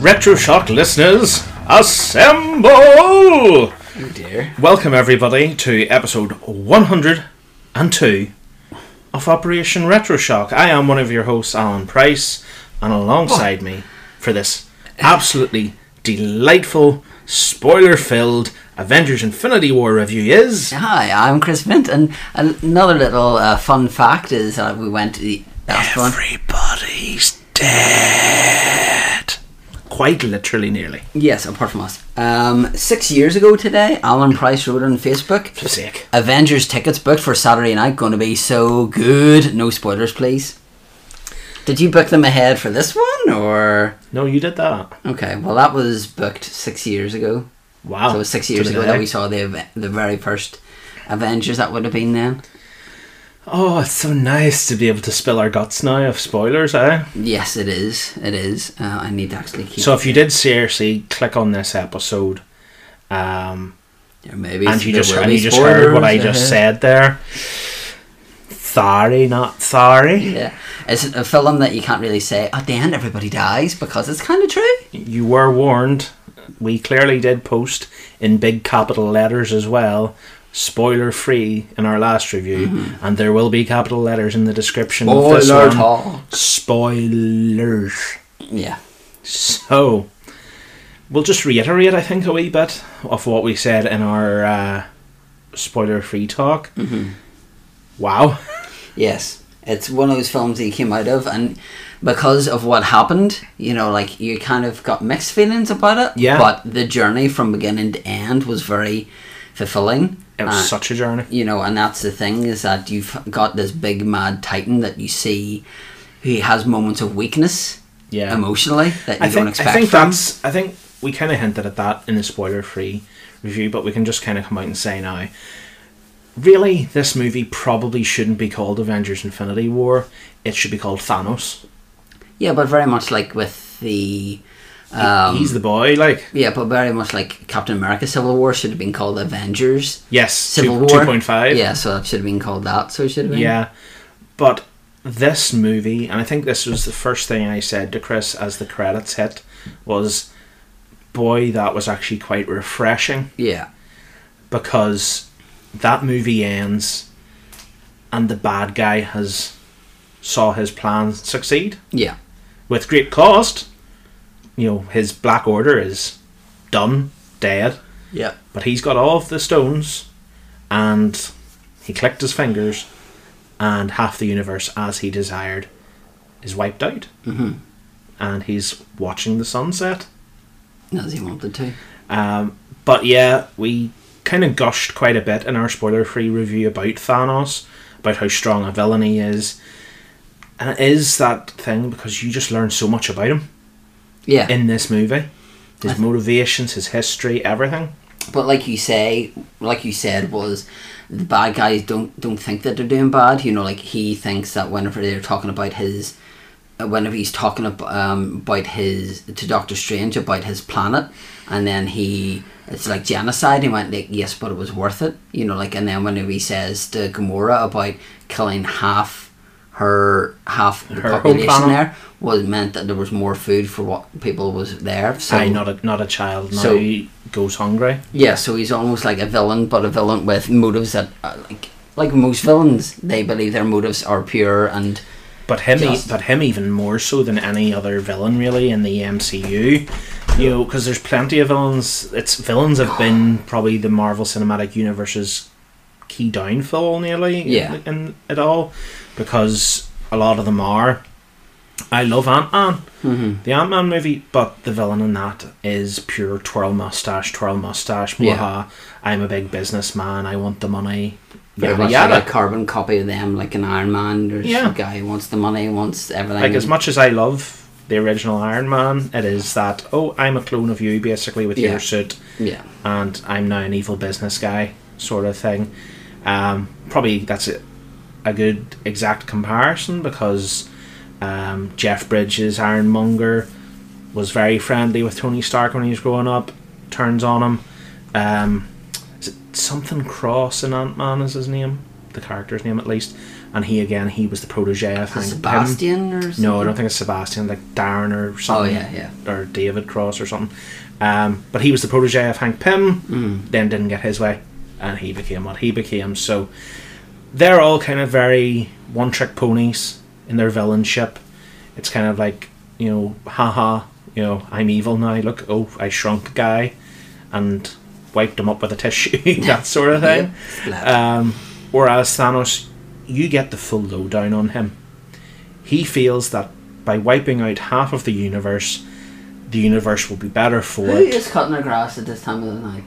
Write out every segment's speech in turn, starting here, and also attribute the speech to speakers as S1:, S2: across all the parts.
S1: RetroShock listeners, assemble!
S2: Oh dear.
S1: Welcome, everybody, to episode 102 of Operation RetroShock. I am one of your hosts, Alan Price, and alongside me for this absolutely delightful, spoiler filled Avengers Infinity War review is.
S2: Hi, I'm Chris Vint, and another little uh, fun fact is uh, we went to the last one.
S1: Everybody's dead. Quite literally, nearly.
S2: Yes, apart from us. Um, six years ago today, Alan Price wrote on Facebook.
S1: For sake.
S2: Avengers tickets booked for Saturday night going to be so good. No spoilers, please. Did you book them ahead for this one, or
S1: No, you did that.
S2: okay? Well, that was booked six years ago.
S1: Wow.
S2: so it was six
S1: To
S2: years
S1: the
S2: ago
S1: day.
S2: that we saw the ev- the very first Avengers. That would have been then.
S1: Oh, it's so nice to be able to spill our guts now of spoilers, eh?
S2: Yes, it is. It is. Uh, I need to actually keep.
S1: So if you did seriously click on this episode, um,
S2: There may be-
S1: and you
S2: there
S1: just
S2: will
S1: and
S2: be
S1: you just heard what I
S2: spoilers,
S1: just
S2: uh-huh.
S1: said there, sorry, not sorry,
S2: Yeah, it's a film that you can't really say at the end everybody dies because it's kind of true.
S1: you were warned. We clearly did post in big capital letters as well. Spoiler free in our last review,
S2: Mm-hmm.
S1: and there will be capital letters in the description. of this
S2: Spoiler
S1: one.
S2: talk.
S1: Spoilers.
S2: Yeah.
S1: So, we'll just reiterate, I think, a wee bit of what we said in our uh, spoiler free talk. Mm-hmm. Wow.
S2: Yes, it's one of those films that you came out of, and because of what happened, you know, like you kind of got mixed feelings about it.
S1: Yeah.
S2: But the journey from beginning to end was very fulfilling.
S1: It was
S2: Uh,
S1: such a journey.
S2: you know, and that's the thing is that you've got this big mad titan that you see, who has moments of weakness.
S1: Yeah.
S2: Emotionally, that you
S1: I
S2: don't
S1: think,
S2: expect
S1: I think
S2: from.
S1: that's. I think we kind of hinted at that in the spoiler free review, but we can just kind of come out and say now. Really, this movie probably shouldn't be called Avengers Infinity War. It should be called Thanos.
S2: Yeah, but very much like with the. Um,
S1: He's the boy, like.
S2: yeah, but very much like Captain America Civil War should have been called Avengers
S1: Yes,
S2: Civil
S1: two,
S2: War.
S1: 2.5.
S2: Yeah, so that should have been called that, so it should have been.
S1: Yeah, but this movie, and I think this was the first thing I said to Chris as the credits hit, was, "Boy, that was actually quite refreshing
S2: Yeah.
S1: because that movie ends, and the bad guy has saw his plan succeed
S2: Yeah.
S1: with great cost. You know, his Black Order is done, dead,
S2: Yeah.
S1: but he's got all of the stones, and he clicked his fingers, and half the universe, as he desired, is wiped out. Mm-hmm. And he's watching the sunset.
S2: As he wanted to.
S1: Um, but yeah, we kind of gushed quite a bit in our spoiler-free review about Thanos, about how strong a villain he is, and it is that thing because you just learn so much about him
S2: Yeah.
S1: in this movie, his motivations, his history, everything.
S2: but like you say, like you said, was the bad guys don't don't think that they're doing bad. You know, like he thinks that whenever they're talking about his, uh, whenever he's talking ab- um, about his to Doctor Strange about his planet, and then he it's like genocide. He went like, yes, but it was worth it. You know, like and then whenever he says to Gamora about killing half her half the
S1: Her whole
S2: population
S1: planet.
S2: there was meant that there was more food for what people was there. So
S1: Aye, not a not a child. Now
S2: so-
S1: he goes hungry.
S2: yeah, so he's almost like a villain, but a villain with motives that, are like, like most villains, they believe their motives are pure and
S1: But him, e-
S2: Just-
S1: but him even more so than any other villain really in the MCU. You know, because there's plenty of villains. It's villains have been probably the Marvel Cinematic Universe's key downfall nearly. in-
S2: Yeah.
S1: in, it all, because a lot of them are. I love Ant Man, the Ant Man movie, but the villain in that is pure twirl mustache, twirl mustache.
S2: Yeah.
S1: Yeah. I'm a big businessman. I want the money.
S2: very
S1: Yada
S2: much
S1: yada.
S2: like a carbon copy of them, like an Iron Man. There's
S1: Yeah.
S2: a guy who wants the money, wants everything.
S1: Like as much as I love the original Iron Man, it is that oh, I'm a clone of you, basically with
S2: Yeah.
S1: your suit,
S2: Yeah.
S1: and I'm now an evil business guy, sort of thing. Um, probably that's a, a good exact comparison because um, Jeff Bridges, Ironmonger, was very friendly with Tony Stark when he was growing up. Turns on him. Um, is it something Cross in Ant Man is his name? the character's name at least. And he again, he was the protege. I think Him-
S2: Sebastian or something?
S1: no, I don't think it's Sebastian, like Darren or something.
S2: Oh, yeah, yeah.
S1: Or David Cross or something. Um, but he was the protege of Hank Pym,
S2: Mm.
S1: then didn't get his way, and he became what he became. So they're all kind of very one trick ponies in their villainship. It's kind of like, you know, haha, you know, I'm evil now, look, oh, I shrunk guy and wiped him up with a tissue, that sort of thing.
S2: Flat.
S1: Um, whereas Thanos, you get the full lowdown on him. He feels that by wiping out half of the universe, the universe will be better for
S2: Who
S1: it.
S2: is cutting the grass at this time of the night?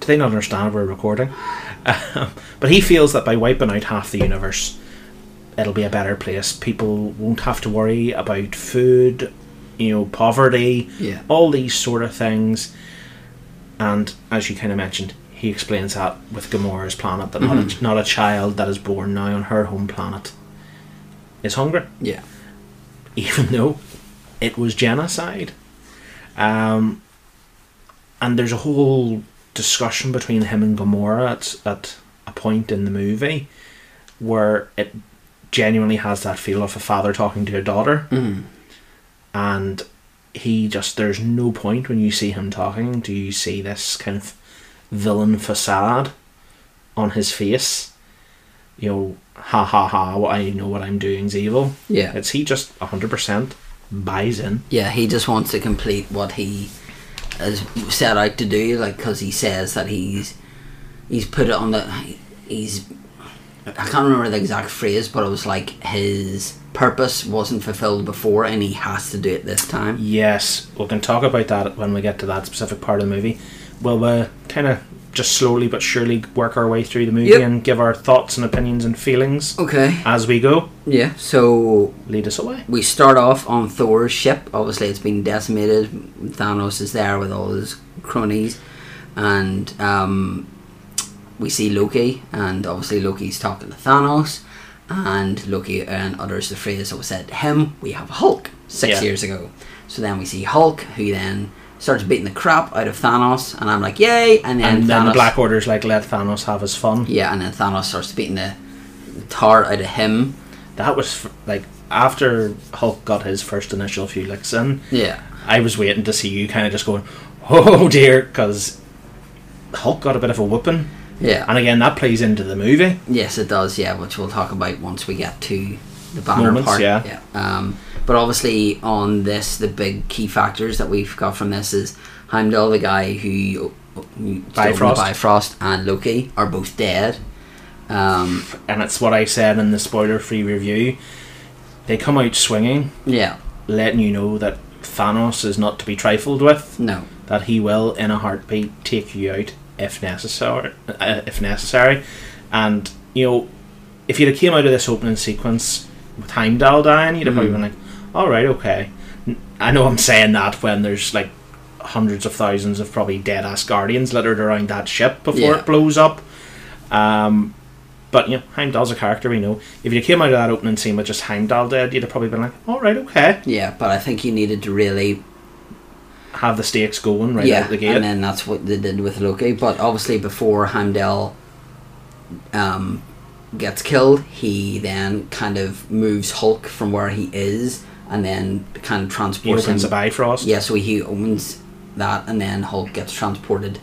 S1: Do they not understand we're recording? Um, but he feels that by wiping out half the universe, it'll be a better place. People won't have to worry about food, you know, poverty,
S2: Yeah.
S1: all these sort of things. And as you kind of mentioned, he explains that with Gamora's planet that not, a, not a child that is born now on her home planet is hungry
S2: Yeah.
S1: even though it was genocide. Um, and there's a whole discussion between him and Gamora at, at a point in the movie where it genuinely has that feel of a father talking to a daughter. And he just, there's no point when you see him talking, do you see this kind of villain facade on his face? You know, ha ha ha, what I know what I'm doing's evil.
S2: Yeah.
S1: It's he just 100% buys in.
S2: Yeah, he just wants to complete what he has set out to do, like because he says that he's he's put it on the he's I can't remember the exact phrase, but it was like his purpose wasn't fulfilled before, and he has to do it this time.
S1: Yes, we can talk about that when we get to that specific part of the movie. We'll uh, kind of just slowly but surely work our way through the movie
S2: Yep.
S1: and give our thoughts and opinions and feelings
S2: Okay.
S1: as we go.
S2: Yeah. So
S1: Lead us away.
S2: we start off on Thor's ship. Obviously, it's been decimated. Thanos is there with all his cronies, and um, we see Loki, and obviously Loki's talking to Thanos, and Loki and utters the phrase that was said to him: "We have a Hulk." Six
S1: Yeah.
S2: years ago. So then we see Hulk, who then starts beating the crap out of Thanos, and I'm like, "Yay!" And then
S1: And,
S2: Thanos,
S1: then the Black Order's like, let Thanos have his fun.
S2: yeah, and then Thanos starts beating the tar out of him.
S1: That was f- like after Hulk got his first initial few licks in.
S2: Yeah.
S1: I was waiting to see you kind of just going, oh dear, because Hulk got a bit of a whooping.
S2: Yeah.
S1: And again, that plays into the movie.
S2: Yes, it does. Yeah, which we'll talk about once we get to the banner
S1: Moments,
S2: part.
S1: yeah.
S2: Um, but obviously, on this, the big key factors that we've got from this is Heimdall, the guy who, who stole the
S1: Bifrost.
S2: Bifrost, and Loki are both dead. Um,
S1: and it's what I said in the spoiler free review. They come out swinging,
S2: yeah.
S1: letting you know that Thanos is not to be trifled with,
S2: No.
S1: that he will, in a heartbeat, take you out if necessary. Uh, if necessary, and you know, if you'd have came out of this opening sequence with Heimdall dying, you'd have probably
S2: Mm-hmm.
S1: been like, "All right, okay." N- I know I'm saying that when there's like hundreds of thousands of probably dead Asgardians littered around that ship before
S2: Yeah.
S1: it blows up. Um, but you know, Heimdall's a character we know. If you came out of that opening scene with just Heimdall dead, you'd have probably been like, "All right, okay."
S2: Yeah, but I think you needed to really.
S1: Have the stakes going right
S2: yeah,
S1: out the gate.
S2: and then that's what they did with Loki. But obviously, before Heimdall um, gets killed, he then kind of moves Hulk from where he is and then kind of
S1: he
S2: transports
S1: opens a
S2: him.
S1: Bifrost.
S2: Yeah, so he owns that and then Hulk gets transported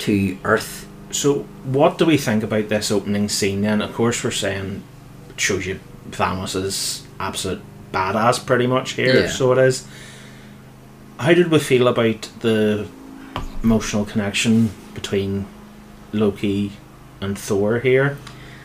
S2: to Earth.
S1: So, what do we think about this opening scene? Then, of course, we're saying it shows you Thanos is absolute badass, pretty much here.
S2: Yeah.
S1: So it is. How did we feel about the emotional connection between Loki and Thor here?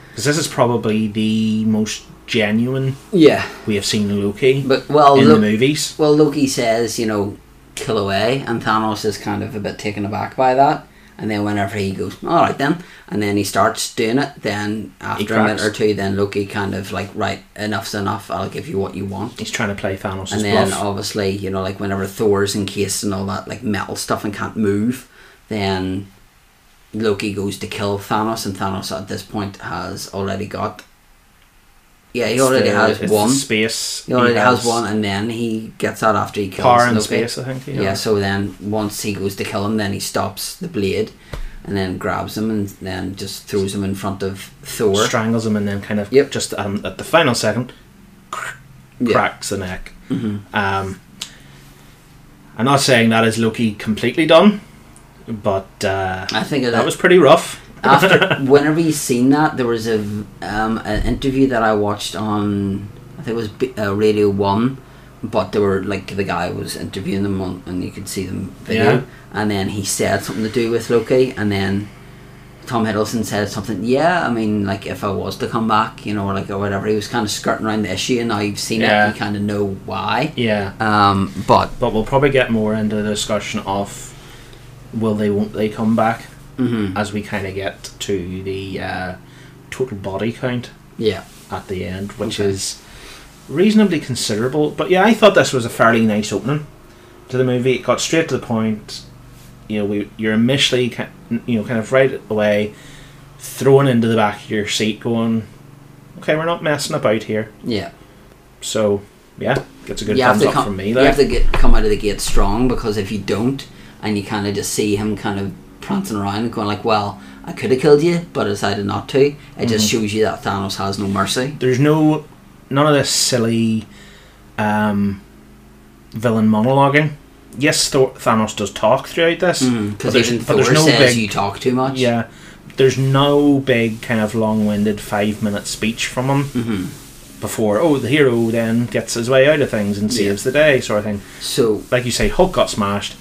S1: Because this is probably the most genuine
S2: Yeah.
S1: we have seen Loki
S2: But, uh, well,
S1: in
S2: Lo-
S1: the movies.
S2: well, Loki says, you know, kill away, and Thanos is kind of a bit taken aback by that. And then whenever he goes, all right then, and then he starts doing it, then after a minute
S1: cracks.
S2: or two, then Loki kind of like, right, enough's enough, I'll give you what you want.
S1: He's trying to play Thanos'
S2: and then uh,
S1: bluff.
S2: obviously you know like whenever Thor's encased in all that like metal stuff and can't move then Loki goes to kill Thanos and Thanos at this point has already got yeah he
S1: It's
S2: already
S1: the-
S2: has
S1: it's the
S2: one
S1: space.
S2: he already has, one and then he gets that after he kills
S1: Power and
S2: Loki
S1: space, I think.
S2: yeah. so then once he goes to kill him then he stops the blade and then grabs him and then just throws him in front of Thor.
S1: strangles him, and then kind of
S2: Yep.
S1: just um, at the final second cr-
S2: Yeah. Mm-hmm.
S1: cracks the neck. Um, I'm not saying that is Loki completely done, but uh,
S2: I think it
S1: that was pretty rough.
S2: after whenever you seen that there was a v- um, an interview that I watched on I think it was B- uh, Radio One, but they were like the guy was interviewing them on, and you could see them video,
S1: Yeah.
S2: and then he said something to do with Loki, and then Tom Hiddleston said something. Yeah, I mean like if I was to come back, you know, or like or whatever, he was kind of skirting around the issue, and now you've seen
S1: Yeah.
S2: it, you kind of know why.
S1: Yeah,
S2: Um, but
S1: but we'll probably get more into the discussion of will they, won't they come back
S2: mhm,
S1: as we kind of get to the uh, total body count
S2: yeah,
S1: at the end, which
S2: Okay.
S1: is reasonably considerable. But yeah, I thought this was a fairly nice opening to the movie. It got straight to the point. You know, we you're initially ki- you know kind of right away thrown into the back of your seat, going, "Okay, we're not messing about here."
S2: yeah.
S1: So yeah, gets a good
S2: you have
S1: thumbs
S2: to
S1: up
S2: come,
S1: from me.
S2: You
S1: There.
S2: have to get come out of the gate strong because if you don't, and you kind of just see him kind of prancing around and going like, "Well, I could have killed you, but I decided not to." It just
S1: Mm-hmm.
S2: shows you that Thanos has no mercy.
S1: There's no none of this silly um, villain monologuing. Yes, Thor- Thanos does talk throughout this,
S2: Because
S1: there's-
S2: Mm, even
S1: Mm-hmm. but there's
S2: Thor
S1: no
S2: says
S1: big-
S2: you talk too much.
S1: Yeah, there's no big kind of long-winded five-minute speech from him before. Oh, the hero then gets his way out of things and saves the day, sort of thing.
S2: So
S1: Like you say, Hulk got smashed.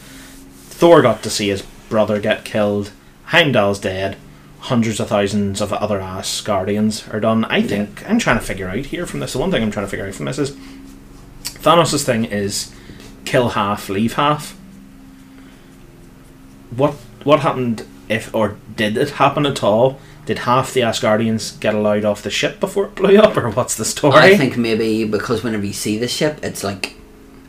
S1: Thor got to see his brother get killed. Heimdall's dead. Hundreds of thousands of other ass guardians are done. I think I'm trying to figure out here from this. The one thing I'm trying to figure out from this is Thanos' thing is kill half, leave half. What what happened if or did it happen at all? Did half the Asgardians get allowed off the ship before it blew up, or what's the story?
S2: I think maybe because whenever you see the ship, it's like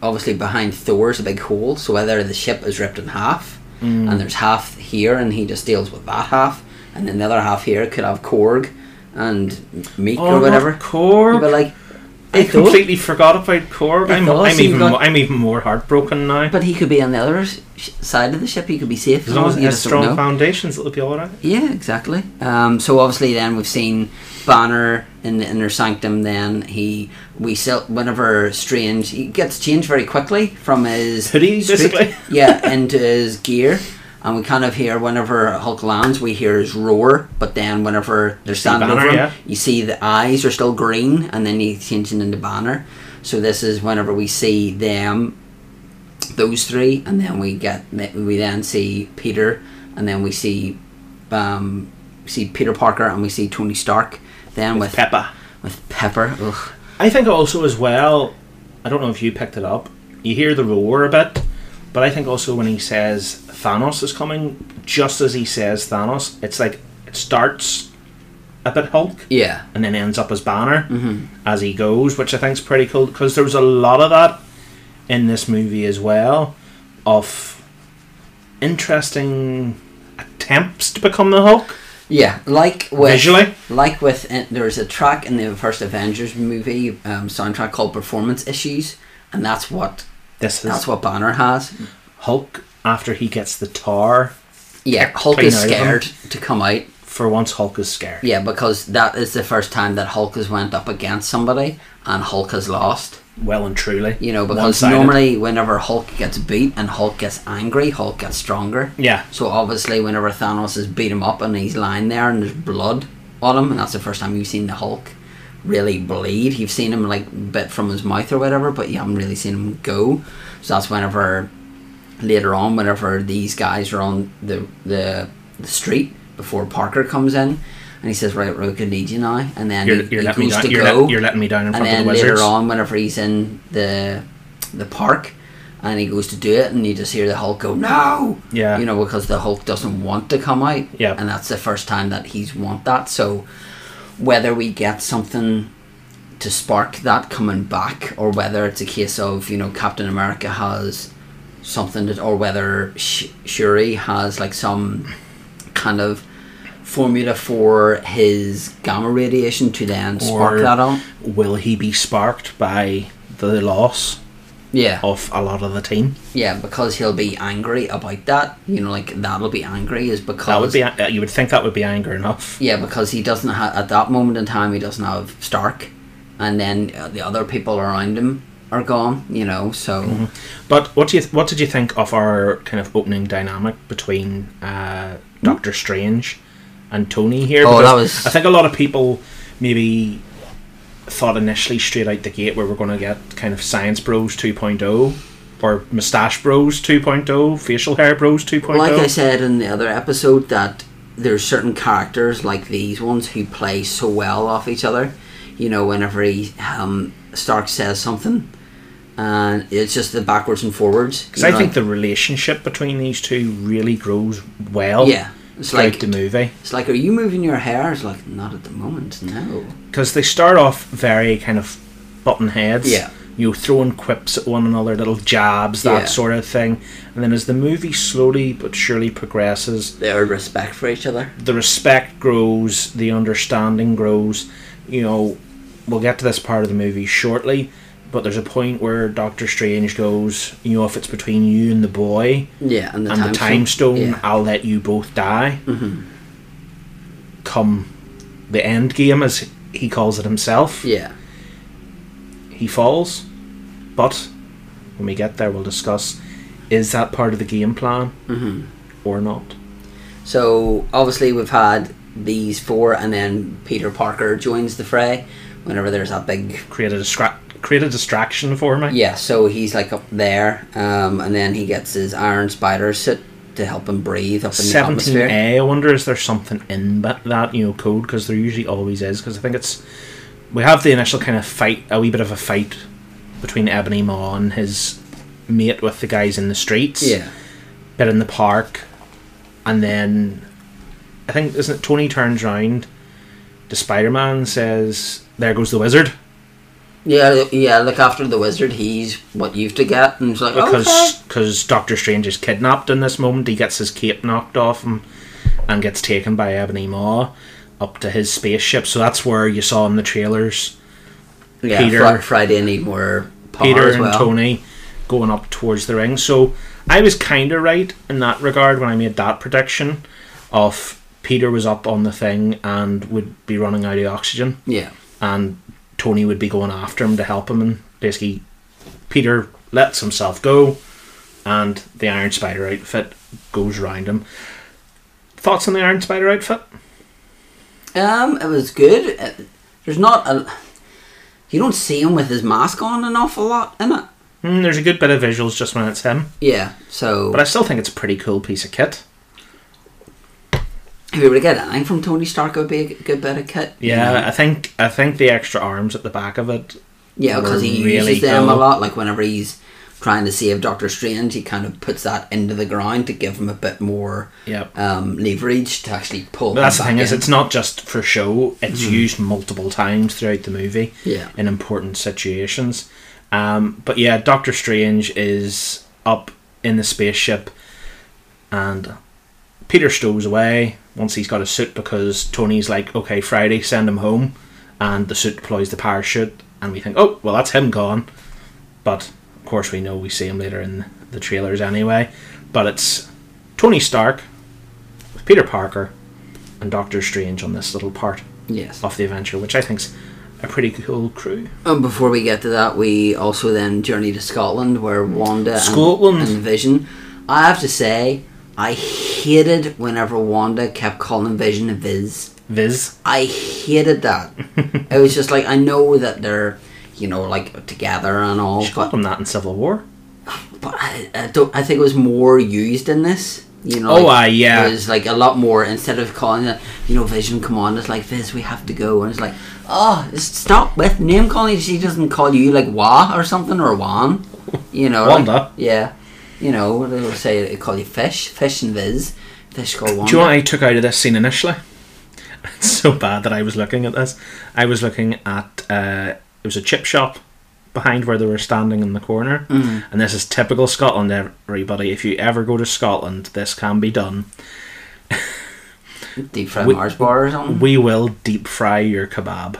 S2: obviously behind Thor's a big hole. So whether the ship is ripped in half,
S1: Mm.
S2: and there's half here, and he just deals with that half, and then the other half here could have Korg and Meek
S1: oh,
S2: or whatever.
S1: Core.
S2: But like,
S1: I
S2: I thought,
S1: completely forgot about Korg. I'm,
S2: thought
S1: I'm
S2: so you
S1: even
S2: got-
S1: mo- I'm even more heartbroken now.
S2: but he could be on the other sh- side of the ship. He could be safe.
S1: as long as it
S2: you
S1: has
S2: just don't
S1: strong
S2: know.
S1: foundations, it'll be all right.
S2: Yeah, exactly. Um, so obviously, then we've seen Banner in the inner sanctum. Then he, we still, whenever Strange, he gets changed very quickly from his
S1: Hoodie,
S2: street-
S1: basically.
S2: yeah, into his gear. And we kind of hear whenever Hulk lands, we hear his roar. But then whenever they're standing
S1: Banner,
S2: over him,
S1: yeah.
S2: you see the eyes are still green, and then he's changing into Banner. So this is whenever we see them those three, and then we get we then see Peter, and then we see um, see Peter Parker, and we see Tony Stark. Then with
S1: Peppa.
S2: with Pepper, ugh,
S1: I think also as well. I don't know if you picked it up. You hear the roar a bit, but I think also when he says Thanos is coming, just as he says Thanos, it's like it starts a bit Hulk
S2: yeah,
S1: and then ends up as Banner
S2: Mm-hmm.
S1: as he goes, which I think is pretty cool because there was a lot of that in this movie as well of interesting attempts to become the Hulk.
S2: yeah. Like with
S1: Visually?
S2: like with uh, there's a track in the first Avengers movie um, soundtrack called "Performance Issues," and that's what
S1: This is
S2: that's what Banner has.
S1: Hulk after he gets the tar.
S2: Yeah, Hulk
S1: clean
S2: is
S1: out of 'em.
S2: scared to come out.
S1: For once, Hulk is scared.
S2: Yeah, because that is the first time that Hulk has went up against somebody and Hulk has lost.
S1: Well and truly.
S2: You know, because
S1: One-sided.
S2: normally whenever Hulk gets beat and Hulk gets angry, Hulk gets stronger.
S1: Yeah.
S2: So obviously, whenever Thanos has beat him up and he's lying there and there's blood on him, and that's the first time you've seen the Hulk really bleed. You've seen him like bit from his mouth or whatever, but you haven't really seen him go. So that's whenever later on, whenever these guys are on the the, the street before Parker comes in. And he says, "Right, Rogue, I need you now." And then
S1: You're,
S2: he,
S1: you're
S2: he
S1: letting me
S2: goes
S1: down.
S2: to
S1: You're,
S2: go
S1: let, you're letting me down in
S2: and
S1: front of
S2: then
S1: the wizards.
S2: later on, whenever he's in the the park and he goes to do it, and you just hear the Hulk go no,
S1: Yeah.
S2: you know, because the Hulk doesn't want to come out,
S1: Yeah.
S2: and that's the first time that he's want that. So whether we get something to spark that coming back, or whether it's a case of you know Captain America has something that, or whether Sh- Shuri has like some kind of formula for his gamma radiation to then spark
S1: Or-
S2: that on.
S1: Will he be sparked by the loss
S2: Yeah.
S1: of a lot of the team.
S2: Yeah, because he'll be angry about that. You know, like that'll be angry is because
S1: That would be uh, you would think that would be anger enough.
S2: yeah, because he doesn't have at that moment in time he doesn't have Stark, and then uh, the other people around him are gone. You know, so
S1: But what do you what did you think of our kind of opening dynamic between uh, Doctor Strange and Tony here?
S2: Hmm. Oh, that
S1: Because
S2: was-
S1: I think a lot of people maybe thought initially straight out the gate where we're going to get kind of Science Bros 2.0 or Mustache Bros 2.0, Facial Hair Bros oh. 2.0.
S2: like I said in the other episode, that there's certain characters like these ones who play so well off each other. You know, whenever he um, Stark says something, and it's just the backwards and forwards.
S1: Because I think the relationship between these two really grows well
S2: yeah, it's
S1: throughout
S2: like
S1: the movie.
S2: it's like, are you moving your hair? It's like not at the moment, no.
S1: Because they start off very kind of button heads.
S2: Yeah.
S1: You know, throwing quips at one another, little jabs, that
S2: Yeah.
S1: sort of thing. And then as the movie slowly but surely progresses,
S2: Their respect for each other.
S1: the respect grows, the understanding grows. You know, we'll get to this part of the movie shortly, but there's a point where Doctor Strange goes, you know, if it's between you and the boy,
S2: Yeah, and the,
S1: and
S2: time,
S1: the time stone,
S2: Yeah. Mm-hmm.
S1: I'll let you both die. Come the end game, as he calls it himself,
S2: yeah,
S1: he falls. But when we get there, we'll discuss is that part of the game plan
S2: Mm-hmm.
S1: or not?
S2: So obviously we've had these four, and then Peter Parker joins the fray. Whenever there's that big
S1: Create a, distra- create a distraction for me.
S2: yeah, so he's like up there, um, and then he gets his iron spider suit to help him breathe up in the atmosphere.
S1: 17A, I wonder is there something in ba- that, you know, code? Because there usually always is, because I think it's. We have the initial kind of fight, a wee bit of a fight between Ebony Maw and his mate with the guys in the streets.
S2: Yeah,
S1: bit in the park, and then I think isn't it Tony turns round to Spider Man and says, "There goes the wizard,"
S2: yeah, yeah. Look after the wizard. He's what you've to get, and it's like okay.
S1: because because Doctor Strange is kidnapped in this moment. He gets his cape knocked off him and gets taken by Ebony Maw up to his spaceship. So that's where you saw in the trailers
S2: Yeah,
S1: Peter-
S2: Fri- Friday need more power
S1: Peter
S2: as
S1: and
S2: well.
S1: Tony going up towards the ring. So I was kind of right in that regard when I made that prediction of. Peter was up on the thing and would be running out of oxygen.
S2: Yeah,
S1: and Tony would be going after him to help him, and basically Peter lets himself go, and the Iron Spider outfit goes round him. Thoughts on the Iron Spider outfit?
S2: um, it was good. Uh, There's not a. You don't see him with his mask on an awful lot in it.
S1: Hmm, there's a good bit of visuals just when it's him,
S2: Yeah, so
S1: but I still think it's a pretty cool piece of kit.
S2: if you were to get anything from Tony Stark, it would be a good bit of kit. you
S1: Yeah,
S2: know?
S1: I think I think the extra arms at the back of it.
S2: Yeah,
S1: were
S2: because he
S1: really
S2: uses them a
S1: cool.
S2: lot. Like whenever he's trying to save Doctor Strange, he kind of puts that into the ground to give him a bit more
S1: Yeah.
S2: um, leverage to actually pull.
S1: But that's the
S2: him
S1: thing
S2: back
S1: is,
S2: in.
S1: it's not just for show. It's used multiple times throughout the movie.
S2: Yeah.
S1: In important situations, um, but yeah, Doctor Strange is up in the spaceship, and Peter stows away once he's got his suit because Tony's like, "Okay, Friday, send him home," and the suit deploys the parachute, and we think, "Oh, well, that's him gone." But of course, we know we see him later in the trailers anyway. But it's Tony Stark, with Peter Parker, and Doctor Strange on this little part
S2: yes.
S1: of the adventure, which I think's a pretty cool crew.
S2: And Um, before we get to that, we also then journey to Scotland, where Wanda and-
S1: Scotland.
S2: And, Vision. I have to say, I hated whenever Wanda kept calling Vision a Viz.
S1: Viz.
S2: I hated that. it was just like I know that they're, you know, like together and all,
S1: She
S2: but
S1: called him that in Civil War.
S2: But I, I don't. I think it was more used in this. You know.
S1: Oh,
S2: like,
S1: aye, yeah.
S2: It was like a lot more instead of calling it, you know, Vision. Come on, it's like Viz. We have to go, and it's like, oh, just stop with name calling. She doesn't call you like Wah or something or Wan. You know. like-
S1: Wanda.
S2: yeah. You know they'll say they call you Fish, Fish and Viz. Fish call Wanda.
S1: Do you know what I took out of this scene initially? It's so bad that I was looking at this. I was looking at uh, it was a chip shop behind where they were standing in the corner, and this is typical Scotland. Everybody, if you ever go to Scotland, this can be done.
S2: Deep fried
S1: We-
S2: Mars bar or something.
S1: We will deep fry your kebab.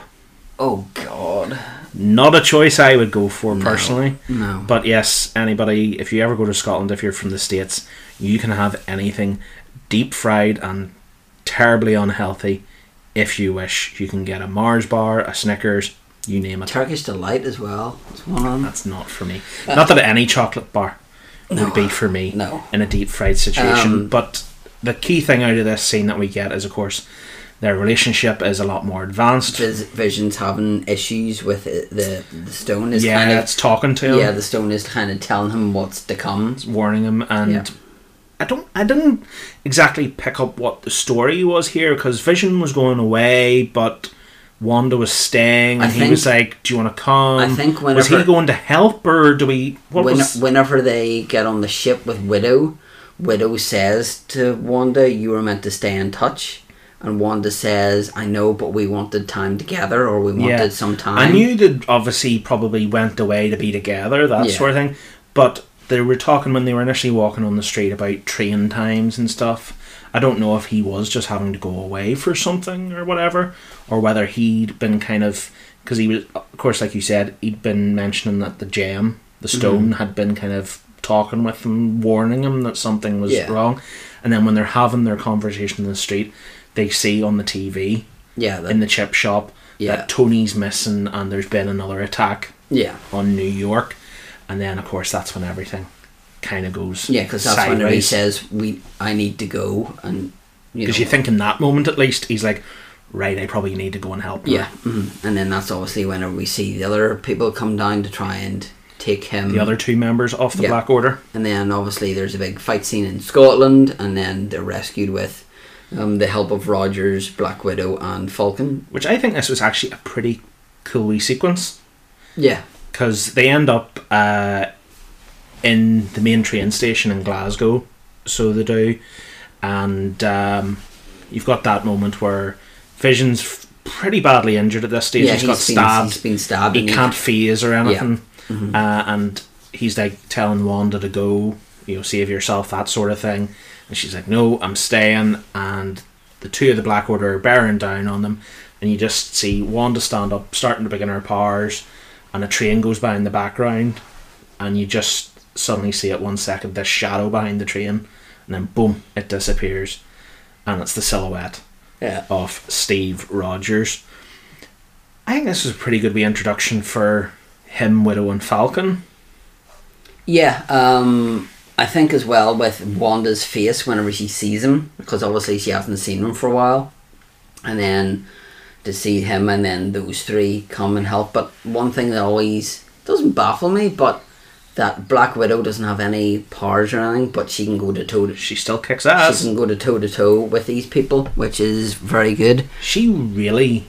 S2: oh God.
S1: Not a choice I would go for personally.
S2: No.
S1: But yes, anybody, if you ever go to Scotland, if you're from the States, you can have anything deep fried and terribly unhealthy if you wish. You can get a Mars bar, a Snickers, you name it.
S2: Turkish delight as well. It's one on.
S1: That's not for me. Not that any chocolate bar would
S2: Uh, No.
S1: be for me
S2: No.
S1: in a deep fried situation.
S2: Um,
S1: but the key thing out of this scene that we get is, of course, their relationship is a lot more advanced.
S2: Vis- Visions having issues with it, the the stone is
S1: yeah,
S2: kind of
S1: it's talking to him,
S2: yeah the stone is kind of telling him what's to come.
S1: warning him, and
S2: Yeah.
S1: I don't, I didn't exactly pick up what the story was here because Vision was going away, but Wanda was staying, and
S2: I
S1: he
S2: think-
S1: was like, "Do you want to come?"
S2: I think
S1: was he
S2: whenever-
S1: going to help, or do we? What
S2: When,
S1: was?
S2: Whenever they get on the ship with Widow, Widow says to Wanda, "You were meant to stay in touch." And Wanda says, "I know, but we wanted time together, or we wanted
S1: Yeah.
S2: some time."
S1: I knew that obviously probably went away to be together, that
S2: Yeah.
S1: sort of thing. But they were talking when they were initially walking on the street about train times and stuff. I don't know if he was just having to go away for something or whatever, or whether he'd been kind of because he was, of course, like you said, he'd been mentioning that the gem, the
S2: Mm-hmm.
S1: stone, had been kind of talking with him, warning him that something was
S2: Yeah.
S1: wrong. And then when they're having their conversation in the street, they see on the TV
S2: Yeah, that,
S1: in the chip shop
S2: Yeah.
S1: that Tony's missing and there's been another attack
S2: yeah,
S1: on New York. And then, of course, that's when everything kind of goes
S2: yeah, because that's
S1: sideways.
S2: when he says, "We, I need to go," and you know,
S1: Because you think in that moment, at least, he's like, right, I probably need to go and help. her."
S2: yeah, mhm. and then that's obviously whenever we see the other people come down to try and take him.
S1: The other two members of the
S2: Yeah.
S1: Black Order.
S2: and then obviously there's a big fight scene in Scotland, and then they're rescued with um, the help of Rogers, Black Widow, and Falcon.
S1: Which I think this was actually a pretty cool wee sequence.
S2: Yeah,
S1: because they end up uh, in the main train station in Glasgow, so they do, and um, you've got that moment where Vision's f- pretty badly injured at this stage.
S2: yeah,
S1: he's got
S2: been,
S1: stabbed.
S2: He's been stabbed.
S1: he
S2: and he-
S1: can't phase or anything,
S2: Mhm.
S1: uh, and he's like telling Wanda to go, you know, save yourself, that sort of thing, and she's like, "No, I'm staying." And the two of the Black Order are bearing down on them, and you just see Wanda stand up, starting to begin her powers, and a train goes by in the background, and you just suddenly see at one second this shadow behind the train, and then boom, it disappears, and it's the silhouette
S2: Yeah.
S1: of Steve Rogers. I think this was a pretty good wee introduction for him, Widow, and Falcon.
S2: Yeah, um, I think as well with Wanda's face whenever she sees him, because obviously she hasn't seen him for a while, and then to see him and then those three come and help. But one thing that always doesn't baffle me, but that Black Widow doesn't have any powers or anything, but she can go to toe to
S1: She still kicks
S2: she
S1: ass.
S2: can go to toe to toe with these people, which is very good.
S1: She really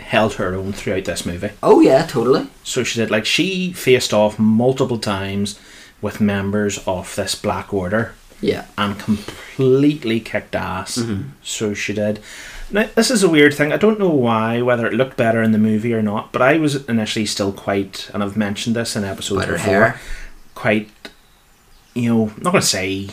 S1: held her own throughout this movie.
S2: Oh yeah, totally.
S1: So she did, like, she faced off multiple times with members of this Black Order
S2: Yeah,
S1: and completely kicked ass. So she did. Now, this is a weird thing. I don't know why, whether it looked better in the movie or not, but I was initially still quite, and I've mentioned this in episodes
S2: Better
S1: before,
S2: hair.
S1: quite, you know, I'm not going to say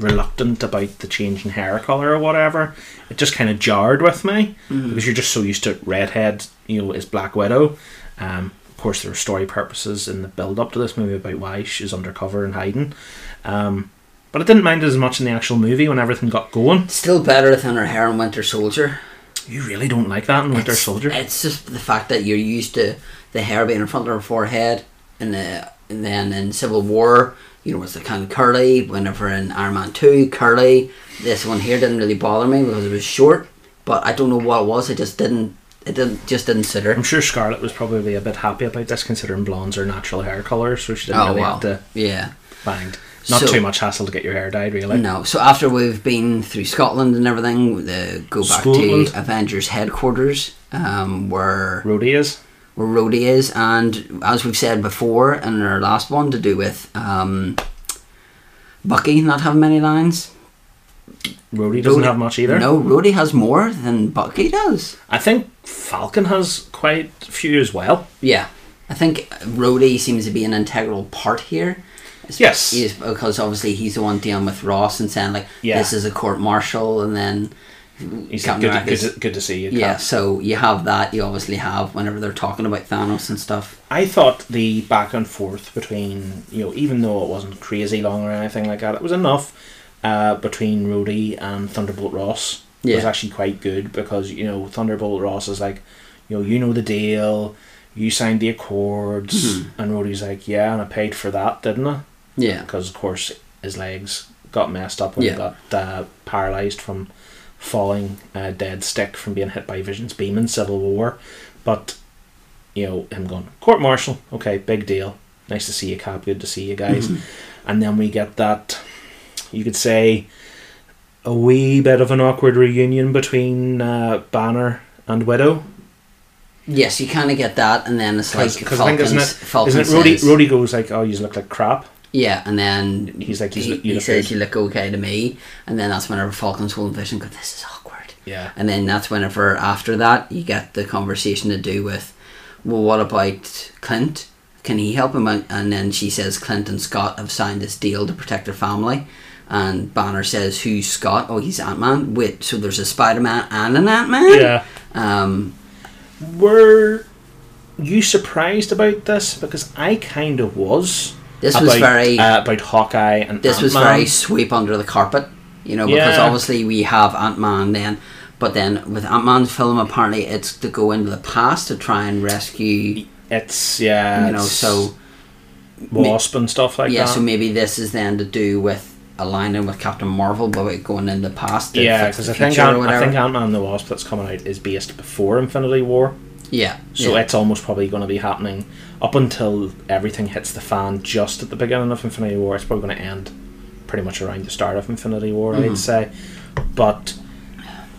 S1: reluctant about the change in hair colour or whatever. It just kind of jarred with me because you're just so used to redhead, you know, is Black Widow. Um, of course, there are story purposes in the build up to this movie about why she's undercover and hiding. Um, but I didn't mind it as much in the actual movie when everything got going.
S2: still better than her hair in Winter Soldier.
S1: You really don't like that in Winter
S2: It's-
S1: Soldier.
S2: It's just the fact that you're used to the hair being in front of her forehead, and, the, and then in Civil War, you know, it's the kind of curly. Whenever in Iron Man Two, curly. This one here didn't really bother me because it was short, but I don't know what it was. It just didn't. It didn't just didn't suit her.
S1: I'm sure Scarlett was probably a bit happy about this, considering blondes are natural hair colours, so she didn't
S2: Oh
S1: really
S2: wow!
S1: have to
S2: Yeah.
S1: bind. Not
S2: So-
S1: too much hassle to get your hair dyed, really.
S2: No. So after we've been through Scotland and everything, the go back
S1: Scotland.
S2: to Avengers headquarters, um, where
S1: Rhodey is.
S2: where Rhodey is, and as we've said before in our last one, to do with um, Bucky not having many lines.
S1: Rhodey doesn't
S2: Rhodey-
S1: have much either.
S2: No, Rhodey has more than Bucky does.
S1: I think Falcon has quite a few as well.
S2: Yeah, I think Rhodey seems to be an integral part here. It's-
S1: Yes.
S2: he is- because obviously he's the one dealing with Ross and saying like,
S1: Yeah.
S2: "This is a court martial," and then
S1: He's like, good, to,
S2: Captain
S1: good,
S2: America's-
S1: to, good to see you. Cap."
S2: Yeah, so you have that. You obviously have whenever they're talking about Thanos and stuff.
S1: I thought the back and forth between you know, even though it wasn't crazy long or anything like that, it was enough uh, between Rhodey and Thunderbolt Ross was
S2: Yeah.
S1: actually quite good because you know Thunderbolt Ross is like, you know, you know the deal, you signed the accords, and Rhodey's like, yeah, and I paid for that, didn't I?
S2: Yeah,
S1: Because of course his legs got messed up when
S2: Yeah.
S1: he got uh, paralyzed from falling uh, dead stick from being hit by Vision's beam in Civil War, but you know him going court martial, okay, big deal. Nice to see you, Cap. Good to see you guys. And then we get that, you could say, a wee bit of an awkward reunion between uh, Banner and Widow.
S2: yes, you kind of get that, and then it's like
S1: Because I think
S2: Falcons.
S1: isn't it, isn't it
S2: Falcons
S1: Rhodey,
S2: says-
S1: Rhodey goes like, oh, you look like crap.
S2: Yeah, and then
S1: He's like, "Yous
S2: he,
S1: look- you
S2: he
S1: look
S2: says
S1: good."
S2: you look okay to me, and then that's whenever Falcon's holding Vision goes, this is awkward,
S1: Yeah.
S2: and then that's whenever after that you get the conversation to do with, well, what about Clint? Can he help him? And, and then she says Clint and Scott have signed this deal to protect their family, and Banner says, who's Scott? Oh, he's Ant Man. Wait, so there's a Spider Man and an Ant Man?
S1: Yeah.
S2: Um,
S1: Were you surprised about this? Because I kind of was.
S2: This was
S1: about,
S2: very-
S1: uh, about Hawkeye and
S2: this was
S1: Ant-Man.
S2: very sweep under the carpet, you know, because
S1: Yeah.
S2: obviously we have Ant Man then, but then with Ant Man's film, apparently it's to go into the past to try and rescue,
S1: It's yeah.
S2: you know,
S1: it's
S2: so
S1: Wasp and stuff like
S2: yeah,
S1: that.
S2: so maybe this is then to do with aligning with Captain Marvel, but it going in the past, to
S1: yeah,
S2: fix
S1: because
S2: the
S1: I think
S2: future or
S1: Ant- I
S2: whatever.
S1: think Ant Man and the Wasp that's coming out is based before Infinity War,
S2: yeah,
S1: so
S2: yeah.
S1: it's almost probably going to be happening up until everything hits the fan. Just at the beginning of Infinity War, it's probably going to end pretty much around the start of Infinity War, I'd say. But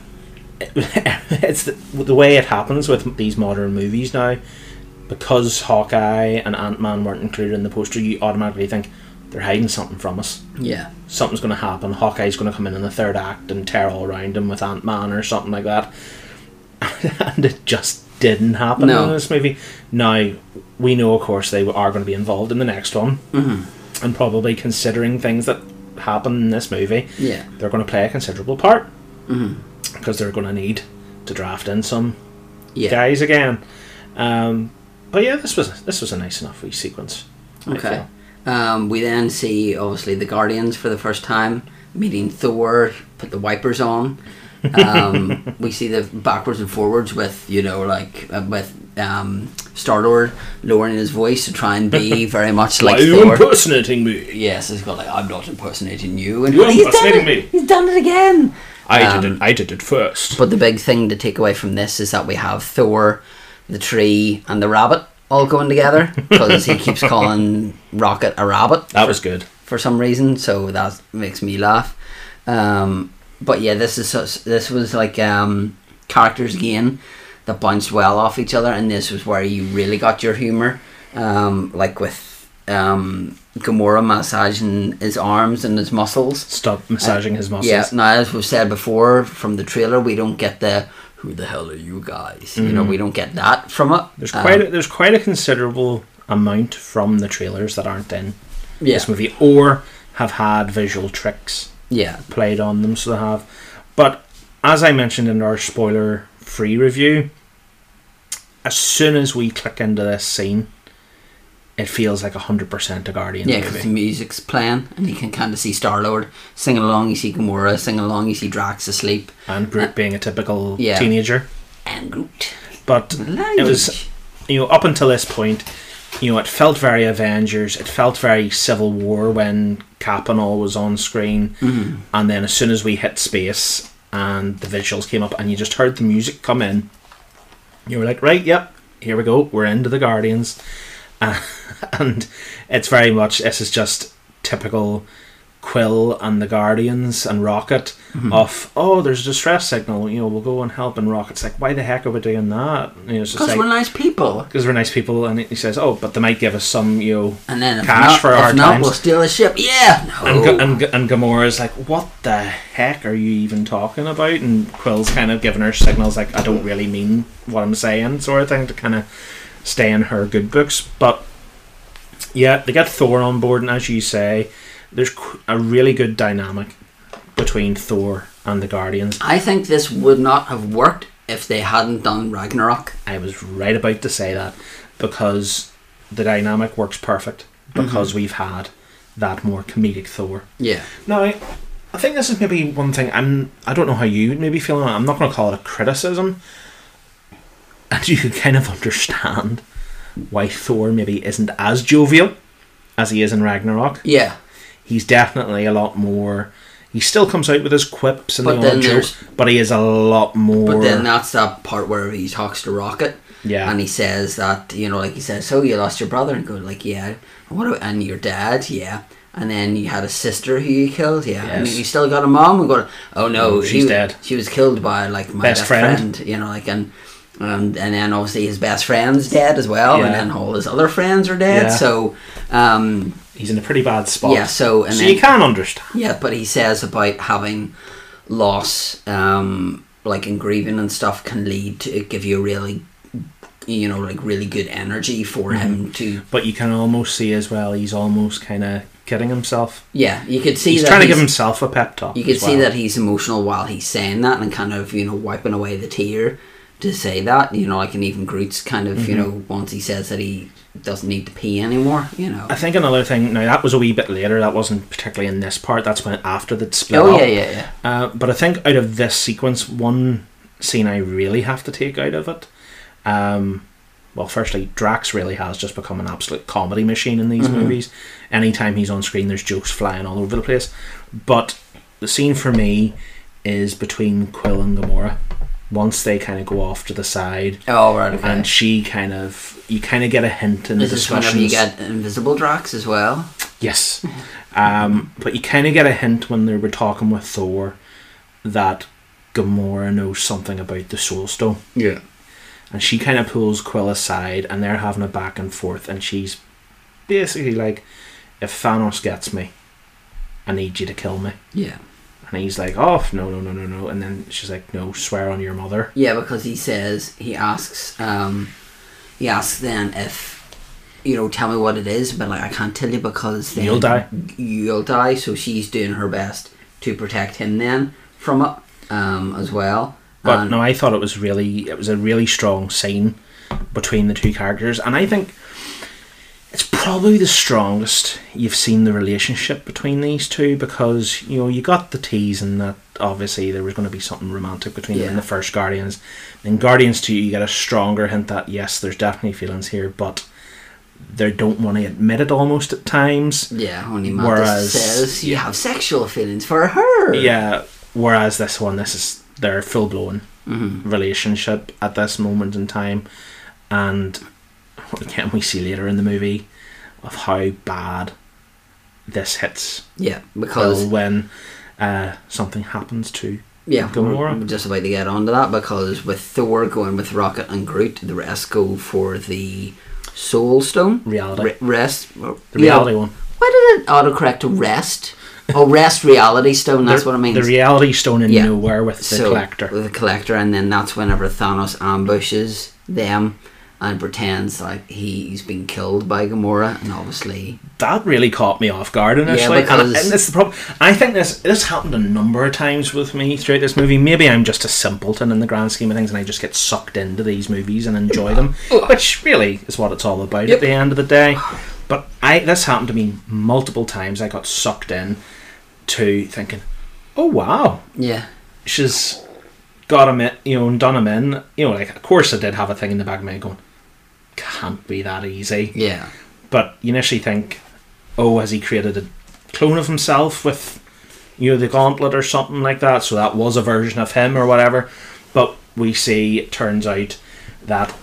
S1: it's the, the way it happens with these modern movies now. Because Hawkeye and Ant Man weren't included in the poster, you automatically think they're hiding something from us
S2: yeah,
S1: something's going to happen. Hawkeye's going to come in in the third act and tear all around him with Ant Man or something like that. and it just didn't happen
S2: No.
S1: in this movie. Now, we know, of course, they are going to be involved in the next one
S2: Mm-hmm.
S1: and probably considering things that happen in this movie,
S2: Yeah. Mm-hmm.
S1: they're going to play a considerable part because they're going to need to draft in some
S2: yeah,
S1: guys again. Um, but yeah, this was this was a nice enough wee sequence. I
S2: Okay.
S1: feel.
S2: Um, we then see obviously the Guardians for the first time meeting Thor, put the wipers on. Um, we see the backwards and forwards with you know like uh, with um, Star Lord lowering his voice to try and be very much like
S1: Why are you
S2: Thor.
S1: impersonating me?
S2: Yes, he's got like I'm not impersonating you, and
S1: You're
S2: he's
S1: impersonating
S2: done it.
S1: me.
S2: He's done it again.
S1: I
S2: Um,
S1: did it. I did it first.
S2: But the big thing to take away from this is that we have Thor, the tree, and the rabbit all going together because he keeps calling Rocket a rabbit.
S1: That was good.
S2: for some reason, so that makes me laugh. Um, but yeah, this is such, this was like um, characters again that bounced well off each other, and this was where you really got your humor, um, like with um, Gamora massaging his arms and his muscles.
S1: Stop massaging his muscles.
S2: Yeah, now as we've said before from the trailer, we don't get the who the hell are you guys? You know, we don't get that from it.
S1: Mm-hmm. There's
S2: Um,
S1: quite a, there's quite a considerable amount from the trailers that aren't in
S2: yeah,
S1: this movie or have had visual tricks
S2: yeah,
S1: played on them, so they have. But as I mentioned in our spoiler free review, as soon as we click into this scene, it feels like hundred percent a Guardian
S2: Yeah, because the
S1: movie.
S2: music's playing, and you can kind of see Star Lord singing along. You see Gamora singing along. You see Drax asleep,
S1: And Groot being a typical
S2: uh, Yeah.
S1: teenager,
S2: and Groot.
S1: but it was you know, up until this point, you know, it felt very Avengers. It felt very Civil War when Cap and all was on screen, and then as soon as we hit space and the visuals came up, and you just heard the music come in, you were like, right, yep, here we go, we're into the Guardians, Uh, and it's very much this is just typical. Quill and the Guardians and Rocket
S2: Mm-hmm.
S1: of oh there's a distress signal you know we'll go and help and Rocket's like why the heck are we doing that you know, it's just
S2: because
S1: like-
S2: we're nice people.
S1: because we're nice people, and he says, "Oh, but they might give us some, you know."
S2: And then if
S1: Cash
S2: not,
S1: for
S2: if
S1: our
S2: not,
S1: times.
S2: we'll steal a ship. Yeah, no.
S1: And, Ga- and Ga- and Gamora's like, "What the heck are you even talking about?" And Quill's kind of giving her signals like, "I don't really mean what I'm saying," sort of thing, to kind of stay in her good books. But yeah, they get Thor on board, and as you say, there's qu- a really good dynamic between Thor and the Guardians.
S2: I think this would not have worked if they hadn't done Ragnarok.
S1: I was right about to say that because the dynamic works perfect because we've had that more comedic Thor.
S2: Yeah.
S1: Now, I think this is maybe one thing I'm. I don't know how you would maybe feel. I'm not going to call it a criticism, and you can kind of understand why Thor maybe isn't as jovial as he is in Ragnarok.
S2: Yeah.
S1: He's definitely a lot more. He still comes out with his quips and
S2: But
S1: the
S2: then
S1: odd
S2: there's-
S1: jokes, but he is a lot more.
S2: But then that's that part where he talks to Rocket.
S1: Yeah.
S2: And he says that, you know, like he says, So you lost your brother and go like, Yeah. And what about, and your dad, yeah. And then you had a sister who you killed, yeah. And
S1: Yes.
S2: you still got a mom and go Oh no,
S1: Oh, she's
S2: she-
S1: dead.
S2: She was killed by like my
S1: Best
S2: best,
S1: friend.
S2: friend. you know, like and um, and, and then obviously his best friend's dead as well,
S1: Yeah.
S2: and then all his other friends are dead.
S1: Yeah.
S2: So, um,
S1: he's in a pretty bad spot.
S2: Yeah, so- and
S1: so
S2: then-
S1: you can understand.
S2: yeah, but he says about having loss, um, like and grieving and stuff, can lead to give you a really, you know, like really good energy for
S1: Mm-hmm.
S2: him to.
S1: But you can almost see as well. He's almost kind of kidding himself.
S2: Yeah, you could see
S1: he's
S2: that
S1: trying to
S2: he's-
S1: give himself a pep talk.
S2: You could
S1: as
S2: see
S1: well.
S2: that he's emotional while he's saying that, and kind of you know wiping away the tear to say that. You know, like and even Groot's kind of you
S1: Mm-hmm.
S2: know once he says that he doesn't need to pee anymore. You know.
S1: I think another thing. Now that was a wee bit later. That wasn't particularly in this part. That's when after the split.
S2: Oh
S1: up.
S2: yeah, yeah, yeah.
S1: Uh, but I think out of this sequence, one scene I really have to take out of it. Um, well, firstly, Drax really has just become an absolute comedy machine in
S2: Mm-hmm.
S1: these movies. Anytime he's on screen, there's jokes flying all over the place. But the scene for me is between Quill and Gamora. Once they kind of go off to the side,
S2: Oh right, okay.
S1: and she kind of, you kind of get a hint in
S2: Is
S1: the
S2: this
S1: discussions.
S2: whenever you get invisible Drax as well?
S1: Yes. Um, but you kind of get a hint when they were talking with Thor that Gamora knows something about the Soul Stone.
S2: Yeah.
S1: And she kind of pulls Quill aside and they're having a back and forth. And she's basically like, if Thanos gets me, I need you to kill me.
S2: Yeah.
S1: And he's like, oh, no, no, no, no, no. And then she's like, no, swear on your mother.
S2: Yeah, because he says he asks, um, he asks then if you know, tell me what it is, but like I can't tell you because then
S1: You'll die.
S2: You'll die. So she's doing her best to protect him then from it um, as well.
S1: But
S2: And-
S1: no, I thought it was really it was a really strong scene between the two characters, and I think it's probably the strongest you've seen the relationship between these two because you know you got the tease and that obviously there was going to be something romantic between them in
S2: Yeah.
S1: the first Guardians. In Guardians two, you get a stronger hint that yes, there's definitely feelings here, but they don't want to admit it almost at times.
S2: yeah, only Mantis
S1: Whereas-
S2: says you have sexual feelings for her.
S1: Yeah. Whereas this one, this is their full blown
S2: Mm-hmm.
S1: relationship at this moment in time, and again we see later in the movie of how bad this hits
S2: yeah, because
S1: Bill when uh, something happens to
S2: Yeah,
S1: Gamora.
S2: I'm just about to get onto that because with Thor going with Rocket and Groot, the rest go for the Soul Stone.
S1: Reality.
S2: Re- rest.
S1: the reality one.
S2: Why did it autocorrect to rest? Oh, rest reality stone. That's
S1: The-
S2: what it means.
S1: The reality stone in
S2: Yeah.
S1: nowhere with the
S2: So,
S1: collector.
S2: with The collector, and then that's whenever Thanos ambushes them and pretends like he's been killed by Gamora, and obviously,
S1: That really caught me off guard initially, and,
S2: because-
S1: and that's the problem. I think this this happened a number of times with me throughout this movie. Maybe I'm just a simpleton in the grand scheme of things, and I just get sucked into these movies and enjoy them, which really is what it's all about at
S2: Oh. Yep.
S1: the end of the day. But I this happened to me multiple times. I got sucked in to thinking, "Oh wow,
S2: yeah,
S1: she's got him in, you know, and done him in." You know, like of course I did have a thing in the back of my head going, "Can't be that easy."
S2: yeah,
S1: but you initially think, oh, has he created a clone of himself with, you know, the gauntlet or something like that? So that was a version of him or whatever. But we see it turns out that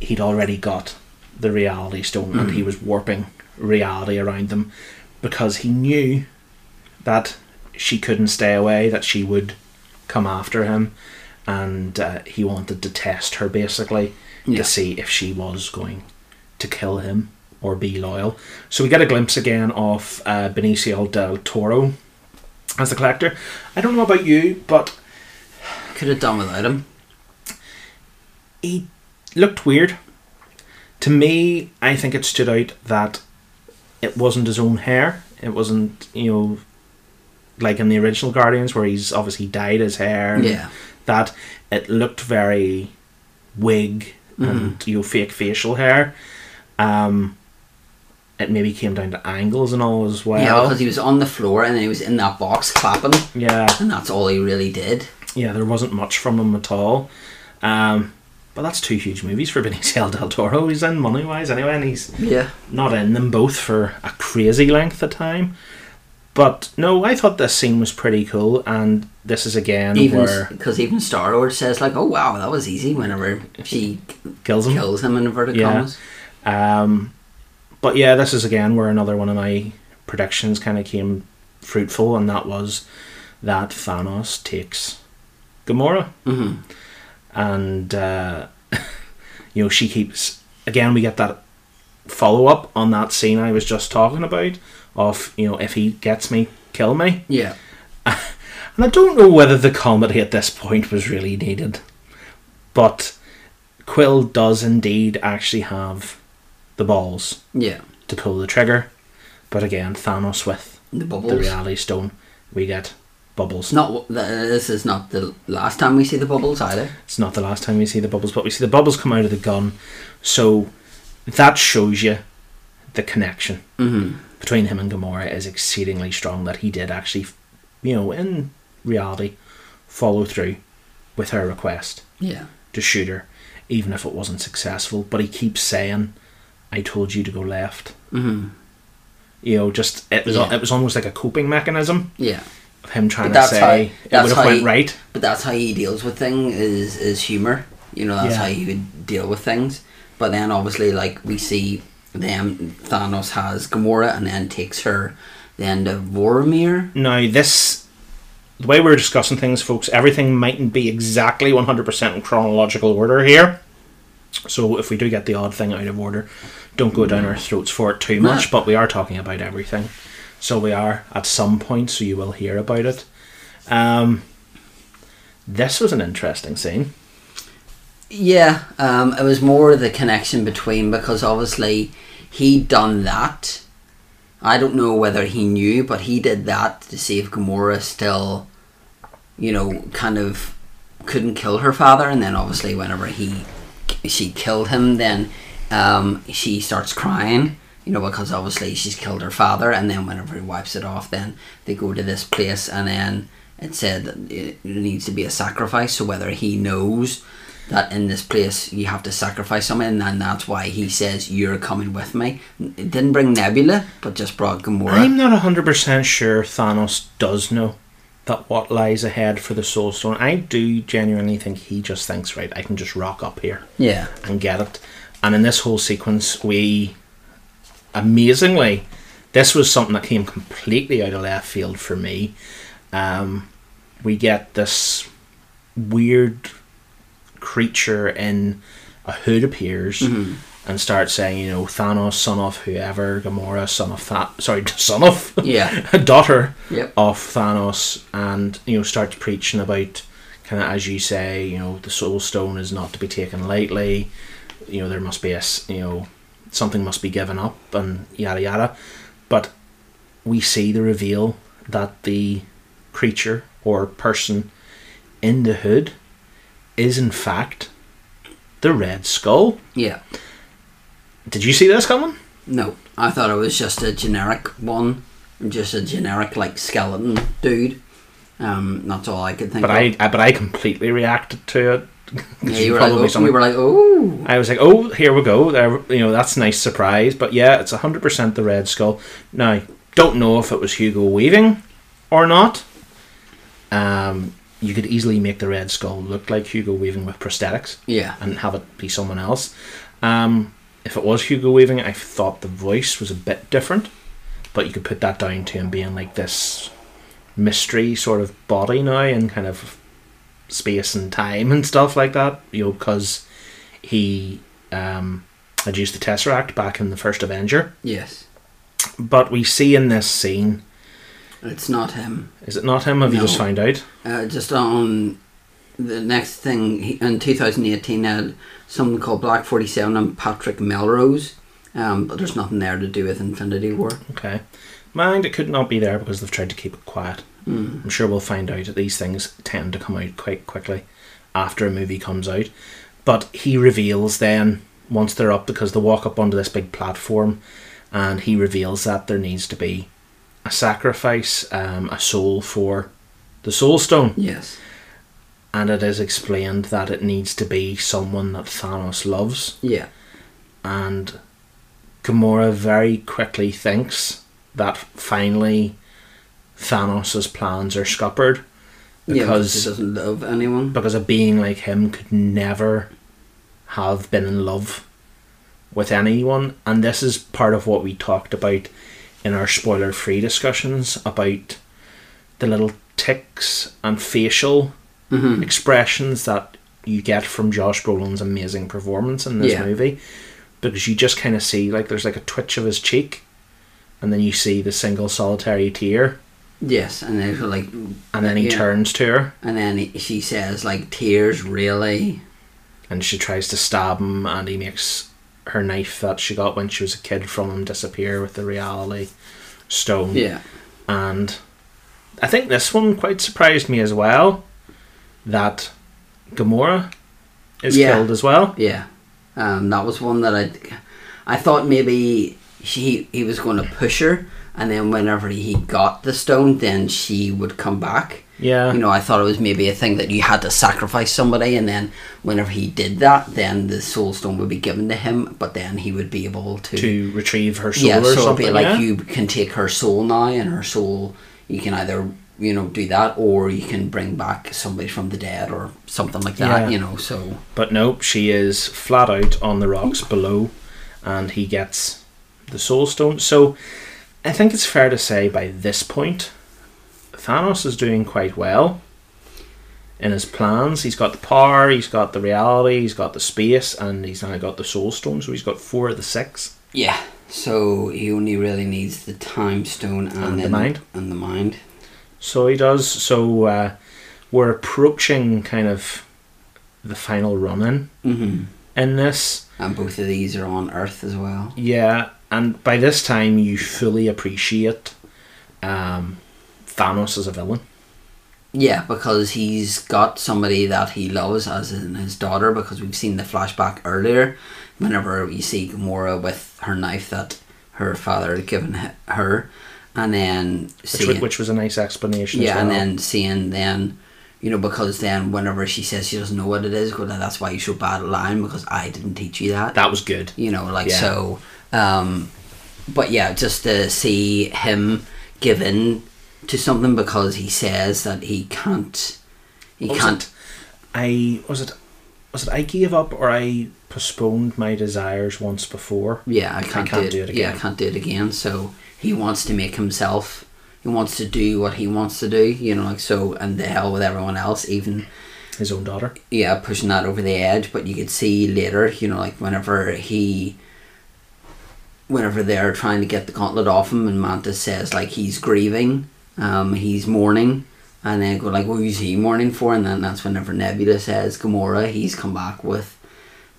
S1: he'd already got the reality stone and he was warping reality around them because he knew that she couldn't stay away, that she would come after him, and uh, he wanted to test her basically
S2: Yeah.
S1: to see if she was going to kill him or be loyal. So we get a glimpse again of uh, Benicio del Toro as the collector. I don't know about you, but
S2: could have done without him.
S1: he looked weird. To me, I think it stood out that it wasn't his own hair. It wasn't, you know, like in the original Guardians, where he's obviously dyed his hair. and
S2: Yeah.
S1: That it looked very wig and you know, fake facial hair. Um, it maybe came down to angles and all as
S2: yeah,
S1: well.
S2: because he was on the floor and then he was in that box clapping,
S1: Yeah, yeah,
S2: and that's all he really did.
S1: There wasn't much from him at all. Um, but that's two huge movies for Benicio del Toro. He's in money wise anyway, and he's
S2: Yeah.
S1: not in them both for a crazy length of time. But no, I thought this scene was pretty cool, and this is again
S2: Even
S1: where
S2: because even Star Lord says like, "Oh wow, that was easy." Whenever she
S1: kills him.
S2: kills him in inverted
S1: Yeah.
S2: commas.
S1: Um, but yeah, this is again where another one of my predictions kind of came fruitful, and that was that Thanos takes Gamora,
S2: hmm
S1: and uh, you know she keeps again. We get that follow up on that scene I was just talking about of you know if he gets me, kill me.
S2: Yeah.
S1: And I don't know whether the comedy at this point was really needed, but Quill does indeed actually have the balls
S2: Yeah.
S1: to pull the trigger. But again, Thanos with
S2: The
S1: the
S2: bubbles.
S1: Reality Stone, we get bubbles.
S2: It's not. wh- This is not the last time we see the bubbles either.
S1: It's not the last time we see the bubbles, but we see the bubbles come out of the gun. So that shows you the connection
S2: Mm-hmm.
S1: between him and Gamora is exceedingly strong. That he did actually, you know, in reality, follow through with her request.
S2: Yeah.
S1: to shoot her, even if it wasn't successful. But he keeps saying, "I told you to go left."
S2: Mm-hmm.
S1: You know, just it was
S2: Yeah.
S1: it was almost like a coping mechanism
S2: Yeah.
S1: of him trying
S2: But
S1: to
S2: that's how-
S1: say it
S2: that's
S1: would have
S2: how
S1: went
S2: he-
S1: right.
S2: But that's how he deals with things is is humor. You know, that's
S1: Yeah.
S2: how he would deal with things. But then obviously, like we see, them Thanos has Gamora and then takes her then to Vormir.
S1: Now this. The way we're discussing things, folks, everything mightn't be exactly 100% in chronological order here. So if we do get the odd thing out of order, don't go down our throats for it too
S2: No.
S1: much, but we are talking about everything. So we are at some point, so you will hear about it. Um, this was an interesting scene.
S2: Yeah, um, it was more the connection between because obviously he done that. I don't know whether he knew, but he did that to see if Gamora still, you know, kind of couldn't kill her father, and then obviously whenever he she killed him, then um, she starts crying, you know, because obviously she's killed her father, and then whenever he wipes it off, then they go to this place, and then it said that it needs to be a sacrifice. So whether he knows that in this place you have to sacrifice something, and that's why he says you're coming with me. It didn't bring Nebula, but just brought Gamora.
S1: I'm not 100% sure Thanos does know that what lies ahead for the Soul Stone. I do genuinely think he just thinks, right, I can just rock up here.
S2: yeah,
S1: and get it. And in this whole sequence, we amazingly, this was something that came completely out of left field for me. Um, we get this weird creature in a hood appears and starts saying, you know, Thanos, son of whoever, Gamora, son of that, sorry, son of,
S2: yeah,
S1: daughter
S2: yep,
S1: of Thanos and you know starts preaching about kind of as you say you know the Soul Stone is not to be taken lightly you know there must be a s- you know something must be given up and yada yada but we see the reveal that the creature or person in the hood is in fact the Red Skull
S2: yeah.
S1: did you see this coming
S2: No, I thought it was just a generic one, just a generic like skeleton dude. Um, that's all I could think.
S1: but
S2: of.
S1: I, I but I completely reacted to it 'Cause
S2: yeah,
S1: you
S2: you were like,
S1: probably
S2: oh,
S1: something-
S2: we were like, oh,
S1: I was like, oh, here we go. There, you know, that's a nice surprise. But yeah, it's hundred percent the Red Skull. Now, don't know if it was Hugo Weaving or not. Um, you could easily make the Red Skull look like Hugo Weaving with prosthetics
S2: yeah,
S1: and have it be someone else. Um, if it was Hugo Weaving, I thought the voice was a bit different, but you could put that down to him being like this mystery sort of body now and kind of space and time and stuff like that, you know, because he um, had used the Tesseract back in the first Avenger.
S2: yes,
S1: But we see in this scene,
S2: it's not him.
S1: is it not him? Have you
S2: No.
S1: just found out?
S2: Uh, just on the next thing he- in 2018, uh, something called Black 47 and Patrick Melrose. Um, but there's nothing there to do with Infinity War.
S1: Okay. Mind, it could not be there because they've tried to keep it quiet.
S2: Mm.
S1: I'm sure we'll find out that these things tend to come out quite quickly after a movie comes out. But he reveals then, once they're up, because they walk up onto this big platform, and he reveals that there needs to be a sacrifice, um, a soul for the soul stone
S2: Yes.
S1: and it is explained that it needs to be someone that Thanos loves.
S2: Yeah.
S1: And Gamora very quickly thinks that finally Thanos' plans are scuppered
S2: Yeah,
S1: because
S2: he doesn't love anyone.
S1: because a being like him could never have been in love with anyone. And this is part of what we talked about in our spoiler free discussions about the little ticks and facial
S2: Mhm.
S1: expressions that you get from Josh Brolin's amazing performance in this
S2: Yeah.
S1: movie. Because you just kind of see, like, there's like a twitch of his cheek, and then you see the single solitary tear,
S2: Yes, and then he's like,
S1: and then he
S2: Yeah.
S1: turns to her.
S2: and then he, she says like, tears really.
S1: and she tries to stab him and he makes her knife that she got when she was a kid from him disappear with the reality stone
S2: Yeah.
S1: and i think this one quite surprised me as well that gamora is
S2: Yeah.
S1: killed as well
S2: Yeah, um, that was one that I, I thought maybe she he was going to push her, and then whenever he got the stone, then she would come back.
S1: yeah
S2: You know, I thought it was maybe a thing that you had to sacrifice somebody, and then whenever he did that, then the soul stone would be given to him, but then he would be able to.
S1: to retrieve her soul
S2: yeah,
S1: or
S2: so it'd
S1: something
S2: be like
S1: yeah?
S2: you can take her soul now, and her soul you can either you know do that, or you can bring back somebody from the dead or something like that.
S1: Yeah.
S2: You know, so
S1: but nope she is flat out on the rocks below and he gets the soul stone so i think it's fair to say by this point Thanos is doing quite well in his plans. He's got the power, he's got the reality, he's got the space, and he's now got the soul stone, so he's got four of the six.
S2: Yeah. So he only really needs the time stone and,
S1: And the
S2: then-
S1: mind.
S2: And the mind.
S1: So he does. So uh, we're approaching kind of the final run in
S2: hmm
S1: in this.
S2: And both of these are on Earth as well.
S1: Yeah, and by this time you fully appreciate um, Thanos as a villain.
S2: Yeah, because he's got somebody that he loves, as in his daughter. Because we've seen the flashback earlier. Whenever you see Gamora with her knife that her father had given he- her, and then
S1: Which,
S2: seeing
S1: wa- which was a nice explanation
S2: yeah,
S1: as well.
S2: and then seeing then. You know, because then whenever she says she doesn't know what it is, go, that's why you're so bad at lying because I didn't teach you that.
S1: that was good.
S2: you know like
S1: Yeah.
S2: so um but yeah just to see him given to something because he says that he can't he
S1: What was
S2: can't
S1: it? I was it was it I gave up or I postponed my desires once before.
S2: yeah i can't, do, it, yeah i
S1: again.
S2: can't do it again so he wants to make himself he wants to do what he wants to do you know like so and the hell with everyone else even
S1: His own daughter.
S2: yeah, pushing that over the edge. But you could see later, you know, like whenever he, whenever they're trying to get the gauntlet off him, and Mantis says like he's grieving, um, he's mourning, and they go like, "What is he mourning for?" And then that's whenever Nebula says, "Gamora, he's come back with."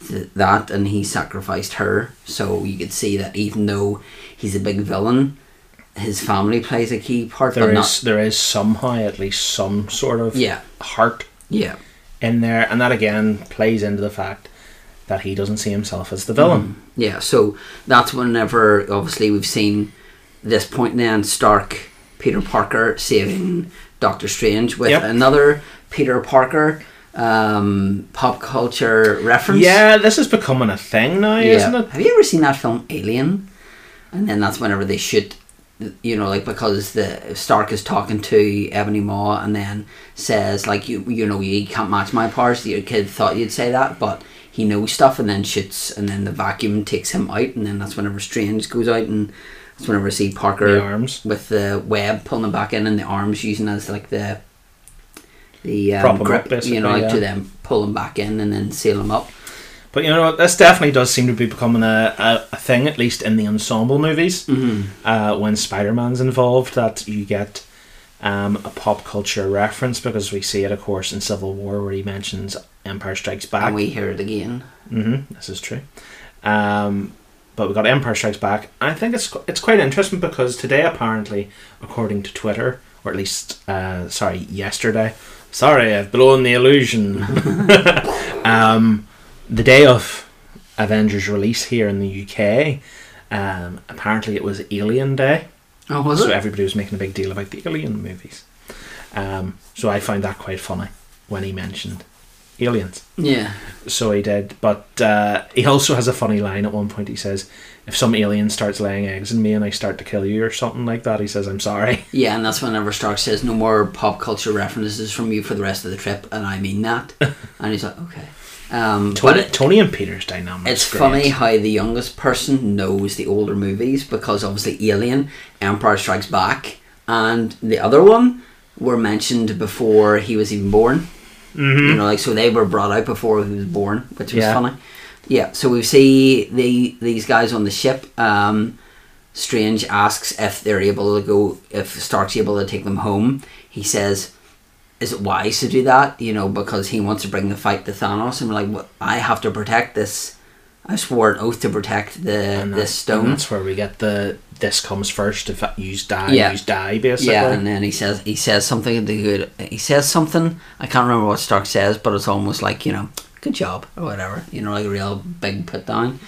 S2: th- That and he sacrificed her, so you could see that even though he's a big villain, his family plays a key part.
S1: There
S2: but
S1: is
S2: not,
S1: there is somehow at least some sort of
S2: yeah,
S1: heart
S2: yeah,
S1: in there and that again plays into the fact that he doesn't see himself as the villain.
S2: Yeah, so that's whenever obviously we've seen this point then Stark, Peter Parker saving Doctor Strange with
S1: Yep.
S2: another Peter Parker um, pop culture reference.
S1: Yeah, this is becoming a thing now,
S2: Yeah.
S1: Oh, isn't it?
S2: Have you ever seen that film Alien? And then that's whenever they shoot, you know, like because the Stark is talking to Ebony Maw and then says like you you know you can't match my powers. Your kid thought you'd say that, but he knows stuff and then shoots and then the vacuum takes him out and then that's whenever Strange goes out and that's whenever I see Parker
S1: The arms.
S2: with the web pulling him back in and the arms using as like the the
S1: Prop
S2: um,
S1: 'em up,
S2: grip, you know,
S1: basically,
S2: like
S1: yeah.
S2: to them pull him back in and then seal him up.
S1: But you know what, this definitely does seem to be becoming a, a, a thing, at least in the ensemble movies.
S2: Mm-hmm.
S1: uh, when Spider Man's involved that you get um, a pop culture reference because we see it, of course, in Civil War where he mentions Empire Strikes Back.
S2: And we hear it again.
S1: hmm this is true. Um, but we got Empire Strikes Back. I think it's it's quite interesting because today, apparently, according to Twitter, or at least uh, sorry, yesterday. Sorry, I've blown the illusion. um, the day of Avengers release here in the UK, um, apparently it was Alien Day,
S2: Oh, was
S1: so
S2: it?
S1: everybody was making a big deal about the Alien movies. Um, so I found that quite funny when he mentioned aliens.
S2: Yeah.
S1: So he did, but uh, he also has a funny line at one point. He says, "If some alien starts laying eggs in me and I start to kill you or something like that," he says, "I'm sorry."
S2: Yeah, and that's whenever Stark says, "No more pop culture references from you for the rest of the trip," and I mean that. and he's like, "Okay." Um, but
S1: Tony,
S2: it,
S1: Tony and Peter's dynamic. is
S2: it's
S1: great.
S2: funny how the youngest person knows the older movies because obviously Alien, Empire Strikes Back, and the other one were mentioned before he was even born. You know, like so they were brought out before he was born, which was
S1: Mm-hmm. Yeah.
S2: funny. Yeah, so we see the these guys on the ship. Um, Strange asks if they're able to go, if Stark's able to take them home. He says, "Is it wise to do that? You know, because he wants to bring the fight to Thanos." And we're like, "What? I have to protect this. I swore an oath to protect the
S1: And that- Mm-hmm.
S2: this stone."
S1: and that's where we get the "this comes first. If you die,
S2: Yeah.
S1: you die." Basically,
S2: Yeah, and then he says he says something in the good. He says something. I can't remember what Stark says, but it's almost like you know, good job or whatever. You know, like a real big put down.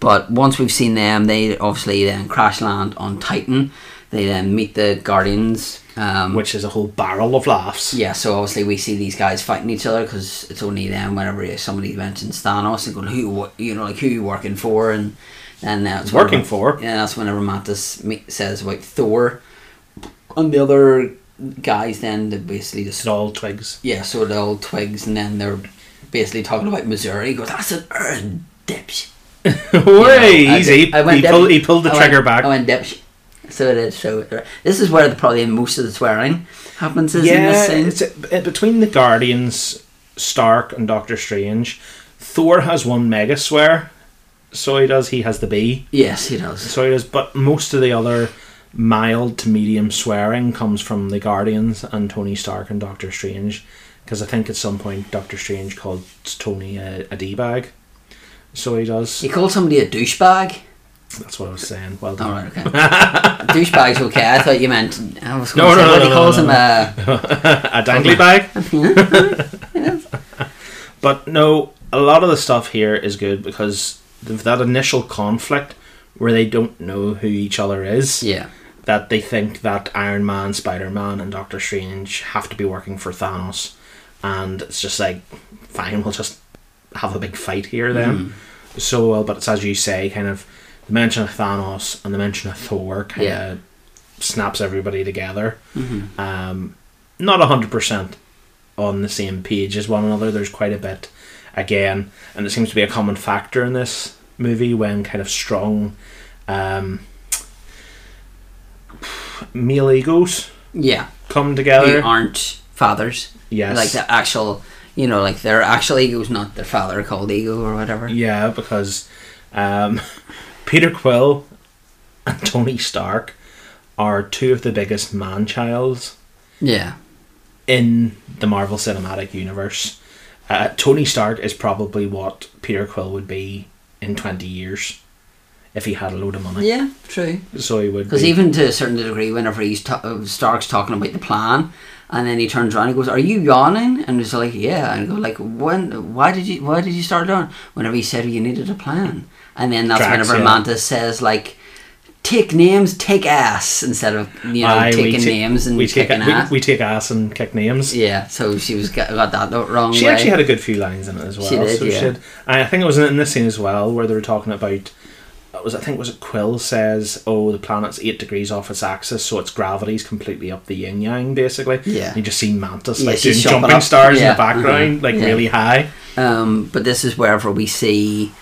S2: But once we've seen them, they obviously then crash land on Titan. They then meet the Guardians. Um,
S1: which is a whole barrel of laughs.
S2: yeah, so obviously we see these guys fighting each other because it's only then whenever somebody mentions Thanos and going who what you know like who you working for and then that's
S1: Working
S2: whenever-
S1: for?
S2: yeah that's whenever Mattis me- says about Thor and the other guys then they basically
S1: It's
S2: just
S1: all twigs.
S2: yeah so the old twigs and then they're basically talking about Missouri goes that's an urn dipsh
S1: Way
S2: I
S1: easy.
S2: did- I went
S1: he,
S2: dip-
S1: pulled, he pulled the
S2: I went-
S1: trigger back.
S2: I went dipsh so it is so this is where the, probably most of the swearing happens is in
S1: yeah,
S2: this scene
S1: it's uh, between the Guardians, Stark and Doctor Strange. Thor has one mega swear, so he does. He has the B.
S2: yes he does
S1: So it is, but most of the other mild to medium swearing comes from the Guardians and Tony Stark and Doctor Strange, because I think at some point Doctor Strange called Tony a, a d bag. So he does.
S2: he called somebody a douchebag
S1: That's what I was saying. Well
S2: All
S1: done.
S2: right, okay. Douchebag's okay. I thought you meant. I was
S1: No,
S2: going to
S1: no, no,
S2: say, what do
S1: no,
S2: you call
S1: no,
S2: him?
S1: no.
S2: Uh,
S1: a dangly bag. but no, a lot of the stuff here is good because of that initial conflict where they don't know who each other is.
S2: yeah,
S1: that they think that Iron Man, Spider Man, and Doctor Strange have to be working for Thanos, and it's just like, fine, we'll just have a big fight here then.
S2: Mm-hmm.
S1: So well, but it's as you say, kind of the mention of Thanos and the mention of Thor kind
S2: Yeah.
S1: of snaps everybody together.
S2: Mm-hmm.
S1: Um, not hundred percent on the same page as one another. There's quite a bit again, and it seems to be a common factor in this movie when kind of strong. Um, male egos
S2: yeah.
S1: come
S2: They
S1: together.
S2: aren't fathers.
S1: Yes.
S2: Like the actual, you know, like their actual ego's not their father called ego or whatever.
S1: Yeah, because um, Peter Quill and Tony Stark are two of the biggest man childs
S2: Yeah.
S1: in the Marvel Cinematic Universe. Uh, Tony Stark is probably what Peter Quill would be in 20 years if he had a load of money.
S2: Yeah. True.
S1: So he would
S2: Because
S1: be-
S2: even to a certain degree, whenever he's ta- uh, Stark's talking about the plan, and then he turns around and goes, "Are you yawning?" And it's like, "Yeah." And I go, "Like when? Why did you? Why did you start yawning?" Whenever he said you needed a plan, and then that's
S1: Tracks,
S2: whenever
S1: yeah.
S2: Mantis says like. Take names, take ass instead of you know
S1: Aye, we
S2: taking
S1: ta-
S2: names and
S1: we take,
S2: kicking
S1: we,
S2: ass.
S1: we take ass and kick names.
S2: yeah, so she was got, got that the wrong
S1: She
S2: way.
S1: actually had a good few lines in it as well.
S2: She did,
S1: so
S2: yeah.
S1: she did. I think it was in this scene as well where they were talking about. it Was I think it was it Quill says, "Oh, the planet's eight degrees off its axis, so its gravity's completely up the yin yang, basically."
S2: Yeah.
S1: You just see Mantis
S2: Yeah,
S1: like doing
S2: she's jumping
S1: jumping
S2: up.
S1: stars in
S2: Yeah,
S1: the background,
S2: mhm,
S1: like
S2: yeah.
S1: really high.
S2: Um, but this is wherever we see.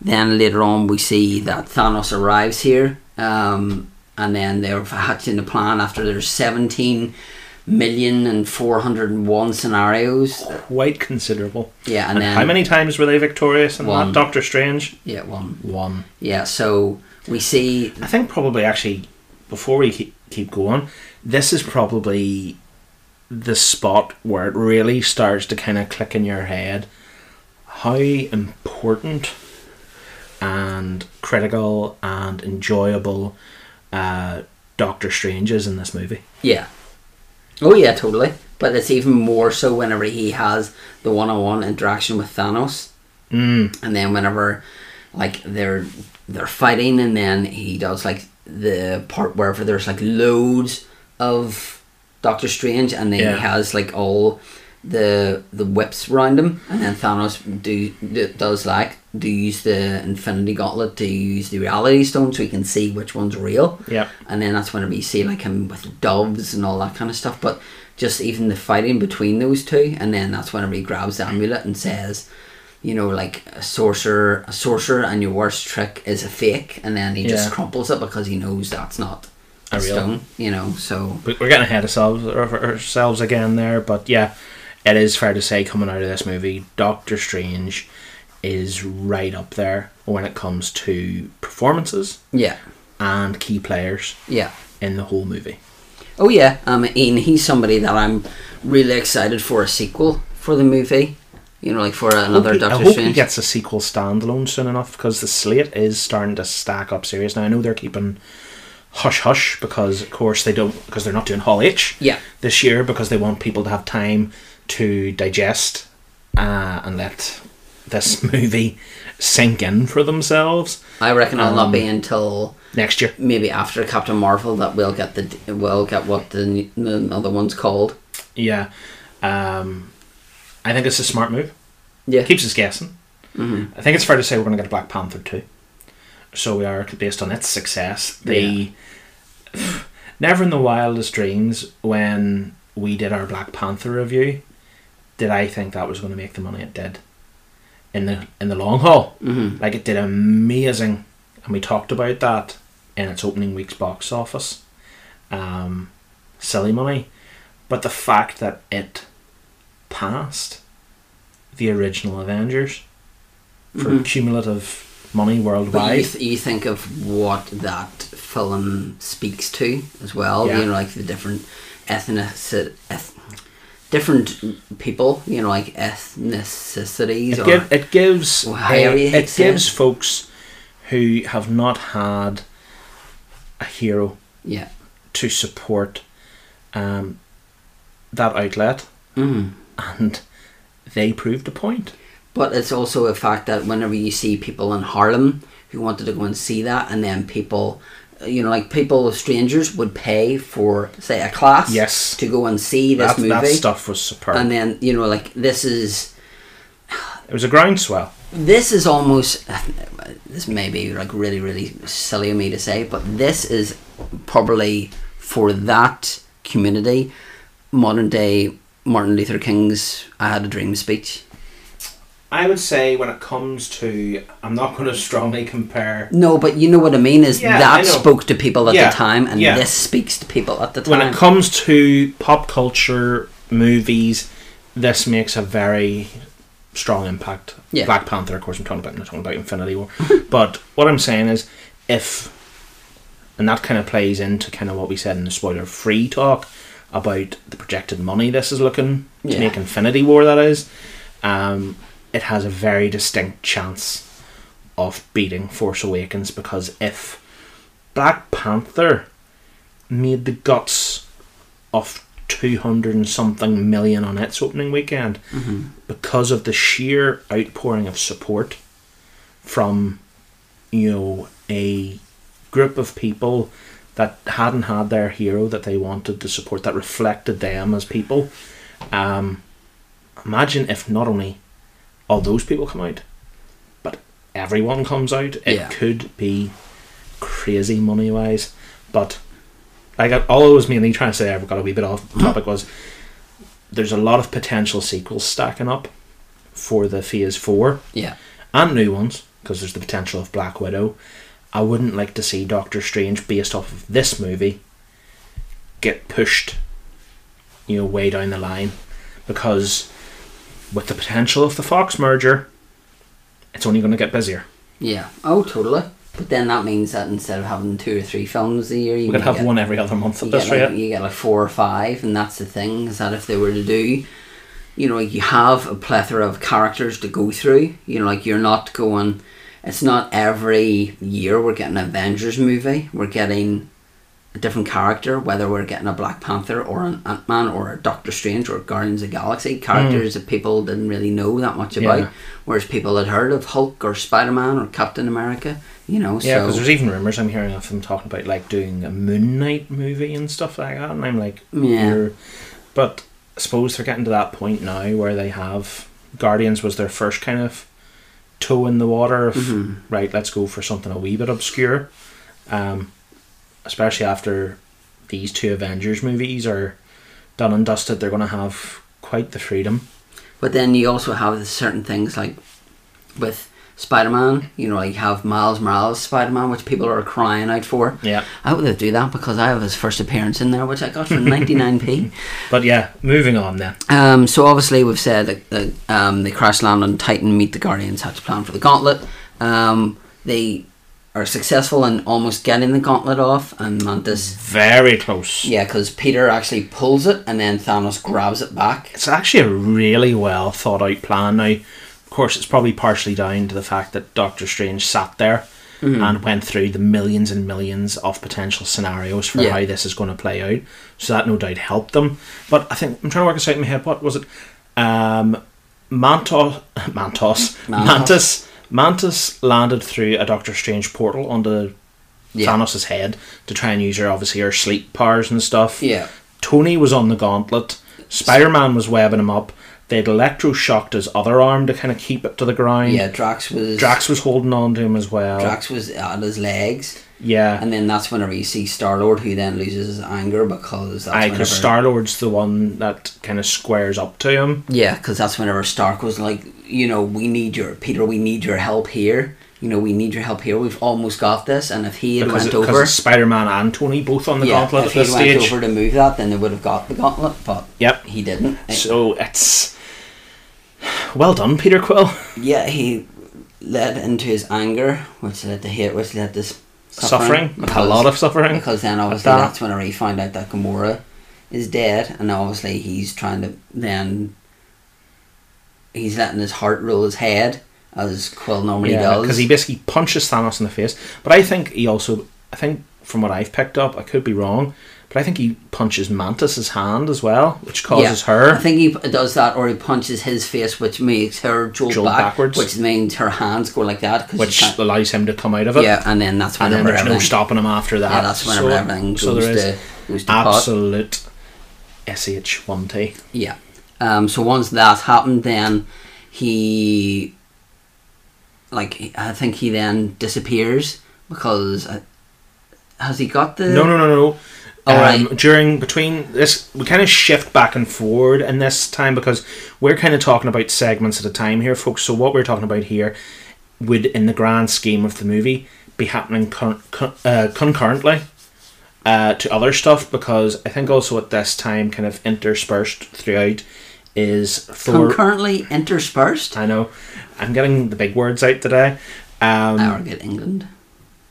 S2: Then later on, we see that Thanos arrives here, um, and then they're hatching the plan after there's seventeen million and four hundred and one scenarios.
S1: Quite considerable.
S2: Yeah, and, then
S1: How many times were they victorious in
S2: One.
S1: that Doctor Strange?
S2: Yeah, one.
S1: One.
S2: Yeah, so we see.
S1: I think probably actually before we keep, keep going, this is probably the spot where it really starts to kind of click in your head how important and critical and enjoyable uh, Doctor Strange is in this movie.
S2: Yeah, Oh yeah, totally. But it's even more so whenever he has the one-on-one interaction with Thanos,
S1: Mm.
S2: and then whenever like they're they're fighting, and then he does like the part wherever there's like loads of Doctor Strange, and then
S1: Yeah.
S2: he has like all the the whips around him, and then Thanos do, do does like do use the Infinity Gauntlet to use the Reality Stone, so he can see which one's real
S1: Yeah.
S2: and then that's whenever you see like him with doves and all that kind of stuff. But just even the fighting between those two, and then that's whenever he grabs the amulet and says, you know, like a sorcerer, a sorcerer, and your worst trick is a fake, and then he just
S1: Yeah. Oh,
S2: crumples it because he knows that's not
S1: A
S2: a,
S1: real-
S2: stone, you know. So
S1: But we're getting ahead of ourselves, of ourselves again there, but yeah, it is fair to say coming out of this movie, Doctor Strange is right up there when it comes to performances
S2: yeah,
S1: and key players
S2: yeah.
S1: in the whole movie.
S2: Oh yeah, um, and he's somebody that I'm really excited for a sequel for the movie. You know, like for another
S1: Hope he- I
S2: Doctor
S1: hope he
S2: Strange.
S1: gets a sequel standalone soon enough because the slate is starting to stack up serious. Now I know they're keeping hush hush because of course they don't because they're not doing Hall H
S2: Yeah.
S1: this year because they want people to have time to digest uh, and let this movie sink in for themselves
S2: I reckon I'll
S1: Um,
S2: not be until
S1: next year.
S2: maybe after Captain Marvel that we'll get the we'll get what the, the other one's called.
S1: Yeah, um, I think it's a smart move.
S2: Yeah.
S1: keeps us guessing. I think it's fair to say we're going to get a Black Panther too. So we are based on its success. The never in the wildest dreams when we did our Black Panther review, did I think that was going to make the money it did in the in the long haul?
S2: hmm
S1: Like it did amazing, and we talked about that in its opening week's box office. Um, silly money, but the fact that it passed the original Avengers for
S2: Mhm.
S1: cumulative money
S2: But you,
S1: worldwide.
S2: th- you think of what that film speaks to as well.
S1: Yeah.
S2: You know, like the different ethnic eth- different people. You know, like ethnicities
S1: It,
S2: or
S1: give, it gives
S2: Or higher
S1: uh,
S2: you
S1: it
S2: say.
S1: gives folks who have not had a hero
S2: yeah.
S1: to support um, that outlet,
S2: Mm.
S1: and they proved a point.
S2: But it's also a fact that whenever you see people in Harlem who wanted to go and see that, and then people, you know, like people, strangers would pay for, say, a class
S1: Yes.
S2: to go and see this
S1: That,
S2: movie.
S1: that stuff was superb.
S2: and then, you know, like this is
S1: it was a groundswell.
S2: this is almost this may be like really really silly of me to say but this is probably for that community modern day martin luther king's i had a dream speech
S1: I would say when it comes to, I'm not going to strongly compare.
S2: no but you know what i mean is
S1: Yeah, I
S2: that
S1: know.
S2: spoke to people at
S1: Yeah,
S2: the time and
S1: yeah.
S2: this speaks to people at the
S1: When
S2: time
S1: it comes to pop culture, movies, this makes a very strong impact.
S2: Yeah.
S1: Black Panther, of course, I'm talking about, not talking about Infinity War. but what I'm saying is, if, and that kind of plays into kind of what we said in the spoiler free talk about the projected money this is looking to
S2: Yeah.
S1: make Infinity War, that is, um, it has a very distinct chance of beating Force Awakens because if Black Panther made the guts of 200 and something million on its opening weekend because of the sheer outpouring of support from you know a group of people that hadn't had their hero that they wanted to support that reflected them as people um, imagine if not only all those people come out but everyone comes out it
S2: Yeah.
S1: could be crazy money wise but like I- all I was mainly trying to say I got a wee bit off topic was there's a lot of potential sequels stacking up for the phase four
S2: yeah
S1: and new ones because there's the potential of Black Widow. I wouldn't like to see Doctor Strange based off of this movie get pushed, you know, way down the line because with the potential of the Fox merger, it's only going to get busier.
S2: yeah oh totally but then that means that instead of having two or three films a year you
S1: We're going
S2: may
S1: to have
S2: get
S1: one every other month
S2: you
S1: at
S2: get,
S1: this
S2: like,
S1: rate.
S2: you get like four or five, and that's the thing is that if they were to do, you know, you have a plethora of characters to go through. You know, like you're not going. It's not every year we're getting an Avengers movie. We're getting a different character, whether we're getting a Black Panther or an Ant Man or a Doctor Strange or Guardians of the Galaxy, characters that people didn't really know that much about,
S1: Mm. Yeah.
S2: whereas people had heard of Hulk or Spider Man or Captain America, you know.
S1: Yeah, because
S2: so
S1: there's even rumors I'm hearing of them talking about like doing a Moon Knight movie and stuff like that, and I'm like,
S2: Yeah.
S1: you're- But I suppose they're getting to that point now where they have Guardians was their first kind of toe in the water of
S2: Mm-hmm.
S1: right, let's go for something a wee bit obscure, um, especially after these two Avengers movies are done and dusted. They're going to have quite the freedom.
S2: But then you also have the certain things like with Spider Man, you know, like you have Miles Morales Spider Man, which people are crying out for.
S1: Yeah.
S2: I would do that because I have his first appearance in there, which I got for 99p.
S1: But yeah, moving on then.
S2: Um, so obviously we've said that, that um, they crash land on Titan, meet the Guardians, had to plan for the Gauntlet. Um, they are successful in almost getting the Gauntlet off, and Mantis,
S1: Very close.
S2: yeah, because Peter actually pulls it, and then Thanos grabs it back.
S1: It's actually a really well thought out plan. Now, of course, it's probably partially down to the fact that Doctor Strange sat there
S2: Mm-hmm.
S1: and went through the millions and millions of potential scenarios for
S2: Yeah.
S1: how this is going to play out. So that no doubt helped them. But I think I'm trying to work this out in my head. What was it? Um, Mantos, Mantos, Mantis, Mantis landed through a Doctor Strange portal onto
S2: Yeah.
S1: Thanos' head to try and use her obviously her sleep powers and stuff.
S2: Yeah.
S1: Tony was on the gauntlet. Spider Man was webbing him up. They'd electroshocked his other arm to kind of keep it to the ground.
S2: Yeah, Drax was
S1: Mm. Drax was holding on to him as well.
S2: Drax was at his legs,
S1: yeah.
S2: and then that's whenever you see Star Lord, who then loses his anger because that's
S1: Aye,
S2: whenever.
S1: because Star Lord's the one that kind of squares up to him.
S2: Yeah, because that's whenever Stark was like, you know, we need your Peter, we need your help here. You know, we need your help here. We've almost got this. And if he had
S1: Because
S2: went over,
S1: Spider Man and Tony both on the
S2: yeah,
S1: gauntlet at
S2: if he
S1: this
S2: went
S1: stage.
S2: over to move that, then they would have got the gauntlet. But
S1: Yep.
S2: he didn't.
S1: So it's. Well done, Peter Quill.
S2: yeah, he led into his anger, which led to hate, which led to s-
S1: Suffering. a
S2: because-
S1: lot of suffering.
S2: Because then obviously
S1: that.
S2: that's whenever he found out that Gamora is dead, and obviously he's trying to then he's letting his heart rule his head as Quill normally does.
S1: Because he basically punches Thanos in the face. But I think he also, I think from what I've picked up, I could be wrong, but I think he punches Mantis's hand as well, which causes
S2: I
S1: her.
S2: think he p- does that, or he punches his face, which makes her jolt,
S1: Jolt
S2: back,
S1: backwards.
S2: which means her hands go like that. 'cause she
S1: which
S2: can't-
S1: allows him to come out of it.
S2: yeah, and then that's
S1: and
S2: whenever
S1: then there's no
S2: everything-
S1: stopping him after that.
S2: Yeah, that's whenever
S1: So-
S2: everything goes
S1: so there is
S2: to goes to pot.
S1: absolute sh1t.
S2: Yeah. Um, so once that happened, then he, like, I think he then disappears because uh, has he got the
S1: No, no, no, no.
S2: All
S1: um,
S2: right.
S1: During between this, we kind of shift back and forward in this time because we're kind of talking about segments at a time here, folks. So what we're talking about here would, in the grand scheme of the movie, be happening con- con- uh, concurrently uh, to other stuff because I think also at this time, kind of interspersed throughout, is Thor.
S2: concurrently interspersed?
S1: I know, I'm getting the big words out today. Um,
S2: I get England,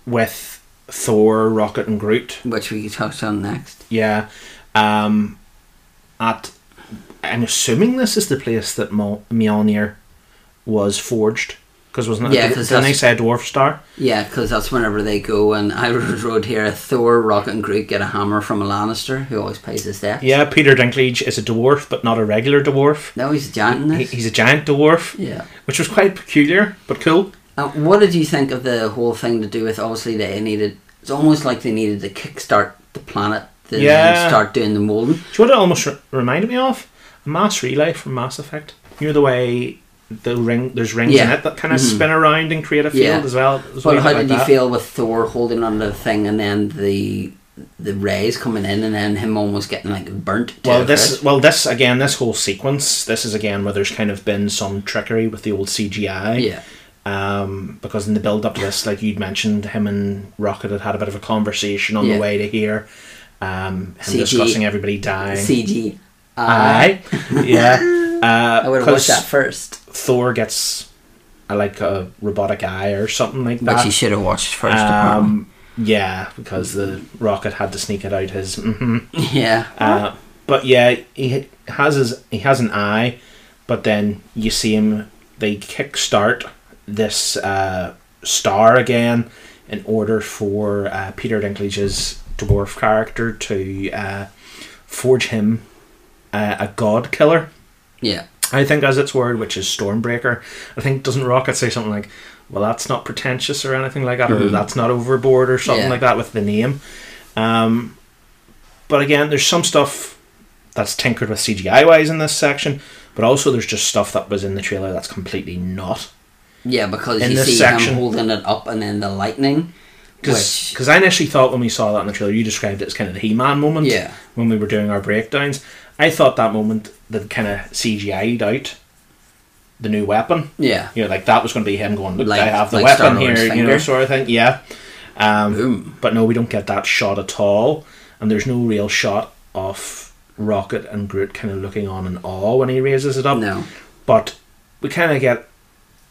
S1: with Thor, Rocket, and Groot.
S2: which we touched on next.
S1: Yeah. Um, at I'm assuming this is the place that Mjol- Mjolnir was forged because wasn't it?
S2: Yeah,
S1: did-
S2: 'cause
S1: didn't they
S2: that's-
S1: say a dwarf star?
S2: Yeah, because that's whenever they go and I wrote here Thor, Rocket, and Groot get a hammer from a Lannister who always pays his debt.
S1: Yeah, Peter Dinklage is a dwarf, but not a regular dwarf.
S2: No, he's a giant in
S1: He,
S2: this.
S1: he's a giant dwarf,
S2: yeah.
S1: which was quite peculiar but cool.
S2: Uh, what did you think of the whole thing to do with obviously they needed? It's almost like they needed to kickstart the planet to then
S1: Yeah.
S2: start doing the molding.
S1: Do you know what it almost re- reminded me of? A mass relay from Mass Effect. You know the way the ring there's rings in
S2: Yeah. Mm-hmm.
S1: it that kind of spin around and create a field
S2: Yeah.
S1: as well. It was
S2: Well,
S1: weird
S2: how
S1: about
S2: did you
S1: that.
S2: feel with Thor holding onto the thing and then the the rays coming in and then him almost getting like burnt? To
S1: Well,
S2: a
S1: this
S2: crisp?
S1: well this again this whole sequence this is again where there's kind of been some trickery with the old CGI.
S2: yeah,
S1: Um, because in the build up to this, like you'd mentioned, him and Rocket had had a bit of a conversation on
S2: Yeah.
S1: the way to here. Um, him
S2: CG.
S1: discussing everybody dying. Uh,
S2: CG.
S1: Aye. yeah.
S2: Uh, I would have watched that first,
S1: Thor gets a, like a robotic eye or something like
S2: but
S1: that.
S2: you should have watched first. apparently.
S1: um, yeah, because the Rocket had to sneak it out his. hmm
S2: yeah,
S1: Uh, but yeah, he has his he has an eye, but then you see him they kickstart this uh, star again in order for uh, Peter Dinklage's dwarf character to uh, forge him uh, a god killer.
S2: Yeah.
S1: I think as its word, which is Stormbreaker. I think doesn't Rocket say something like, "Well, that's not pretentious or anything like that, or that's not overboard or something
S2: Yeah.
S1: like that with the name." Um, but again, there's some stuff that's tinkered with CGI wise in this section, but also there's just stuff that was in the trailer that's completely not.
S2: Yeah, because
S1: In
S2: you
S1: this
S2: see
S1: section-
S2: him holding it up and then the lightning. Which
S1: Because I initially thought when we saw that in the trailer, you described it as kind of the He-Man moment
S2: Yeah.
S1: when we were doing our breakdowns. I thought that moment that kind of CGI'd out the new weapon.
S2: Yeah.
S1: You know, like that was going to be him going, look,
S2: Like-
S1: I have the
S2: like
S1: weapon here,
S2: Star-Lord's
S1: you know,
S2: finger.
S1: sort of thing. Yeah. Um,
S2: Boom.
S1: But no, we don't get that shot at all. And there's no real shot of Rocket and Groot kind of looking on in awe when he raises it up.
S2: No.
S1: But we kind of get,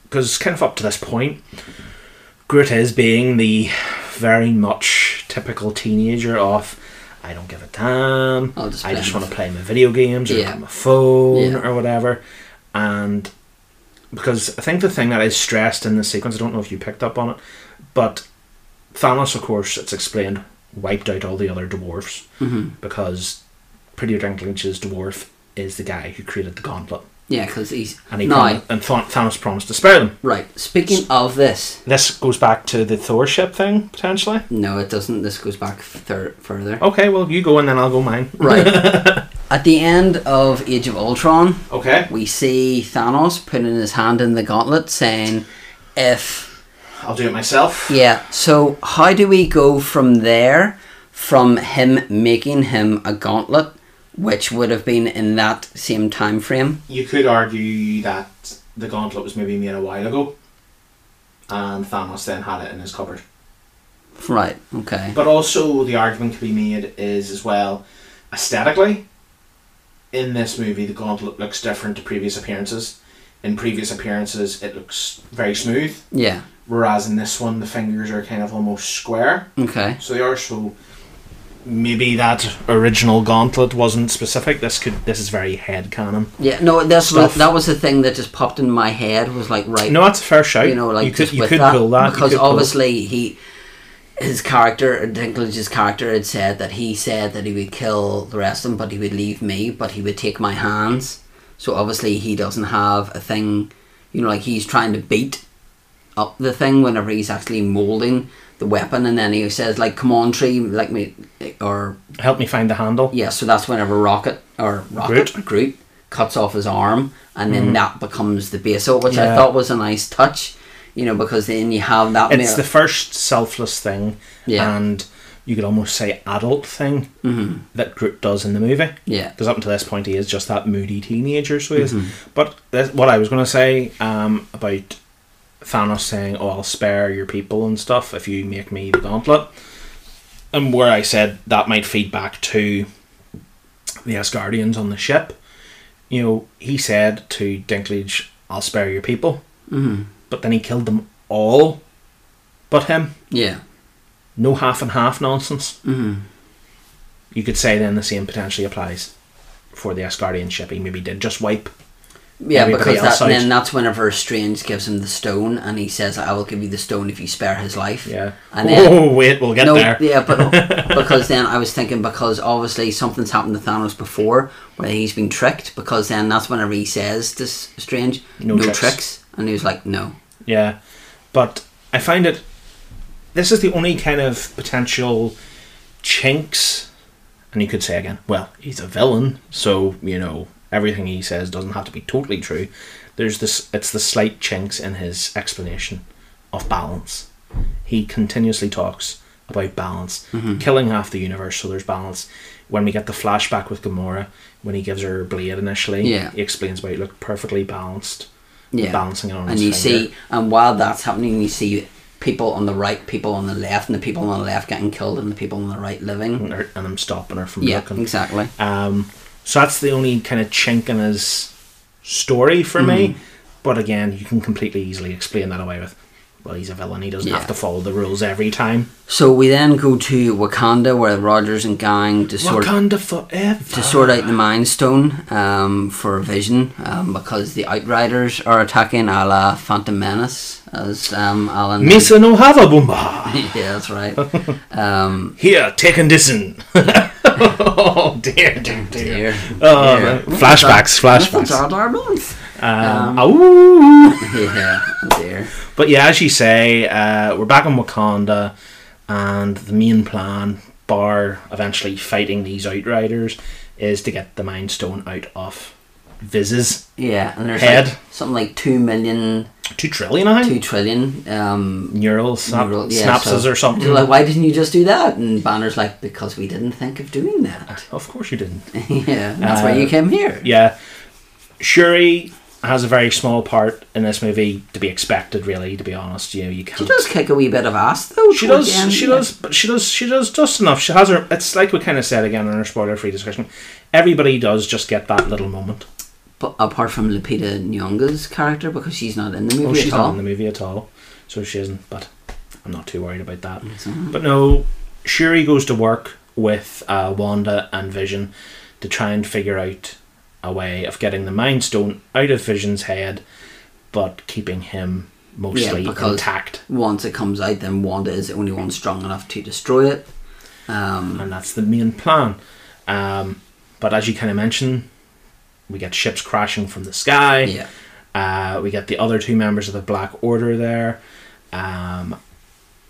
S1: because kind of up to this point, Groot is being the very much typical teenager of, I don't give a damn.
S2: I'll just
S1: I
S2: play
S1: just
S2: my
S1: want to play my video games or
S2: Yeah.
S1: look at my phone
S2: Yeah.
S1: or whatever. And because I think the thing that is stressed in this sequence, I don't know if you picked up on it, but Thanos, of course, it's explained, wiped out all the other dwarfs
S2: Mm-hmm.
S1: because Pretty Dinklage's dwarf is the guy who created the gauntlet.
S2: Yeah, because he's.
S1: And, he
S2: now,
S1: prom- and Tha- Thanos promised to spare them.
S2: right. Speaking of this,
S1: This goes back to the Thor ship thing, potentially.
S2: no, it doesn't. This goes back thir- further.
S1: Okay, well, you go and then I'll go mine.
S2: Right. At the end of Age of Ultron,
S1: Okay.
S2: we see Thanos putting his hand in the gauntlet saying, if
S1: I'll do it myself.
S2: Yeah. So how do we go from there, from him making him a gauntlet, which would have been in that same time frame?
S1: you could argue that the gauntlet was maybe made a while ago, and Thanos then had it in his cupboard.
S2: Right. Okay.
S1: But also, the argument could be made is as well, aesthetically, in this movie, the gauntlet looks different to previous appearances. In previous appearances, it looks very smooth,
S2: Yeah.
S1: whereas in this one, the fingers are kind of almost square.
S2: Okay.
S1: So they are so. Maybe that original gauntlet wasn't specific. This could this is very headcanon.
S2: Yeah. No. That's what,
S1: Stuff.
S2: that was the thing that just popped in my head was like right.
S1: No, that's a fair shout.
S2: You know, like
S1: you could
S2: just
S1: you
S2: with
S1: could
S2: that,
S1: pull that you
S2: because
S1: could pull-
S2: obviously he. His character, Dinklage's character, had said that he said that he would kill the rest of them, but he would leave me, but he would take my hands. So obviously he doesn't have a thing, you know, like he's trying to beat up the thing whenever he's actually molding the weapon, and then he says like, "Come on, tree, like me," or
S1: help me find the handle.
S2: yeah. So that's whenever Rocket or Rocket Groot, cuts off his arm, and then that becomes the base. So which
S1: Mm. Yeah.
S2: I thought was a nice touch, you know, because then you have that.
S1: It's
S2: male-
S1: the first selfless thing,
S2: Yeah. Mm-hmm.
S1: and you could almost say adult thing that Groot does in the movie.
S2: yeah,
S1: Because up until this point, he is just that moody teenager. So he is.
S2: Mm-hmm.
S1: But that's what I was going to say um, about Thanos saying, "Oh, I'll spare your people and stuff if you make me the gauntlet," and where I said that might feed back to the Asgardians on the ship. You know, he said to Dinklage, "I'll spare your people," mm-hmm. but then he killed them all, but him.
S2: yeah,
S1: No half and half nonsense. Mm-hmm. You could say then the same potentially applies for the Asgardian ship. He maybe did just wipe.
S2: yeah.
S1: Everybody
S2: Because
S1: else out.
S2: that, then that's whenever Strange gives him the stone, and he says, "I will give you the stone if you spare his life."
S1: Yeah.
S2: and then.
S1: oh wait, we'll get
S2: no,
S1: there.
S2: yeah, but because then I was thinking because obviously something's happened to Thanos before where he's been tricked because then that's whenever he says to S- Strange,
S1: No
S2: no,
S1: tricks."
S2: tricks. and he was like, no,
S1: Yeah, but I find it. This is the only kind of potential chinks, and you could say again, well, he's a villain, so you know everything he says doesn't have to be totally true. There's this. It's the slight chinks in his explanation of balance. He continuously talks about balance,
S2: Mm-hmm.
S1: killing half the universe, so there's balance. When we get the flashback with Gamora, when he gives her her blade initially,
S2: Yeah.
S1: he explains about look perfectly balanced,
S2: yeah,
S1: balancing it on.
S2: and
S1: his
S2: you
S1: finger.
S2: see, and while that's happening, you see people on the right, people on the left, and the people on the left getting killed, and the people on the right living.
S1: and, her, and I'm stopping her from
S2: Yeah,
S1: looking.
S2: exactly.
S1: Um, so that's the only kind of chink in
S2: Mm-hmm.
S1: his story for me. But again, you can completely easily explain that away with well, he's a villain. He doesn't
S2: Yeah.
S1: have to follow the rules every time.
S2: So we then go to Wakanda, where Rogers and gang to sort
S1: Wakanda forever.
S2: to sort out the Mind Stone um, for Vision, um, because the Outriders are attacking, a la Phantom Menace, as um, Alan.
S1: Misa no hava bomba.
S2: yeah, that's right. Um,
S1: Here, take and listen. oh dear, dear, dear.
S2: dear.
S1: Oh,
S2: dear.
S1: flashbacks, flashbacks.
S2: Our, our month.
S1: Um, ooh.
S2: Yeah, dear.
S1: But yeah, as you say, uh, we're back in Wakanda, and the main plan, bar eventually fighting these outriders, is to get the Mind Stone out of Viz's
S2: Yeah, and there's
S1: Head.
S2: Like something like two million,
S1: two trillion, I
S2: two
S1: think.
S2: trillion. Um,
S1: Neural snap,
S2: neural- yeah,
S1: synapses
S2: so
S1: or something.
S2: they're like, why didn't you just do that? And Banner's like, because we didn't think of doing that.
S1: of course you didn't.
S2: yeah, that's
S1: Uh,
S2: why you came here.
S1: Yeah, Shuri has a very small part in this movie, to be expected. Really, to be honest, you know, you
S2: She
S1: can't.
S2: does kick a wee bit of ass though.
S1: She
S2: towards
S1: does.
S2: the end,
S1: she
S2: yeah.
S1: does. But she does. She does just enough. She has her. It's like we kind of said again in our spoiler-free discussion. Everybody does just get that little moment.
S2: But apart from Lupita Nyong'o's character, because she's not in the movie
S1: Oh,
S2: at
S1: she's
S2: all.
S1: not in the movie at all, so she isn't. But I'm not too worried about that.
S2: So,
S1: But no, Shuri goes to work with uh, Wanda and Vision to try and figure out a way of getting the Mind Stone out of Vision's head, but keeping him mostly
S2: because-
S1: intact.
S2: once it comes out, then Wanda is the only one strong enough to destroy it. Um,
S1: and that's the main plan. Um, but as you kind of mentioned, we get ships crashing from the sky.
S2: yeah,
S1: Uh, we get the other two members of the Black Order there, um,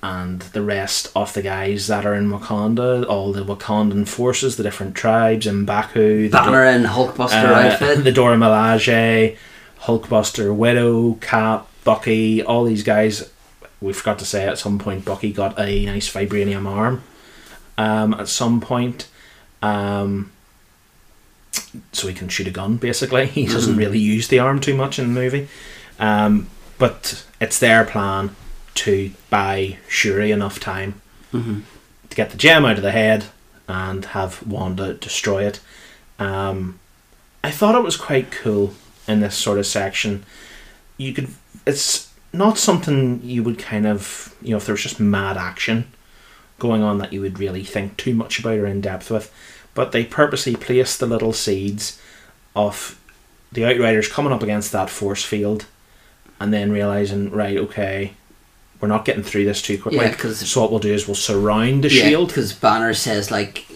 S1: and the rest of the guys that are in Wakanda, all the Wakandan forces, the different tribes in Baku, the,
S2: Banner
S1: Dor-
S2: and Hulkbuster
S1: uh,
S2: outfit.
S1: the Dora Milaje, Hulkbuster, Widow, Cap, Bucky, all these guys. We forgot to say at some point Bucky got a nice vibranium arm. Um, at some point, um, so he can shoot a gun. Basically, he doesn't
S2: Mm-hmm.
S1: really use the arm too much in the movie. Um, but it's their plan to buy Shuri enough time
S2: Mm-hmm.
S1: to get the gem out of the head and have Wanda destroy it. Um, I thought it was quite cool in this sort of section. You could, it's not something you would kind of, you know, if there was just mad action going on that you would really think too much about or in depth with, but they purposely placed the little seeds of the Outriders coming up against that force field and then realizing, right, okay, we're not getting through this too quickly.
S2: Yeah, 'cause-
S1: so what we'll do is we'll surround the shield.
S2: because Banner says like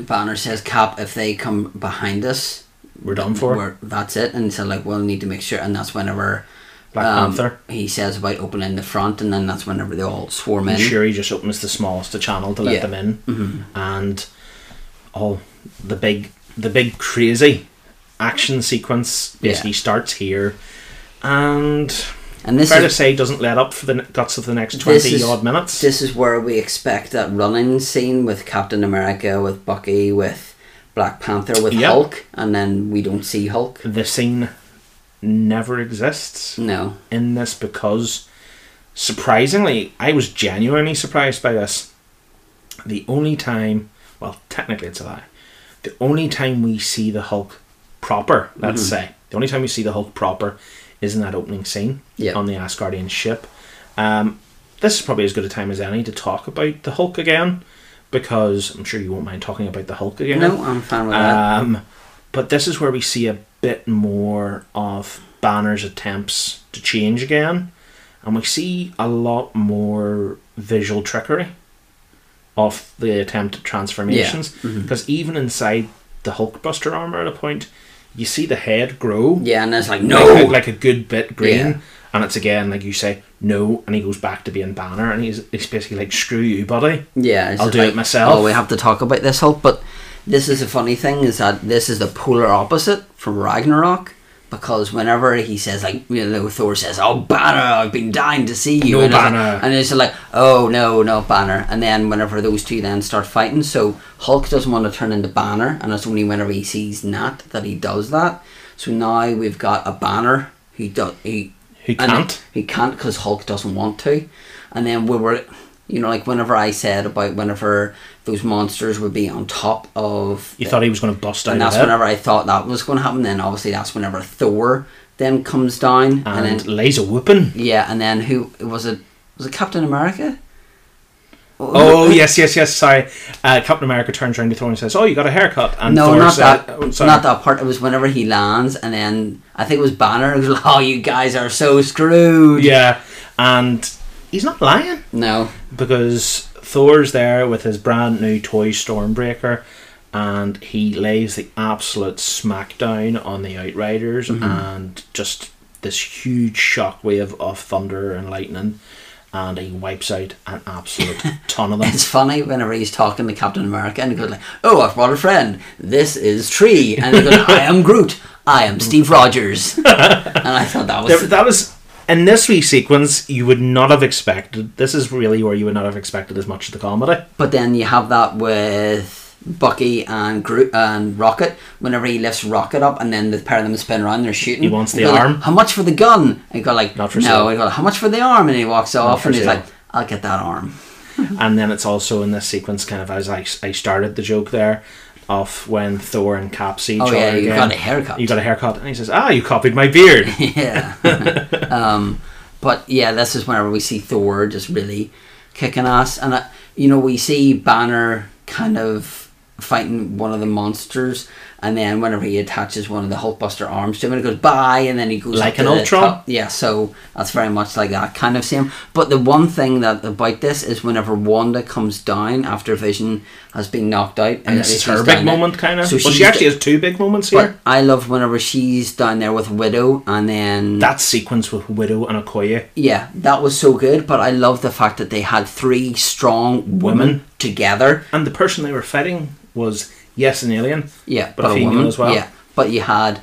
S2: Banner says Cap, if they come behind us,
S1: We're done for.
S2: we're- that's it. And so like we'll need to make sure, and that's whenever
S1: Black
S2: um,
S1: Panther.
S2: he says about opening the front, and then that's whenever they all swarm in.
S1: And Shuri just opens the smallest of channel to let
S2: Mm-hmm. Yeah. Mm-hmm.
S1: them in, and oh, the big, the big crazy action sequence
S2: Yeah.
S1: basically starts here, and
S2: And this
S1: fair
S2: is
S1: to say doesn't let up for the n- guts of the next
S2: This
S1: twenty
S2: is-
S1: odd minutes.
S2: This is where we expect that running scene with Captain America, with Bucky, with Black Panther, with
S1: Yep.
S2: Hulk, and then we don't see Hulk.
S1: the scene never exists
S2: No.
S1: in this because, surprisingly, I was genuinely surprised by this. The only time, well, technically it's a lie, the only time we see the Hulk proper, let's
S2: Mm-hmm.
S1: say, the only time we see the Hulk proper is in that opening scene
S2: Yeah.
S1: on the Asgardian ship. Um, this is probably as good a time as any to talk about the Hulk again because I'm sure you won't mind talking about the Hulk again.
S2: No, I'm fine with that.
S1: Um, but this is where we see a bit more of Banner's attempts to change again, and we see a lot more visual trickery of the attempt at transformations.
S2: Mm-hmm.
S1: Because even inside the Hulkbuster armor, at a point, you see the head grow
S2: Yeah, and it's like,
S1: like, a-
S2: no!
S1: like a good bit green.
S2: Yeah.
S1: And it's again like you say no, and he goes back to being Banner, and he's, he's basically like, "Screw you, buddy."
S2: Yeah, it's
S1: I'll
S2: just
S1: do it
S2: like,
S1: myself.
S2: Oh, we have to talk about this Hulk, but this is a funny thing is that this is the polar opposite from Ragnarok. Because whenever he says, like, you know, Thor says, Oh, Banner, I've been dying to see you.
S1: No,
S2: and it's like-
S1: Banner.
S2: and it's like, Oh, no, no, Banner. And then whenever those two then start fighting, so Hulk doesn't want to turn into Banner, and it's only whenever he sees Nat that he does that. So now we've got a Banner who, do, who
S1: Who
S2: and
S1: can't?
S2: He can't because Hulk doesn't want to. And then we were, you know, like whenever I said about whenever those monsters would be on top of.
S1: You thought he was going to bust out
S2: and
S1: of
S2: that's
S1: it,
S2: whenever I thought that was going to happen. Then obviously that's whenever Thor then comes down. And,
S1: and
S2: then.
S1: lays a whooping.
S2: Yeah, and then who was it? was it Captain America?
S1: Oh yes, yes, yes. Sorry, uh, Captain America turns around to Thor and says, "Oh, you got a haircut." And
S2: no,
S1: Thor
S2: not
S1: says,
S2: that.
S1: oh, sorry.
S2: not that part. It was whenever he lands, and then I think it was Banner. who was like, "Oh, you guys are so screwed."
S1: Yeah, and he's not lying
S2: No.
S1: because Thor's there with his brand new toy Stormbreaker, and he lays the absolute smackdown on the Outriders,
S2: Mm-hmm.
S1: and just this huge shockwave of thunder and lightning, and he wipes out an absolute ton of them.
S2: It's funny whenever he's talking to Captain America and he goes like, "Oh, I've brought a friend. This is Tree," and he goes, "I am Groot. I am Steve Rogers." and I thought that
S1: There-
S2: was
S1: that was in this wee sequence you would not have expected. This is really where you would not have expected as much of the comedy.
S2: But then you have that with Bucky and Groot and Rocket. Whenever he lifts Rocket up, and then the pair of them spin around, and they're shooting.
S1: He wants the
S2: goes like,
S1: arm.
S2: How much for the gun? And he go like,
S1: Not for
S2: no.
S1: sale.
S2: He go like, How much for the arm? And he walks off,
S1: for
S2: and he's
S1: sale.
S2: like, "I'll get that arm." Mm-hmm.
S1: And then it's also in this sequence, kind of as I, I started the joke there, of when Thor and Cap see each
S2: Oh
S1: other.
S2: yeah, you
S1: again.
S2: got a haircut.
S1: You got a haircut, and he says, "Ah, you copied my beard."
S2: yeah. um, but yeah, this is whenever we see Thor just really kicking ass, and uh, you know we see Banner kind of fighting one of the monsters, and then whenever he attaches one of the Hulkbuster arms to him, and it goes bye, and then he goes
S1: Like
S2: up to
S1: an
S2: the
S1: Ultron?
S2: top. Yeah, so that's very much like that kind of same. But the one thing that about this is whenever Wanda comes down after Vision has been knocked out,
S1: And this is
S2: she's
S1: her big
S2: down there.
S1: moment, kind of.
S2: So
S1: well,
S2: she's
S1: she actually
S2: d-
S1: has two big moments
S2: But
S1: here.
S2: I love whenever she's down there with Widow, and then
S1: That sequence with Widow and Okoye.
S2: Yeah, that was so good, but I love the fact that they had three strong women,
S1: Women.
S2: together.
S1: and the person they were fighting was yes, an alien.
S2: Yeah,
S1: But a female
S2: woman
S1: as well.
S2: Yeah, but you had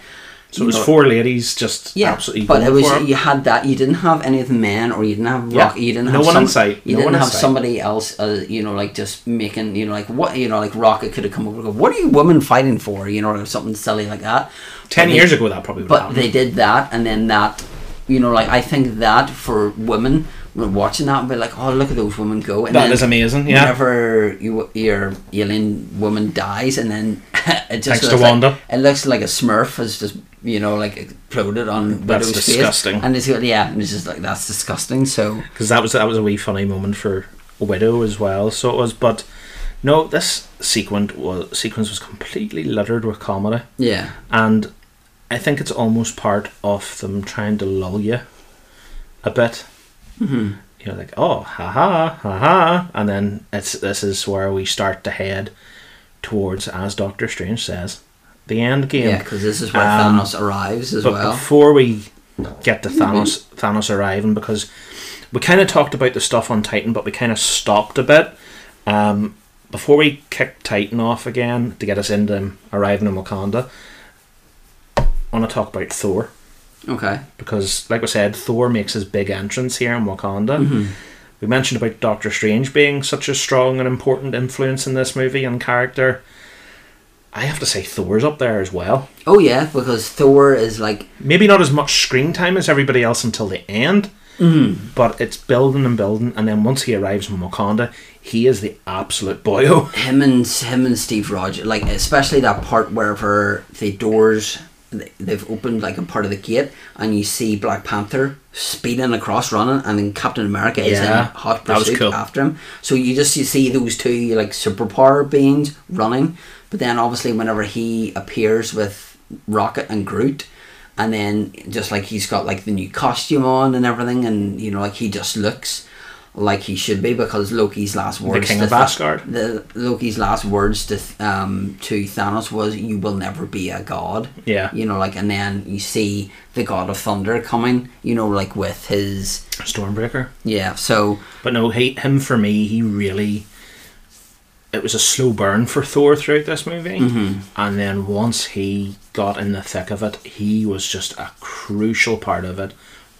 S1: So it was
S2: No.
S1: four ladies, just
S2: yeah,
S1: absolutely.
S2: but it
S1: going
S2: was
S1: for it.
S2: you had that. You didn't have any of the men, or you didn't have
S1: Yeah,
S2: rock. You didn't
S1: no
S2: have
S1: one
S2: some-
S1: in sight,
S2: You
S1: no
S2: didn't
S1: one in
S2: have
S1: sight.
S2: somebody else. Uh, you know, like just making you know, like what you know, like Rocket could have come over. and go, What are you women fighting for? You know, or something silly like that.
S1: Ten
S2: But they-
S1: years ago, that probably would
S2: But
S1: happen.
S2: they did that, and then that, you know, like I think that for women, when watching that, and be like, oh, look at those women go. And
S1: That
S2: then
S1: is amazing, yeah.
S2: Whenever you, your alien woman dies, and then it just
S1: Thanks to
S2: looks like-
S1: Wanda.
S2: it looks like a Smurf has just you know like exploded on
S1: That's
S2: Widow's face.
S1: disgusting.
S2: And it's yeah, and it's just like that's disgusting. So
S1: because that was that was a wee funny moment for Widow as well. So it was, but no, this sequence was sequence was completely littered with comedy,
S2: yeah,
S1: and I think it's almost part of them trying to lull you a bit. Mm-hmm. You're like, oh, ha ha ha ha, and then it's this is where we start to head towards, as Doctor Strange says, the end game.
S2: yeah, because this is where
S1: Um,
S2: Thanos arrives as
S1: But
S2: well.
S1: before we get to Thanos, Thanos arriving, because we kind of talked about the stuff on Titan, but we kind of stopped a bit. Um, before we kick Titan off again to get us into him arriving in Wakanda, I want to talk about Thor
S2: Okay,
S1: because, like I said, Thor makes his big entrance here in Wakanda.
S2: Mm-hmm.
S1: We mentioned about Doctor Strange being such a strong and important influence in this movie and character. I have to say, Thor's up there as well
S2: oh yeah, because Thor is like
S1: maybe not as much screen time as everybody else until the end, but it's building and building. And then once he arrives in Wakanda, he is the absolute boyo.
S2: him and him and Steve Rogers, like especially that part wherever the doors they- they've opened like a part of the gate, and you see Black Panther speeding across, running, and then Captain America is in
S1: Yeah,
S2: hot
S1: that was
S2: pursuit
S1: cool.
S2: after him. So you just you see those two like superpower beings running, but then obviously whenever he appears with Rocket and Groot. And then, just like he's got like the new costume on and everything, and you know, like he just looks like he should be because Loki's last words,
S1: king
S2: to
S1: of
S2: Tha-
S1: Asgard.
S2: the Loki's last words to th- um to Thanos was "You will never be a god."
S1: Yeah.
S2: you know, like, and then you see the God of Thunder coming. You know, like with his
S1: Stormbreaker.
S2: yeah. So
S1: But no, he, him for me, he really. It was a slow burn for Thor throughout this movie. And then once he got in the thick of it, he was just a crucial part of it,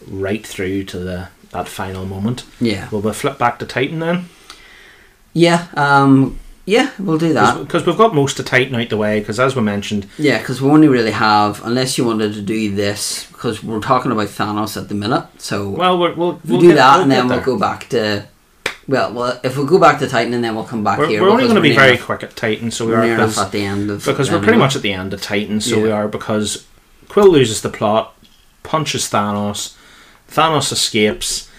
S1: right through to the that final moment.
S2: yeah,
S1: Will we flip back to Titan then?
S2: yeah, um, yeah. We'll do that.
S1: Because we've got most of Titan out the way, because as we mentioned,
S2: Yeah, because we only really have unless you wanted to do this because we're talking about Thanos at the minute. So
S1: well, we're, we'll,
S2: we'll,
S1: we'll
S2: do
S1: get-
S2: that,
S1: we'll
S2: and
S1: get
S2: then we'll
S1: there.
S2: go back to. Well, well, if we go back to Titan, and then we'll come back
S1: We're,
S2: here.
S1: we're only
S2: because
S1: going to be
S2: near
S1: very
S2: enough-
S1: quick at Titan, so we
S2: we're
S1: are
S2: near enough
S1: because,
S2: at the end of
S1: because we're
S2: it
S1: pretty
S2: anyway.
S1: much at the end of Titan, so we
S2: Yeah.
S1: are because Quill loses the plot, punches Thanos, Thanos escapes,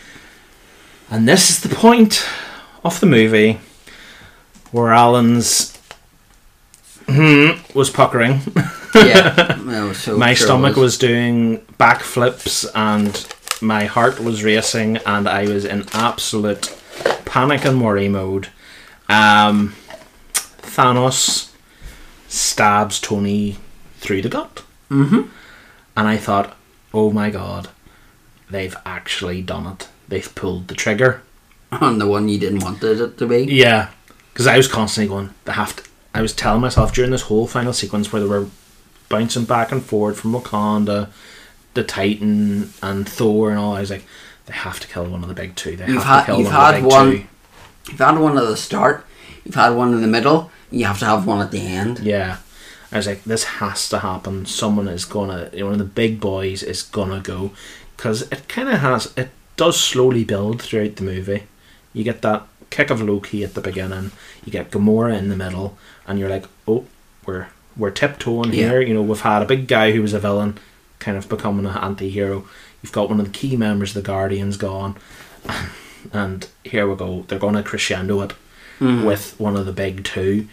S1: And this is the point of the movie where Alan's hmm was puckering.
S2: yeah. No, so
S1: my
S2: sure
S1: stomach was. doing backflips and my heart was racing and I was in absolute panic and worry mode. Um, Thanos stabs Tony through the gut. Mm-hmm. And I thought, oh my god, they've actually done it. They've pulled the trigger.
S2: on the one you didn't want it to be.
S1: Yeah, because I was constantly going. They have to. I was telling myself during this whole final sequence where they were bouncing back and forward from Wakanda, the Titan and Thor and all. I was like, they have to kill one of the big two. They
S2: You've
S1: have
S2: had
S1: to kill
S2: you've
S1: one of the
S2: had
S1: big two.
S2: one. You've had one at the start. You've had one in the middle. You have to have one at the end.
S1: Yeah. I was like, this has to happen. Someone is gonna, one of the big boys is gonna go, because it kind of has, it does slowly build throughout the movie. You get that kick of Loki at the beginning, you get Gamora in the middle, and you're like, oh, we're we're tiptoeing
S2: Yeah.
S1: here. You know, we've had a big guy who was a villain, kind of becoming an anti-hero. You've got one of the key members of the Guardians gone, and here we go. They're going to crescendo it with one of the big two,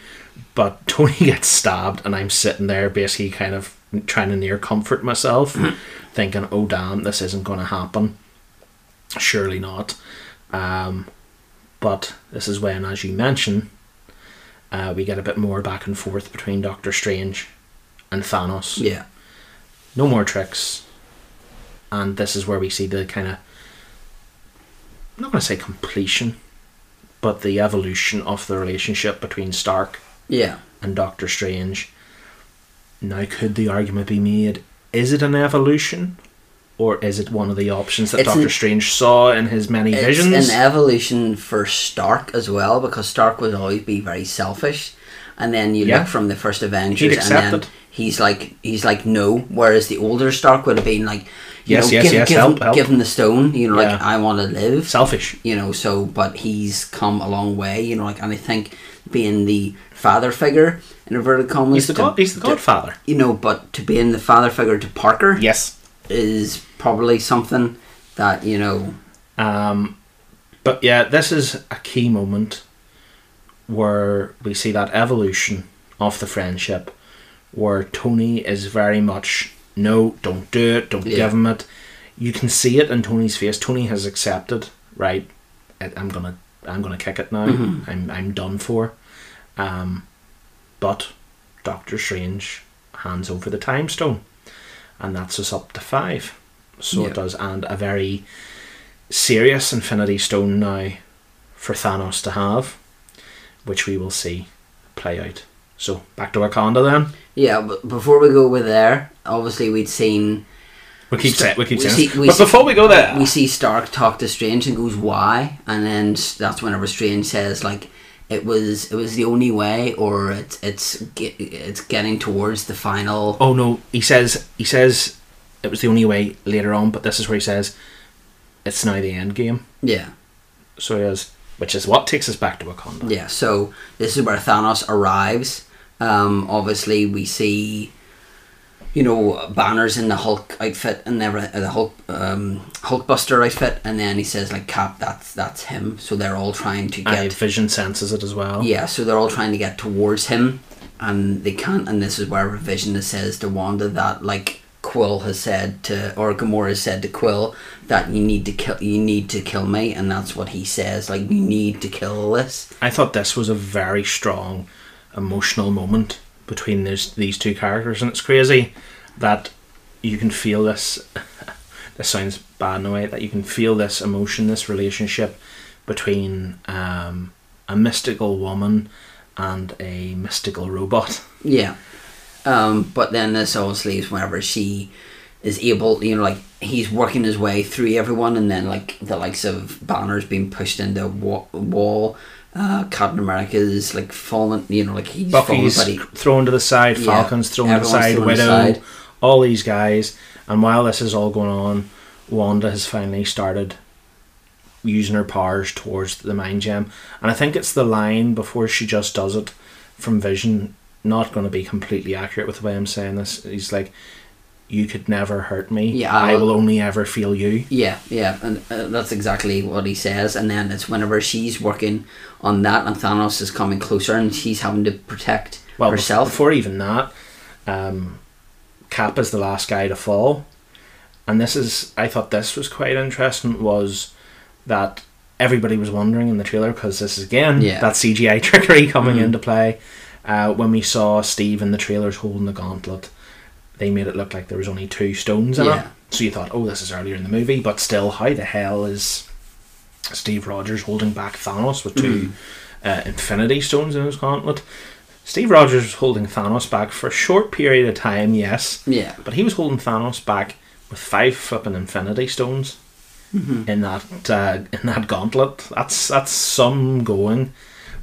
S1: but Tony gets stabbed, and I'm sitting there basically kind of trying to near comfort myself, thinking, "Oh damn, this isn't going to happen. Surely not." Um, but this is when, as you mentioned, uh, we get a bit more back and forth between Doctor Strange and Thanos
S2: Yeah.
S1: no more tricks. And this is where we see the kind of, I'm not going to say completion, but the evolution of the relationship between Stark
S2: Yeah.
S1: and Doctor Strange. Now, could the argument be made is it an evolution? Or is it one of the options that
S2: It's
S1: Doctor
S2: an-
S1: Strange saw in his many visions?
S2: It's an evolution for Stark as well because Stark would always be very selfish, and then you
S1: Yeah.
S2: look from the first Avengers, and
S1: accept
S2: then
S1: it.
S2: he's like he's like no. Whereas the older Stark would have been like, you
S1: Yes,
S2: know,
S1: yes,
S2: give,
S1: yes,
S2: give
S1: help,
S2: him,
S1: help.
S2: give him the stone. You know, like
S1: Yeah.
S2: I want to live.
S1: Selfish.
S2: you know so but he's come a long way you know like and i think being the father figure in inverted commas
S1: He's the,
S2: to-
S1: god, he's the
S2: to-
S1: godfather.
S2: you know but to being the father figure to parker
S1: Yes.
S2: is probably something that you know
S1: Um, but yeah, this is a key moment where we see that evolution of the friendship, where Tony is very much no, don't do it, don't
S2: Yeah.
S1: give him it. You can see it in Tony's face. Tony has accepted, right? I- I'm gonna, I'm gonna kick it now. I'm, I'm done for. Um, but Doctor Strange hands over the time stone, and that's us up to five. So
S2: Yeah.
S1: it does, and a very serious Infinity Stone now for Thanos to have, which we will see play out. So back to Wakanda then.
S2: yeah but before we go with there obviously we'd seen
S1: We keep saying, we keep
S2: We
S1: saying,
S2: see-
S1: this.
S2: we
S1: but
S2: see-
S1: before we go there,
S2: we see stark talk to strange and goes why and then s- that's whenever strange says like it was it was the only way or it's it's ge- it's getting towards the final
S1: oh no, he says, he says, it was the only way later on, but this is where he says, it's now the end game.
S2: yeah
S1: So he is, which is what takes us back to Wakanda.
S2: Yeah, so this is where Thanos arrives. Um, obviously, we see, you know, banners in the Hulk outfit and every, uh, the Hulk um, Hulkbuster outfit, and then he says like Cap, that's that's him. So they're all trying to
S1: And
S2: get
S1: Vision senses it as well.
S2: yeah, so they're all trying to get towards him, and they can't. And this is where Revision says to Wanda that like Quill has said to or Gamora has said to Quill that you need to kill you need to kill me, and that's what he says like you need to kill this.
S1: I thought this was a very strong emotional moment between these these two characters, and it's crazy that you can feel this. this sounds bad in a way that you can feel this emotion, this relationship between um, a mystical woman and a mystical robot.
S2: Yeah. Um, but then this obviously is whenever she is able, you know, like he's working his way through everyone, and then like the likes of banners being pushed into wa- wall. Uh, Captain America is like falling, you know, like he's
S1: Bucky's
S2: falling, but
S1: thrown to the side,
S2: Yeah,
S1: Falcon's thrown to the
S2: everyone's
S1: side,
S2: thrown to the
S1: Widow,
S2: side.
S1: all these guys. And while this is all going on, Wanda has finally started using her powers towards the mind gem. And I think it's the line before she just does it from Vision, not going to be completely accurate with the way I'm saying this. He's like, you could never hurt me.
S2: Yeah,
S1: I
S2: I'll-
S1: will only ever feel you.
S2: Yeah, yeah, and uh, that's exactly what he says. And then it's whenever she's working on that, and Thanos is coming closer, and she's having to protect
S1: Well, bef-
S2: herself.
S1: before even that, um, Cap is the last guy to fall, and this is I thought this was quite interesting. Was that everybody was wondering in the trailer because this is again
S2: Yeah.
S1: that CGI trickery coming
S2: Mhm.
S1: into play. Uh, when we saw Steve in the trailers holding the gauntlet, they made it look like there was only two stones in
S2: Yeah.
S1: it. So you thought, oh, this is earlier in the movie, but still, how the hell is Steve Rogers holding back Thanos with 2 uh, Infinity Stones in his gauntlet? Steve Rogers was holding Thanos back for a short period of time, yes,
S2: yeah,
S1: but he was holding Thanos back with five flipping Infinity Stones in that uh, in that gauntlet. That's that's some going,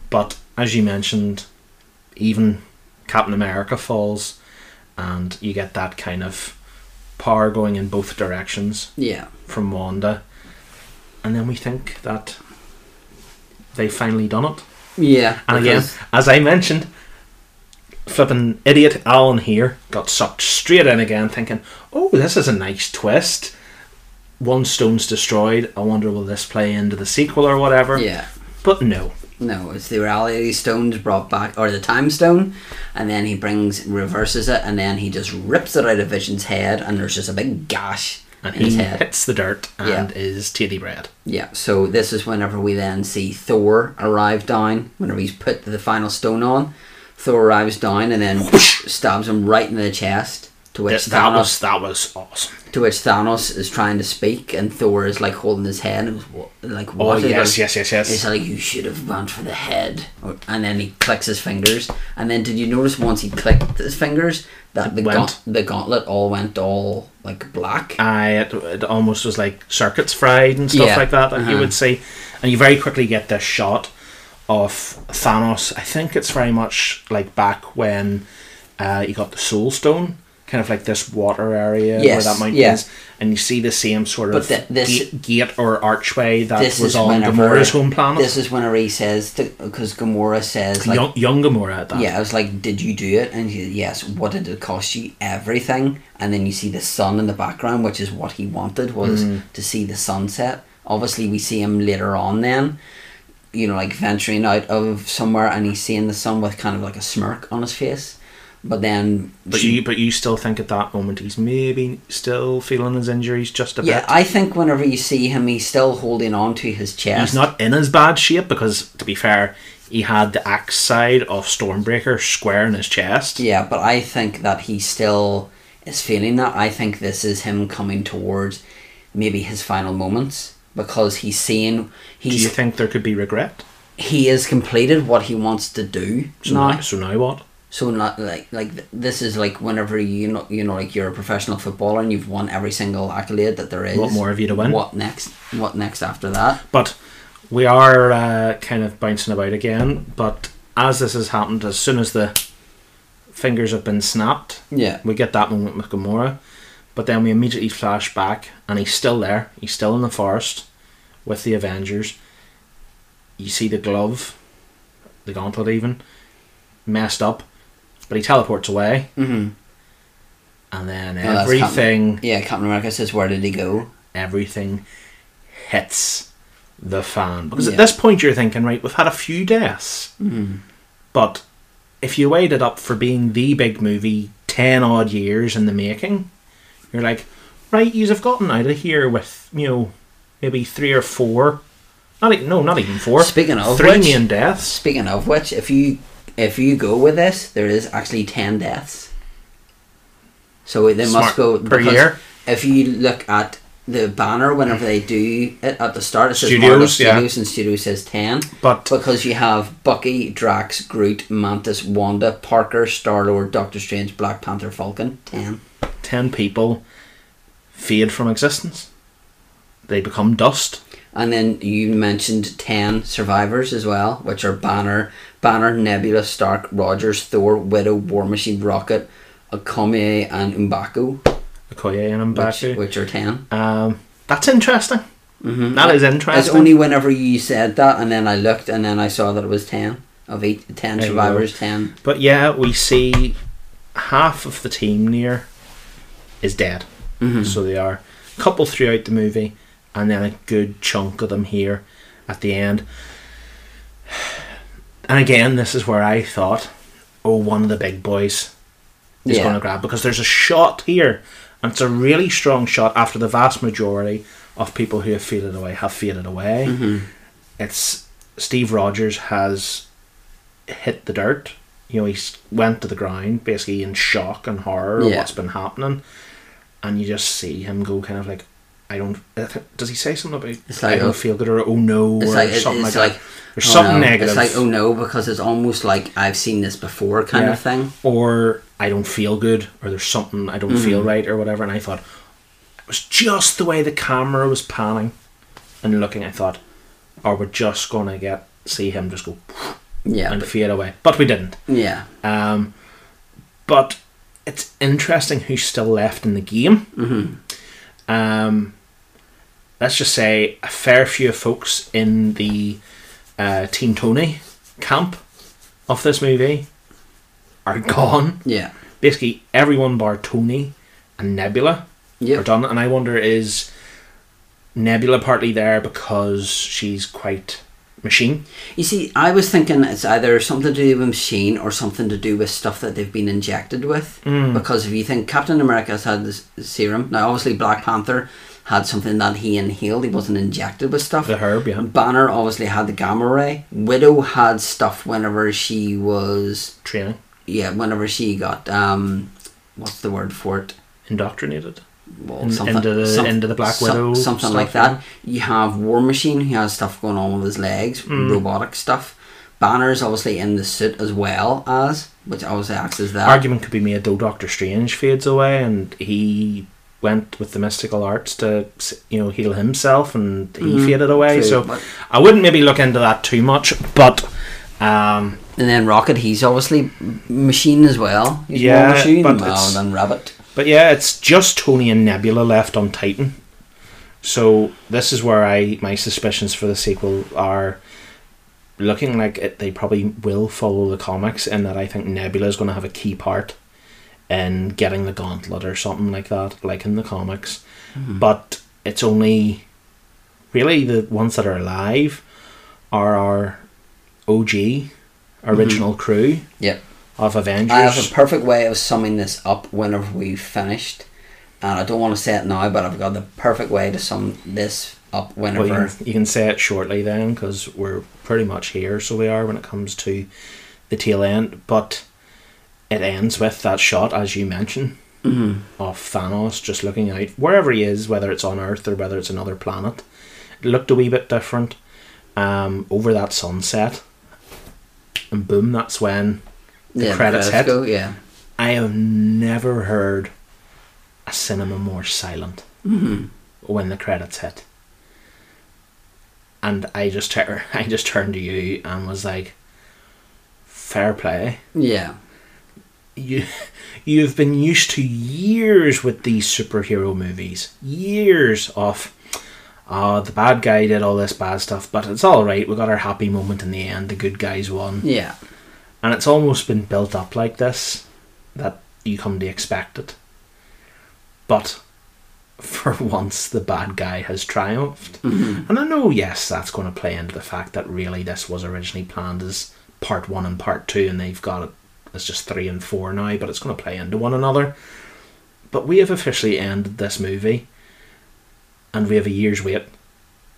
S1: but as you mentioned, even Captain America falls, and you get that kind of power going in both directions
S2: yeah,
S1: from Wanda, and then we think that they've finally done it.
S2: yeah.
S1: And again,
S2: because-
S1: as I mentioned, flipping idiot Alan here got sucked straight in again, thinking, "Oh, this is a nice twist." One stone's destroyed. I wonder will this play into the sequel or whatever?
S2: yeah,
S1: But no,
S2: no, it's the reality stones brought back, or the time stone, and then he brings reverses it, and then he just rips it out of Vision's head, and there's just a big gash
S1: and
S2: in his
S1: he
S2: head.
S1: hits the dirt and
S2: Yeah.
S1: is titty bread.
S2: Yeah, so this is whenever we then see Thor arrive down, whenever he's put the final stone on. Thor arrives down and then stabs him right in the chest. To which
S1: That, that
S2: Thanos,
S1: was that was awesome.
S2: to which Thanos is trying to speak, and Thor is like holding his head and was wa- like,
S1: Oh
S2: "What?" He
S1: yes,
S2: goes-
S1: yes, yes, yes.
S2: It's like you should have gone for the head, Or- and then he clicks his fingers. And then did you notice once he clicked his fingers that the
S1: went.
S2: gaunt, the gauntlet all went all like black?
S1: I it, it almost was like circuits fried and stuff
S2: Yeah.
S1: like that that you
S2: Uh-huh.
S1: would see, and you very quickly get this shot of Thanos. I think it's very much like back when uh, you got the Soul Stone, kind of like this water area
S2: Yes,
S1: where that mountain
S2: yeah.
S1: is, and you see the same sort
S2: But
S1: of
S2: th- this-
S1: ga- gate or archway that
S2: this
S1: was
S2: is
S1: on
S2: whenever
S1: Gamora's home planet.
S2: This is whenever he says because Gamora says like
S1: young, young Gamora at that.
S2: yeah, I was like, did you do it? And he yes. What did it cost you? Everything. And then you see the sun in the background, which is what he wanted was
S1: Mm.
S2: to see the sunset. Obviously, we see him later on then. You know, like venturing out of somewhere, and he's seeing the sun with kind of like a smirk on his face. But then,
S1: But you, but you still think at that moment he's maybe still feeling his injuries just a
S2: yeah,
S1: bit.
S2: I think whenever you see him, he's still holding on to his chest.
S1: He's not in as bad shape because, to be fair, he had the axe side of Stormbreaker square in his chest.
S2: Yeah, but I think that he still is feeling that. I think this is him coming towards maybe his final moments because he's seeing
S1: Do
S2: he's
S1: you think there could be regret?
S2: he has completed what he wants to do
S1: So
S2: now.
S1: now, so now what?
S2: So not like like th- this is like whenever you know you know like you're a professional footballer and you've won every single accolade that there is.
S1: What more have you to win?
S2: What next? What next after that?
S1: But we are uh, kind of bouncing about again. But as this has happened, as soon as the fingers have been snapped,
S2: Yeah.
S1: we get that moment with Gamora. But then we immediately flash back, and he's still there. He's still in the forest with the Avengers. You see the glove, the gauntlet, even messed up, but he teleports away,
S2: hmm
S1: and then
S2: Oh, that's
S1: everything,
S2: Yeah. Captain America says, "Where did he go?"
S1: everything hits the fan. Because
S2: Yeah.
S1: at this point, you're thinking, right, we've had a few deaths,
S2: Mm-hmm.
S1: but if you weighed it up for being the big movie, ten odd years in the making, you're like, right, you've gotten out of here with you know maybe three or four, not even, no, not even four.
S2: Speaking of
S1: three
S2: which-
S1: main deaths,
S2: Speaking of which, if you if you go with this, there is actually ten deaths. So they
S1: Smart.
S2: must go
S1: Per
S2: because
S1: year?
S2: If you look at the banner, whenever they do it at the start, it says
S1: Studios,
S2: Marvel
S1: yeah.
S2: Studios, and Studios says ten.
S1: but
S2: Because you have Bucky, Drax, Groot, Mantis, Wanda, Parker, Star Lord, Doctor Strange, Black Panther, Falcon. Ten.
S1: ten people fade from existence. They become dust.
S2: And then you mentioned ten survivors as well, which are Banner, Banner, Nebula, Stark, Rogers, Thor, Widow, War Machine, Rocket, Akame, and Umbaku,
S1: Okoye and
S2: which,
S1: Mbaku.
S2: which are ten.
S1: Um, that's interesting.
S2: Mm-hmm.
S1: That is
S2: It's
S1: interesting.
S2: only whenever you said that, and then I looked, and then I saw that it was ten of eight, ten
S1: There you go.
S2: survivors, ten.
S1: But yeah, we see half of the team near is dead.
S2: Mm-hmm.
S1: So they are a couple throughout the movie, and then a good chunk of them here at the end. And again, this is where I thought, oh, one of the big boys is
S2: Yeah.
S1: going to grab because there's a shot here, and it's a really strong shot after the vast majority of people who have faded away have faded away.
S2: Mm-hmm.
S1: It's Steve Rogers has hit the dirt. You know, he s- went to the ground basically in shock and horror of
S2: Yeah.
S1: what's been happening, and you just see him go kind of like, I don't. I th- Does he say something about
S2: It's
S1: I
S2: like,
S1: don't
S2: oh-
S1: feel good or oh no
S2: It's
S1: or
S2: like, it-
S1: something
S2: it's
S1: like,
S2: like,
S1: that? There's
S2: oh
S1: something
S2: no.
S1: negative
S2: It's like, oh no, because it's almost like I've seen this before kind
S1: Yeah.
S2: of thing.
S1: or I don't feel good, or there's something I don't
S2: Mm-hmm.
S1: feel right, or whatever. And I thought it was just the way the camera was panning and looking. I thought, are we just gonna get see him just go
S2: Yeah.
S1: and
S2: but-
S1: fade away? But we didn't.
S2: yeah.
S1: Um, but it's interesting who's still left in the game. Mm-hmm. Um, let's just say a fair few of folks in the uh, Team Tony camp of this movie are gone
S2: Yeah.
S1: basically everyone bar Tony and Nebula
S2: Yep.
S1: are done. And I wonder is Nebula partly there because she's quite machine?
S2: You see, I was thinking it's either something to do with machine or something to do with stuff that they've been injected with.
S1: Mm.
S2: Because if you think Captain America's had this serum, now obviously Black Panther had something that he inhaled, he wasn't injected with stuff.
S1: The herb, yeah.
S2: Banner obviously had the gamma ray. Widow had stuff whenever she was,
S1: Training,
S2: yeah, whenever she got, um, what's the word for it?
S1: indoctrinated.
S2: well,
S1: In-
S2: something,
S1: into the-
S2: some-
S1: into the Black Widow
S2: something
S1: stuff,
S2: like that. You have War Machine, he has stuff going on with his legs,
S1: Mm.
S2: robotic stuff. Banner's obviously in the suit as well as, which obviously acts as that.
S1: Argument could be made though Doctor Strange fades away and he went with the mystical arts to you know heal himself and he faded away.
S2: Mm, Mm-hmm. true,
S1: so
S2: but-
S1: I wouldn't maybe look into that too much, but. Um,
S2: and then Rocket, he's obviously machine as well. He's
S1: Yeah,
S2: War Machine
S1: but
S2: rather
S1: it's-
S2: than Rabbit.
S1: But yeah, it's just Tony and Nebula left on Titan. So this is where I my suspicions for the sequel are looking like it, they probably will follow the comics in that I think Nebula is going to have a key part in getting the gauntlet or something like that, like in the comics. But it's only really the ones that are alive are our OG original crew
S2: Yep.
S1: of Avengers.
S2: Mm-hmm. I have a perfect way of summing this up whenever we've finished. And I don't want to say it now, but I've got the perfect way to sum this up whenever.
S1: Well, you can, you can say it shortly then, because we're pretty much here, so we are when it comes to the tail end. But it ends with that shot, as you mentioned, of Thanos just looking out wherever he is, whether it's on Earth or whether it's another planet. It looked a wee bit different um, over that sunset, and boom, that's when the
S2: yeah,
S1: credits hit.
S2: go, yeah.
S1: I have never heard a cinema more silent
S2: Mm-hmm.
S1: when the credits hit. And I just tur- I just turned to you and was like, "Fair play,
S2: Yeah.
S1: you you've been used to years with these superhero movies, years of." Uh, the bad guy did all this bad stuff, but it's all right. We got our happy moment in the end. The good guys won
S2: Yeah.
S1: and it's almost been built up like this that you come to expect it. But for once, the bad guy has triumphed, and I know yes, that's going to play into the fact that really this was originally planned as part one and part two, and they've got it as just three and four now, but it's going to play into one another. But we have officially ended this movie, and we have a year's wait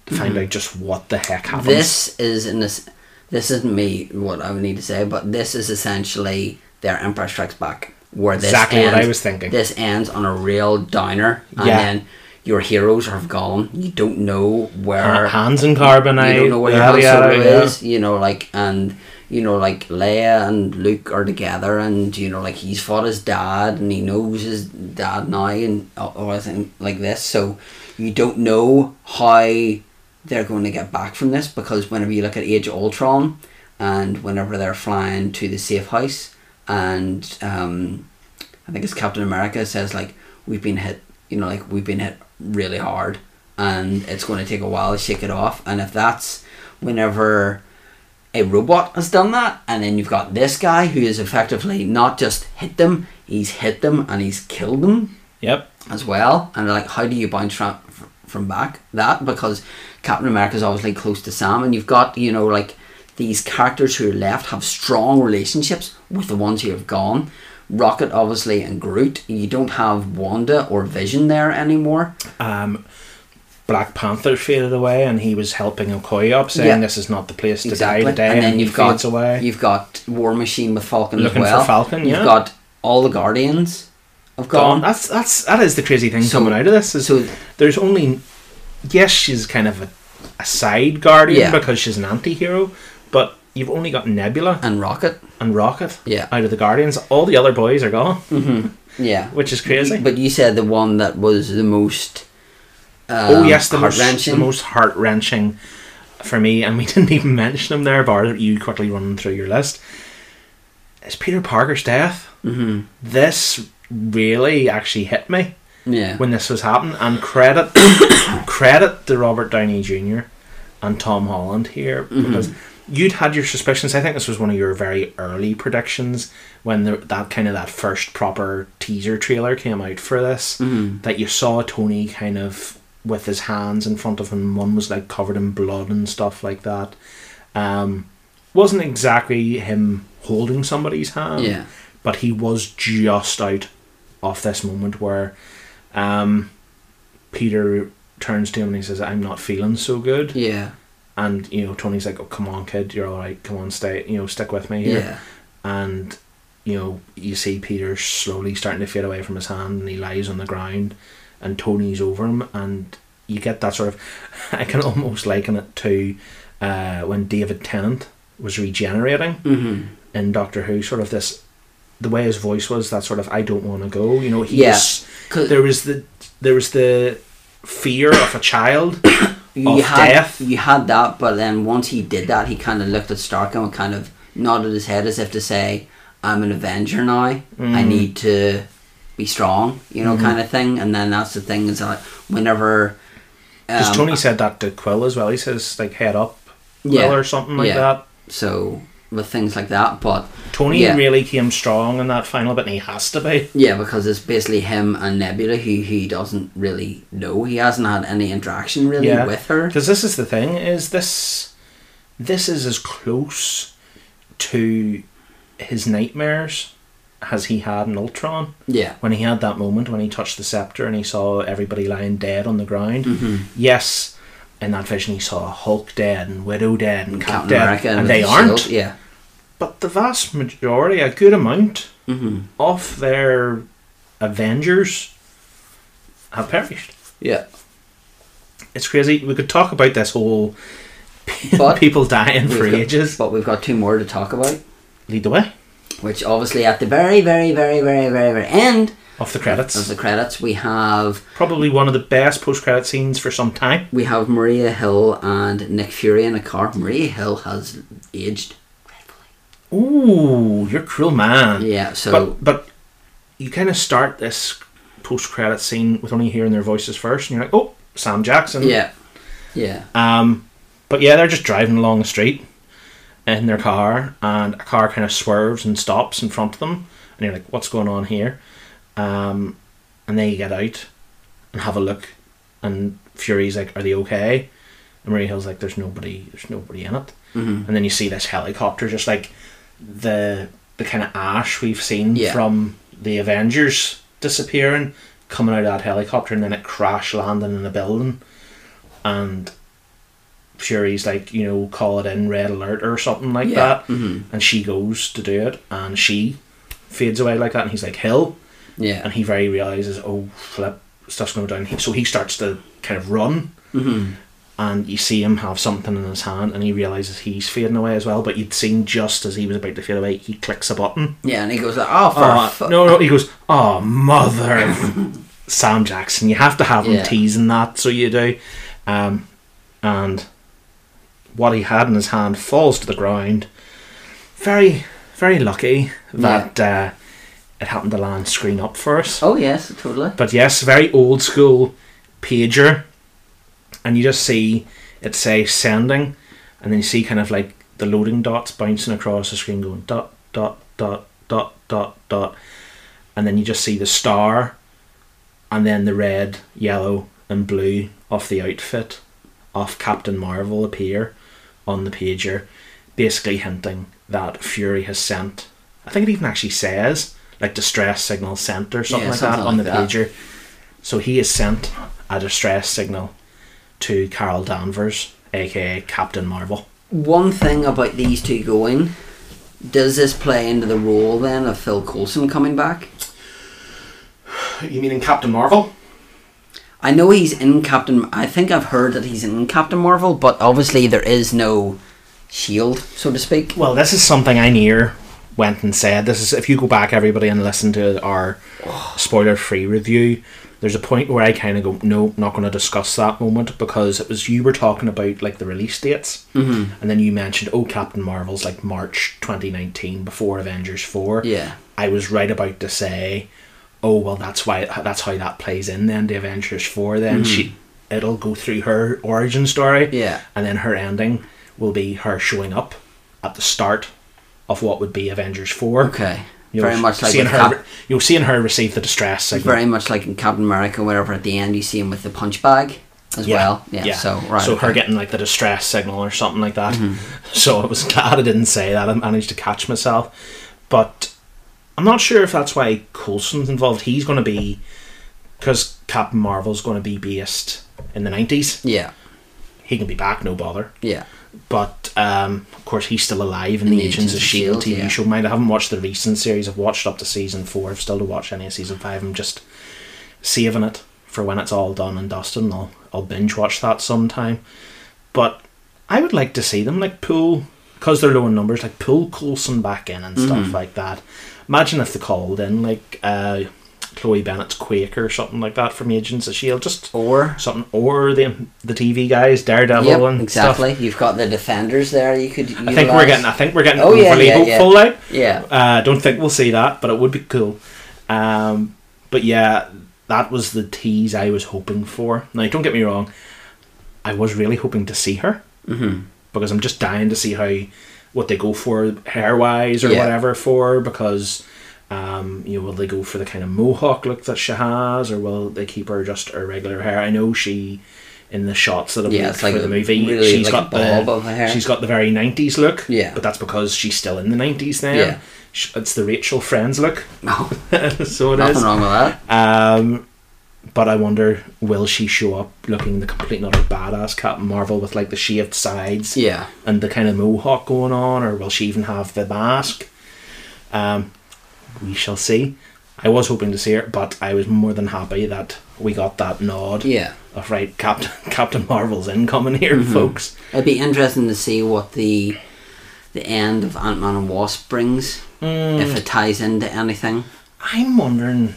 S1: to find out just what the heck happens.
S2: Mm-hmm. this is in this this isn't me what I would need to say, but this is essentially their Empire Strikes Back, where this
S1: Exactly what I
S2: ends-
S1: was thinking.
S2: This ends on a real downer, and
S1: Yeah.
S2: then your heroes have gone. You don't know where
S1: Uh, Hans and Carbonite.
S2: you don't know where
S1: yada,
S2: your
S1: yada,
S2: Han Solo
S1: yada.
S2: is. You know, like and you know, like Leia and Luke are together, and you know, like he's fought his dad, and he knows his dad now, and all- all everything like this. So you don't know how they're going to get back from this because whenever you look at Age of Ultron, and whenever they're flying to the safe house, and um, I think it's Captain America says like we've been hit, you know, like we've been hit really hard, and it's going to take a while to shake it off. And if that's whenever a robot has done that, and then you've got this guy who has effectively not just hit them, he's hit them and he's killed them.
S1: Yep.
S2: as well. And like, how do you bounce from from back that? Because Captain America is obviously close to Sam, and you've got you know like these characters who are left have strong relationships with the ones who have gone. Rocket obviously and Groot. You don't have Wanda or Vision there anymore.
S1: Um, Black Panther faded away, and he was helping Okoye up, saying
S2: Yeah.
S1: this is not the place to die today.
S2: And then you've
S1: he fades
S2: got
S1: away.
S2: you've got War Machine with Falcon
S1: Looking
S2: as
S1: for
S2: well.
S1: Falcon,
S2: You've
S1: yeah.
S2: got all the Guardians have
S1: gone.
S2: gone.
S1: That's that's that is the crazy thing
S2: So-
S1: coming out of this. Is
S2: so-
S1: there's only yes, she's kind of a, a side guardian
S2: Yeah.
S1: because she's an anti-hero, but you've only got Nebula
S2: And Rocket.
S1: and Rocket
S2: Yeah.
S1: out of the Guardians. All the other boys are gone,
S2: Yeah.
S1: which is crazy.
S2: But you said the one that was the most. Um,
S1: oh yes, the most, the
S2: heart-wrenching.
S1: most heart wrenching for me, and we didn't even mention him there, bar you quickly running through your list. Is Peter Parker's death? Mm-hmm. This really actually hit me.
S2: Yeah.
S1: when this was happening. And credit credit to Robert Downey Jr. and Tom Holland here because you'd had your suspicions. I think this was one of your very early predictions when the, that kind of that first proper teaser trailer came out for this
S2: Mm-hmm.
S1: that you saw Tony kind of with his hands in front of him. One was like covered in blood and stuff like that. Um, wasn't exactly him holding somebody's hand
S2: Yeah.
S1: but he was just out of this moment where um, Peter turns to him and he says, "I'm not feeling so good,"
S2: yeah.
S1: and you know Tony's like, "Oh, come on, kid, you're all right. Come on, stay. You know, stick with me here."
S2: Yeah.
S1: And you know, you see Peter slowly starting to fade away from his hand, and he lies on the ground, and Tony's over him, and you get that sort of. I can almost liken it to uh, when David Tennant was regenerating
S2: hmm
S1: in Doctor Who, sort of this, the way his voice was, that sort of I don't want to go. You know, he
S2: Yeah.
S1: was-
S2: 'Cause-
S1: there was the there was the fear of a child
S2: You
S1: of
S2: had
S1: death.
S2: you had that, but then once he did that, he kind of looked at Stark and kind of nodded his head as if to say, "I'm an Avenger now.
S1: Mm.
S2: I need to be strong," you
S1: Mm-hmm.
S2: know, kind of thing. And then that's the thing is that whenever
S1: Because
S2: um,
S1: Tony said that to Quill as well. He says like head up, Quill
S2: Yeah.
S1: or something like
S2: Yeah.
S1: that.
S2: so with things like that, but
S1: Tony
S2: Yeah.
S1: really came strong in that final bit, and he has to be.
S2: Yeah, because it's basically him and Nebula who he doesn't really know. He hasn't had any interaction really
S1: Yeah.
S2: with her.
S1: Because this is the thing: is this this is as close to his nightmares as he had in Ultron.
S2: Yeah.
S1: when he had that moment when he touched the scepter and he saw everybody lying dead on the ground.
S2: Hmm. Mm-hmm.
S1: Yes, in that vision he saw Hulk dead and Widow dead and Cap
S2: Captain
S1: dead,
S2: America
S1: and
S2: with
S1: they
S2: the
S1: aren't.
S2: shield, Yeah.
S1: But the vast majority, a good amount
S2: hmm
S1: of their Avengers have perished.
S2: Yeah.
S1: It's crazy. We could talk about this whole
S2: But
S1: people dying
S2: we've
S1: for
S2: got-
S1: ages.
S2: But we've got two more to talk about,
S1: Lead the way
S2: which obviously at the very, very, very, very, very, very end
S1: off the
S2: of
S1: credits.
S2: the credits we have
S1: Probably one of the best post-credit scenes for some time.
S2: we have Maria Hill and Nick Fury in a car. Maria Hill has aged.
S1: Ooh, you're a cruel man.
S2: Yeah. So
S1: but but you kind of start this post credit scene with only hearing their voices first, and you're like, oh, Sam Jackson.
S2: yeah. Yeah.
S1: Um, but yeah, they're just driving along the street in their car, and a car kind of swerves and stops in front of them, and you're like, what's going on here? Um, and they get out and have a look, and Fury's like, are they okay? And Maria Hill's like, there's nobody, there's nobody in it.
S2: Mhm.
S1: And then you see this helicopter, just like the the kind of ash we've seen
S2: Yeah.
S1: from the Avengers disappearing, coming out of that helicopter, and then it crash landing in a building, and Fury's like, you know, call it in red alert or something like
S2: Yeah,
S1: that,
S2: mhm.
S1: and she goes to do it, and she fades away like that, and he's like, Hill,
S2: Yeah.
S1: and he very realizes, oh flip, stuff's going down. He- So he starts to kind of run,
S2: Mhm.
S1: and you see him have something in his hand, and he realizes he's fading away as well. But you'd seen just as he was about to fade away, he clicks a button.
S2: Yeah, and he goes like, "Oh, for
S1: Oh,
S2: fu-
S1: no, no, he goes, oh mother, Sam Jackson. You have to have him
S2: Yeah.
S1: teasing that, so you do. Um, and what he had in his hand falls to the ground. Very, very lucky that uh, it happened to land screen up for us.
S2: Oh yes, totally.
S1: But yes, very old school pager, and you just see it say sending, and then you see kind of like the loading dots bouncing across the screen, going dot dot dot dot dot dot, and then you just see the star and then the red, yellow, and blue of the outfit of Captain Marvel appear on the pager, basically hinting that Fury has sent. I think it even actually says like distress signal sent or something
S2: Yeah,
S1: like
S2: something
S1: that on the
S2: like that.
S1: pager. So he has sent a distress signal to Carol Danvers, aka Captain Marvel.
S2: One thing about these two going, does this play into the role then of Phil Coulson coming back?
S1: You mean in Captain Marvel?
S2: I know he's in Captain. I think I've heard that he's in Captain Marvel, but obviously there is no shield, so to speak.
S1: Well, this is something I near went and said. This is if you go back, everybody, and listen to our spoiler-free review. There's a point where I kind of go, no, not going to discuss that moment because it was you were talking about like the release dates, mm-hmm. and then you mentioned, oh, Captain Marvel's like March 2019 before Avengers four.
S2: Yeah.
S1: I was right about to say, oh well, that's why that's how that plays in then the Avengers four. Then she it'll go through her origin story,
S2: Mm-hmm. Yeah.
S1: and then her ending will be her showing up at the start of what would be Avengers four.
S2: Okay.
S1: You'll
S2: very much like
S1: seeing
S2: with
S1: her.
S2: Cap-
S1: you'll seeing her receive the distress signal.
S2: very much like in Captain America, wherever at the end you see him with the punch bag as well. Yeah. So right.
S1: So her
S2: okay. Mm-hmm.
S1: getting like the distress signal or something like that. So I was glad I didn't say that. I managed to catch myself, but I'm not sure if that's why Coulson's involved. He's going to be because Captain Marvel's going to be based in the 90s.
S2: Yeah.
S1: He can be back, no bother.
S2: Yeah.
S1: But um, of course, he's still alive in the, Agents of Shield TV
S2: yeah.
S1: show. Mind, I E haven't watched the recent series. I've watched up to season four. I've still to watch any of season five. I'm just saving it for when it's all done and dusted. And I'll I'll binge watch that sometime. But I would like to see them like pull because they're low in numbers. Like pull Coulson back in and stuff like that. Imagine if they called in like uh, Chloe Bennett's Quake or something like that from Agents of Shield. E Just
S2: Or
S1: something or the the TV guys Daredevil
S2: yep,
S1: and stuff.
S2: exactly. You've got the defenders there. You could.
S1: I think we're getting. I think we're getting
S2: Oh, yeah,
S1: overly
S2: yeah, yeah.
S1: hopeful now.
S2: Yeah.
S1: Uh, don't think we'll see that, but it would be cool. Um, but yeah, that was the tease I was hoping for. Now, don't get me wrong, I was really hoping to see her
S2: Mm-hmm.
S1: because I'm just dying to see how what they go for hair wise or
S2: Yeah.
S1: whatever for her, because. Um, you know, will they go for the kind of mohawk look that she has, or will they keep her just her regular hair? I know she, in the shots that have
S2: Yeah,
S1: leaked
S2: it's like
S1: for the
S2: a-
S1: movie,
S2: really
S1: she's
S2: like
S1: got
S2: a bob
S1: the
S2: of hair.
S1: she's got the very '90s look.
S2: Yeah.
S1: but that's because she's still in the '90s now.
S2: Yeah.
S1: Sh- It's the Rachel Friends look,
S2: No,
S1: so it
S2: nothing
S1: is.
S2: wrong with that.
S1: Um, but I wonder, will she show up looking the complete and utter badass Captain Marvel with like the shaved sides?
S2: Yeah.
S1: and the kind of mohawk going on, or will she even have the mask? Um, we shall see. I was hoping to see her, but I was more than happy that we got that nod
S2: Yeah. Mm-hmm.
S1: of right Captain Captain Marvel's incoming here, folks.
S2: It'd be interesting to see what the the end of Ant Man and Wasp brings,
S1: Hmm. Mm.
S2: if it ties into anything.
S1: I'm wondering,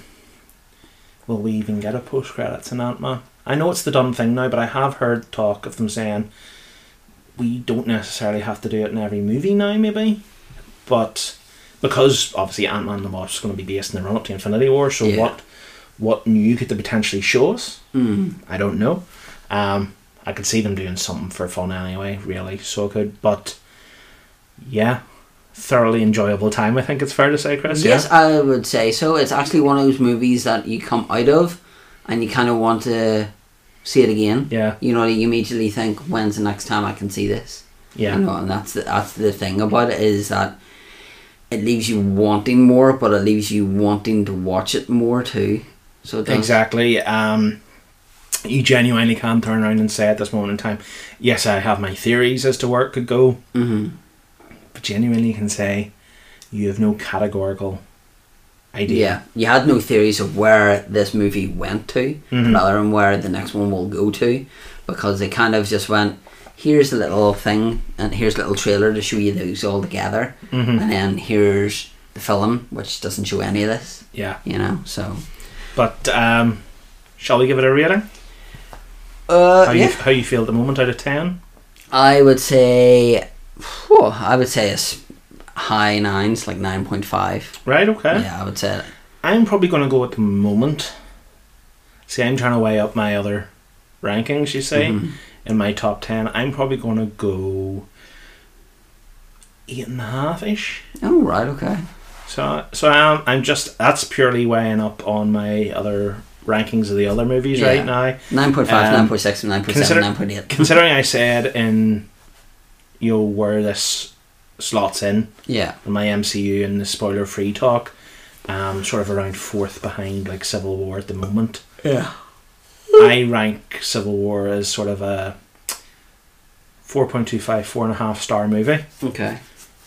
S1: will we even get a post credits in Ant Man? I know it's the done thing now, but I have heard talk of them saying we don't necessarily have to do it in every movie now, maybe. But because obviously Ant Man and the Wasp's going to be based in the run up to Infinity War, so
S2: Yeah.
S1: what what new could they potentially show us?
S2: Mm.
S1: I don't know. Um, I could see them doing something for fun anyway, really, so good. But yeah, thoroughly enjoyable time. I think it's fair to say, Chris. yeah?
S2: Yes, I would say so. It's actually one of those movies that you come out of, and you kind of want to see it again.
S1: Yeah.
S2: You know, you immediately think, "When's the next time I can see this?"
S1: Yeah.
S2: You know, and that's the, that's the thing about it is that it leaves you wanting more, but it leaves you wanting to watch it more too. So it does-
S1: Exactly. Um, you genuinely can turn around and say at this moment in time, yes, I have my theories as to where it could go,
S2: Mhm.
S1: but genuinely can say you have no categorical idea.
S2: Yeah, you had no theories of where this movie went to,
S1: Mhm.
S2: rather than where the next one will go to, because they kind of just went, here's a little thing, and here's a little trailer to show you those all together,
S1: Mhm.
S2: and then here's the film, which doesn't show any of this,
S1: Yeah.
S2: you know, so.
S1: But um, shall we give it a rating?
S2: Uh,
S1: How, you,
S2: yeah.
S1: how you feel at the moment out of 10?
S2: I would say, phew, I would say it's high nines, like 9.5.
S1: Right, okay.
S2: Yeah, I would say it.
S1: I'm probably going to go at the moment. See, I'm trying to weigh up my other rankings, you say,
S2: Mm-hmm.
S1: in my top 10. I'm probably going to go eight and a half ish.
S2: Oh, right, okay.
S1: So, so I'm, I'm just that's purely weighing up on my other rankings of the other movies
S2: Yeah.
S1: right now.
S2: 9.5,
S1: Um,
S2: 9.6, 9.7,
S1: consider-
S2: 9.8.
S1: Considering I said in you know where this slots in
S2: yeah.
S1: in my MCU and the spoiler free talk, um, sort of around fourth behind like Civil War at the moment.
S2: Yeah.
S1: I rank Civil War as sort of a 4.25, 4.5 star movie.
S2: Okay.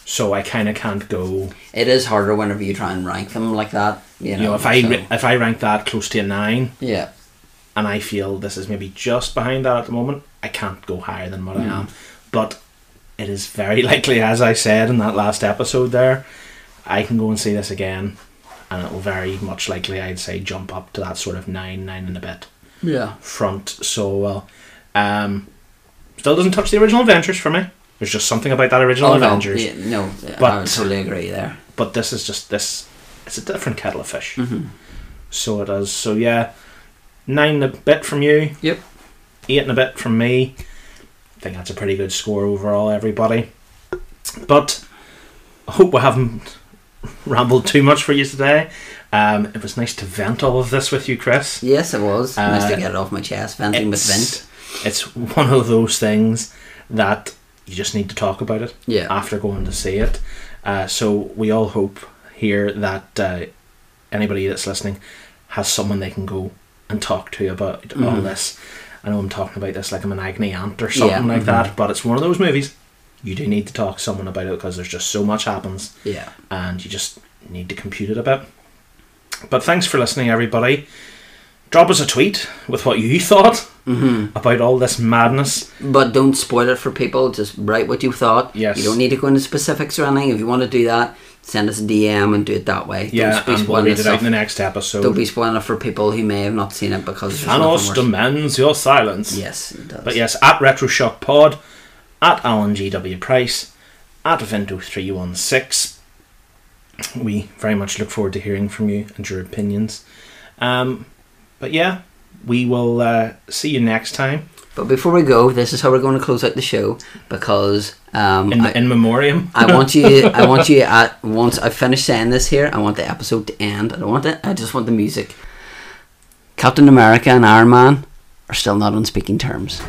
S1: So I kind of can't go.
S2: It is harder whenever you try and rank them like that. You
S1: You
S2: know,
S1: know, if I
S2: so-
S1: ra- if I rank that close to a nine,
S2: Yeah.
S1: and I feel this is maybe just behind that at the moment, I can't go higher than what I am. But it is very likely, as I said in that last episode, there I can go and see this again, and it will very much likely, I'd say, jump up to that sort of nine, nine and a bit.
S2: Yeah.
S1: front so well. Um, still doesn't touch the original Avengers for me. There's just something about that original Avengers.
S2: Oh, No, yeah, no I
S1: But-
S2: would totally agree there.
S1: But this is just this. It's a different kettle of fish. So it is. So yeah, nine and a bit from you,
S2: Yep.
S1: eight and a bit from me. I think that's a pretty good score overall, everybody. But I hope we haven't rambled too much for you today. Um, it was nice to vent all of this with you, Chris.
S2: Yes, it was. nice to
S1: Uh,
S2: get it off my chest. Venting with vent.
S1: It's one of those things that you just need to talk about it
S2: Yeah.
S1: after going to see it. Uh, so we all hope here that uh, anybody that's listening has someone they can go and talk to about all this. I know I'm talking about this like I'm an agony aunt or something
S2: Yeah,
S1: like
S2: mhm.
S1: that, but it's one of those movies you do need to talk to someone about it because there's just so much happens
S2: Yeah.
S1: and you just need to compute it a bit. But thanks for listening, everybody. Drop us a tweet with what you thought about all this madness.
S2: Mm-hmm. But don't spoil it for people. Just write what you thought.
S1: Yes.
S2: You don't need to go into specifics or anything. If you want to do that, send us a DM and do it that way.
S1: Yeah,
S2: don't be
S1: and we'll
S2: spoiling
S1: read
S2: the
S1: it out
S2: stuff.
S1: in the next episode.
S2: Don't be spoiling it for people who may have not seen it because there's
S1: Thanos
S2: nothing worse.
S1: demands your silence.
S2: Yes, it does.
S1: But yes, at RetroShock Pod, at Alan GW Price, at Vento316. We very much look forward to hearing from you and your opinions. Um, but yeah, we will uh, see you next time
S2: But before we go, this is how we're going to close out the show because um,
S1: in,
S2: I,
S1: in memoriam.
S2: I want you. I want you. At, once I finish saying this here, I want the episode to end. I don't want it. I just want the music. Captain America and Iron Man are still not on speaking terms.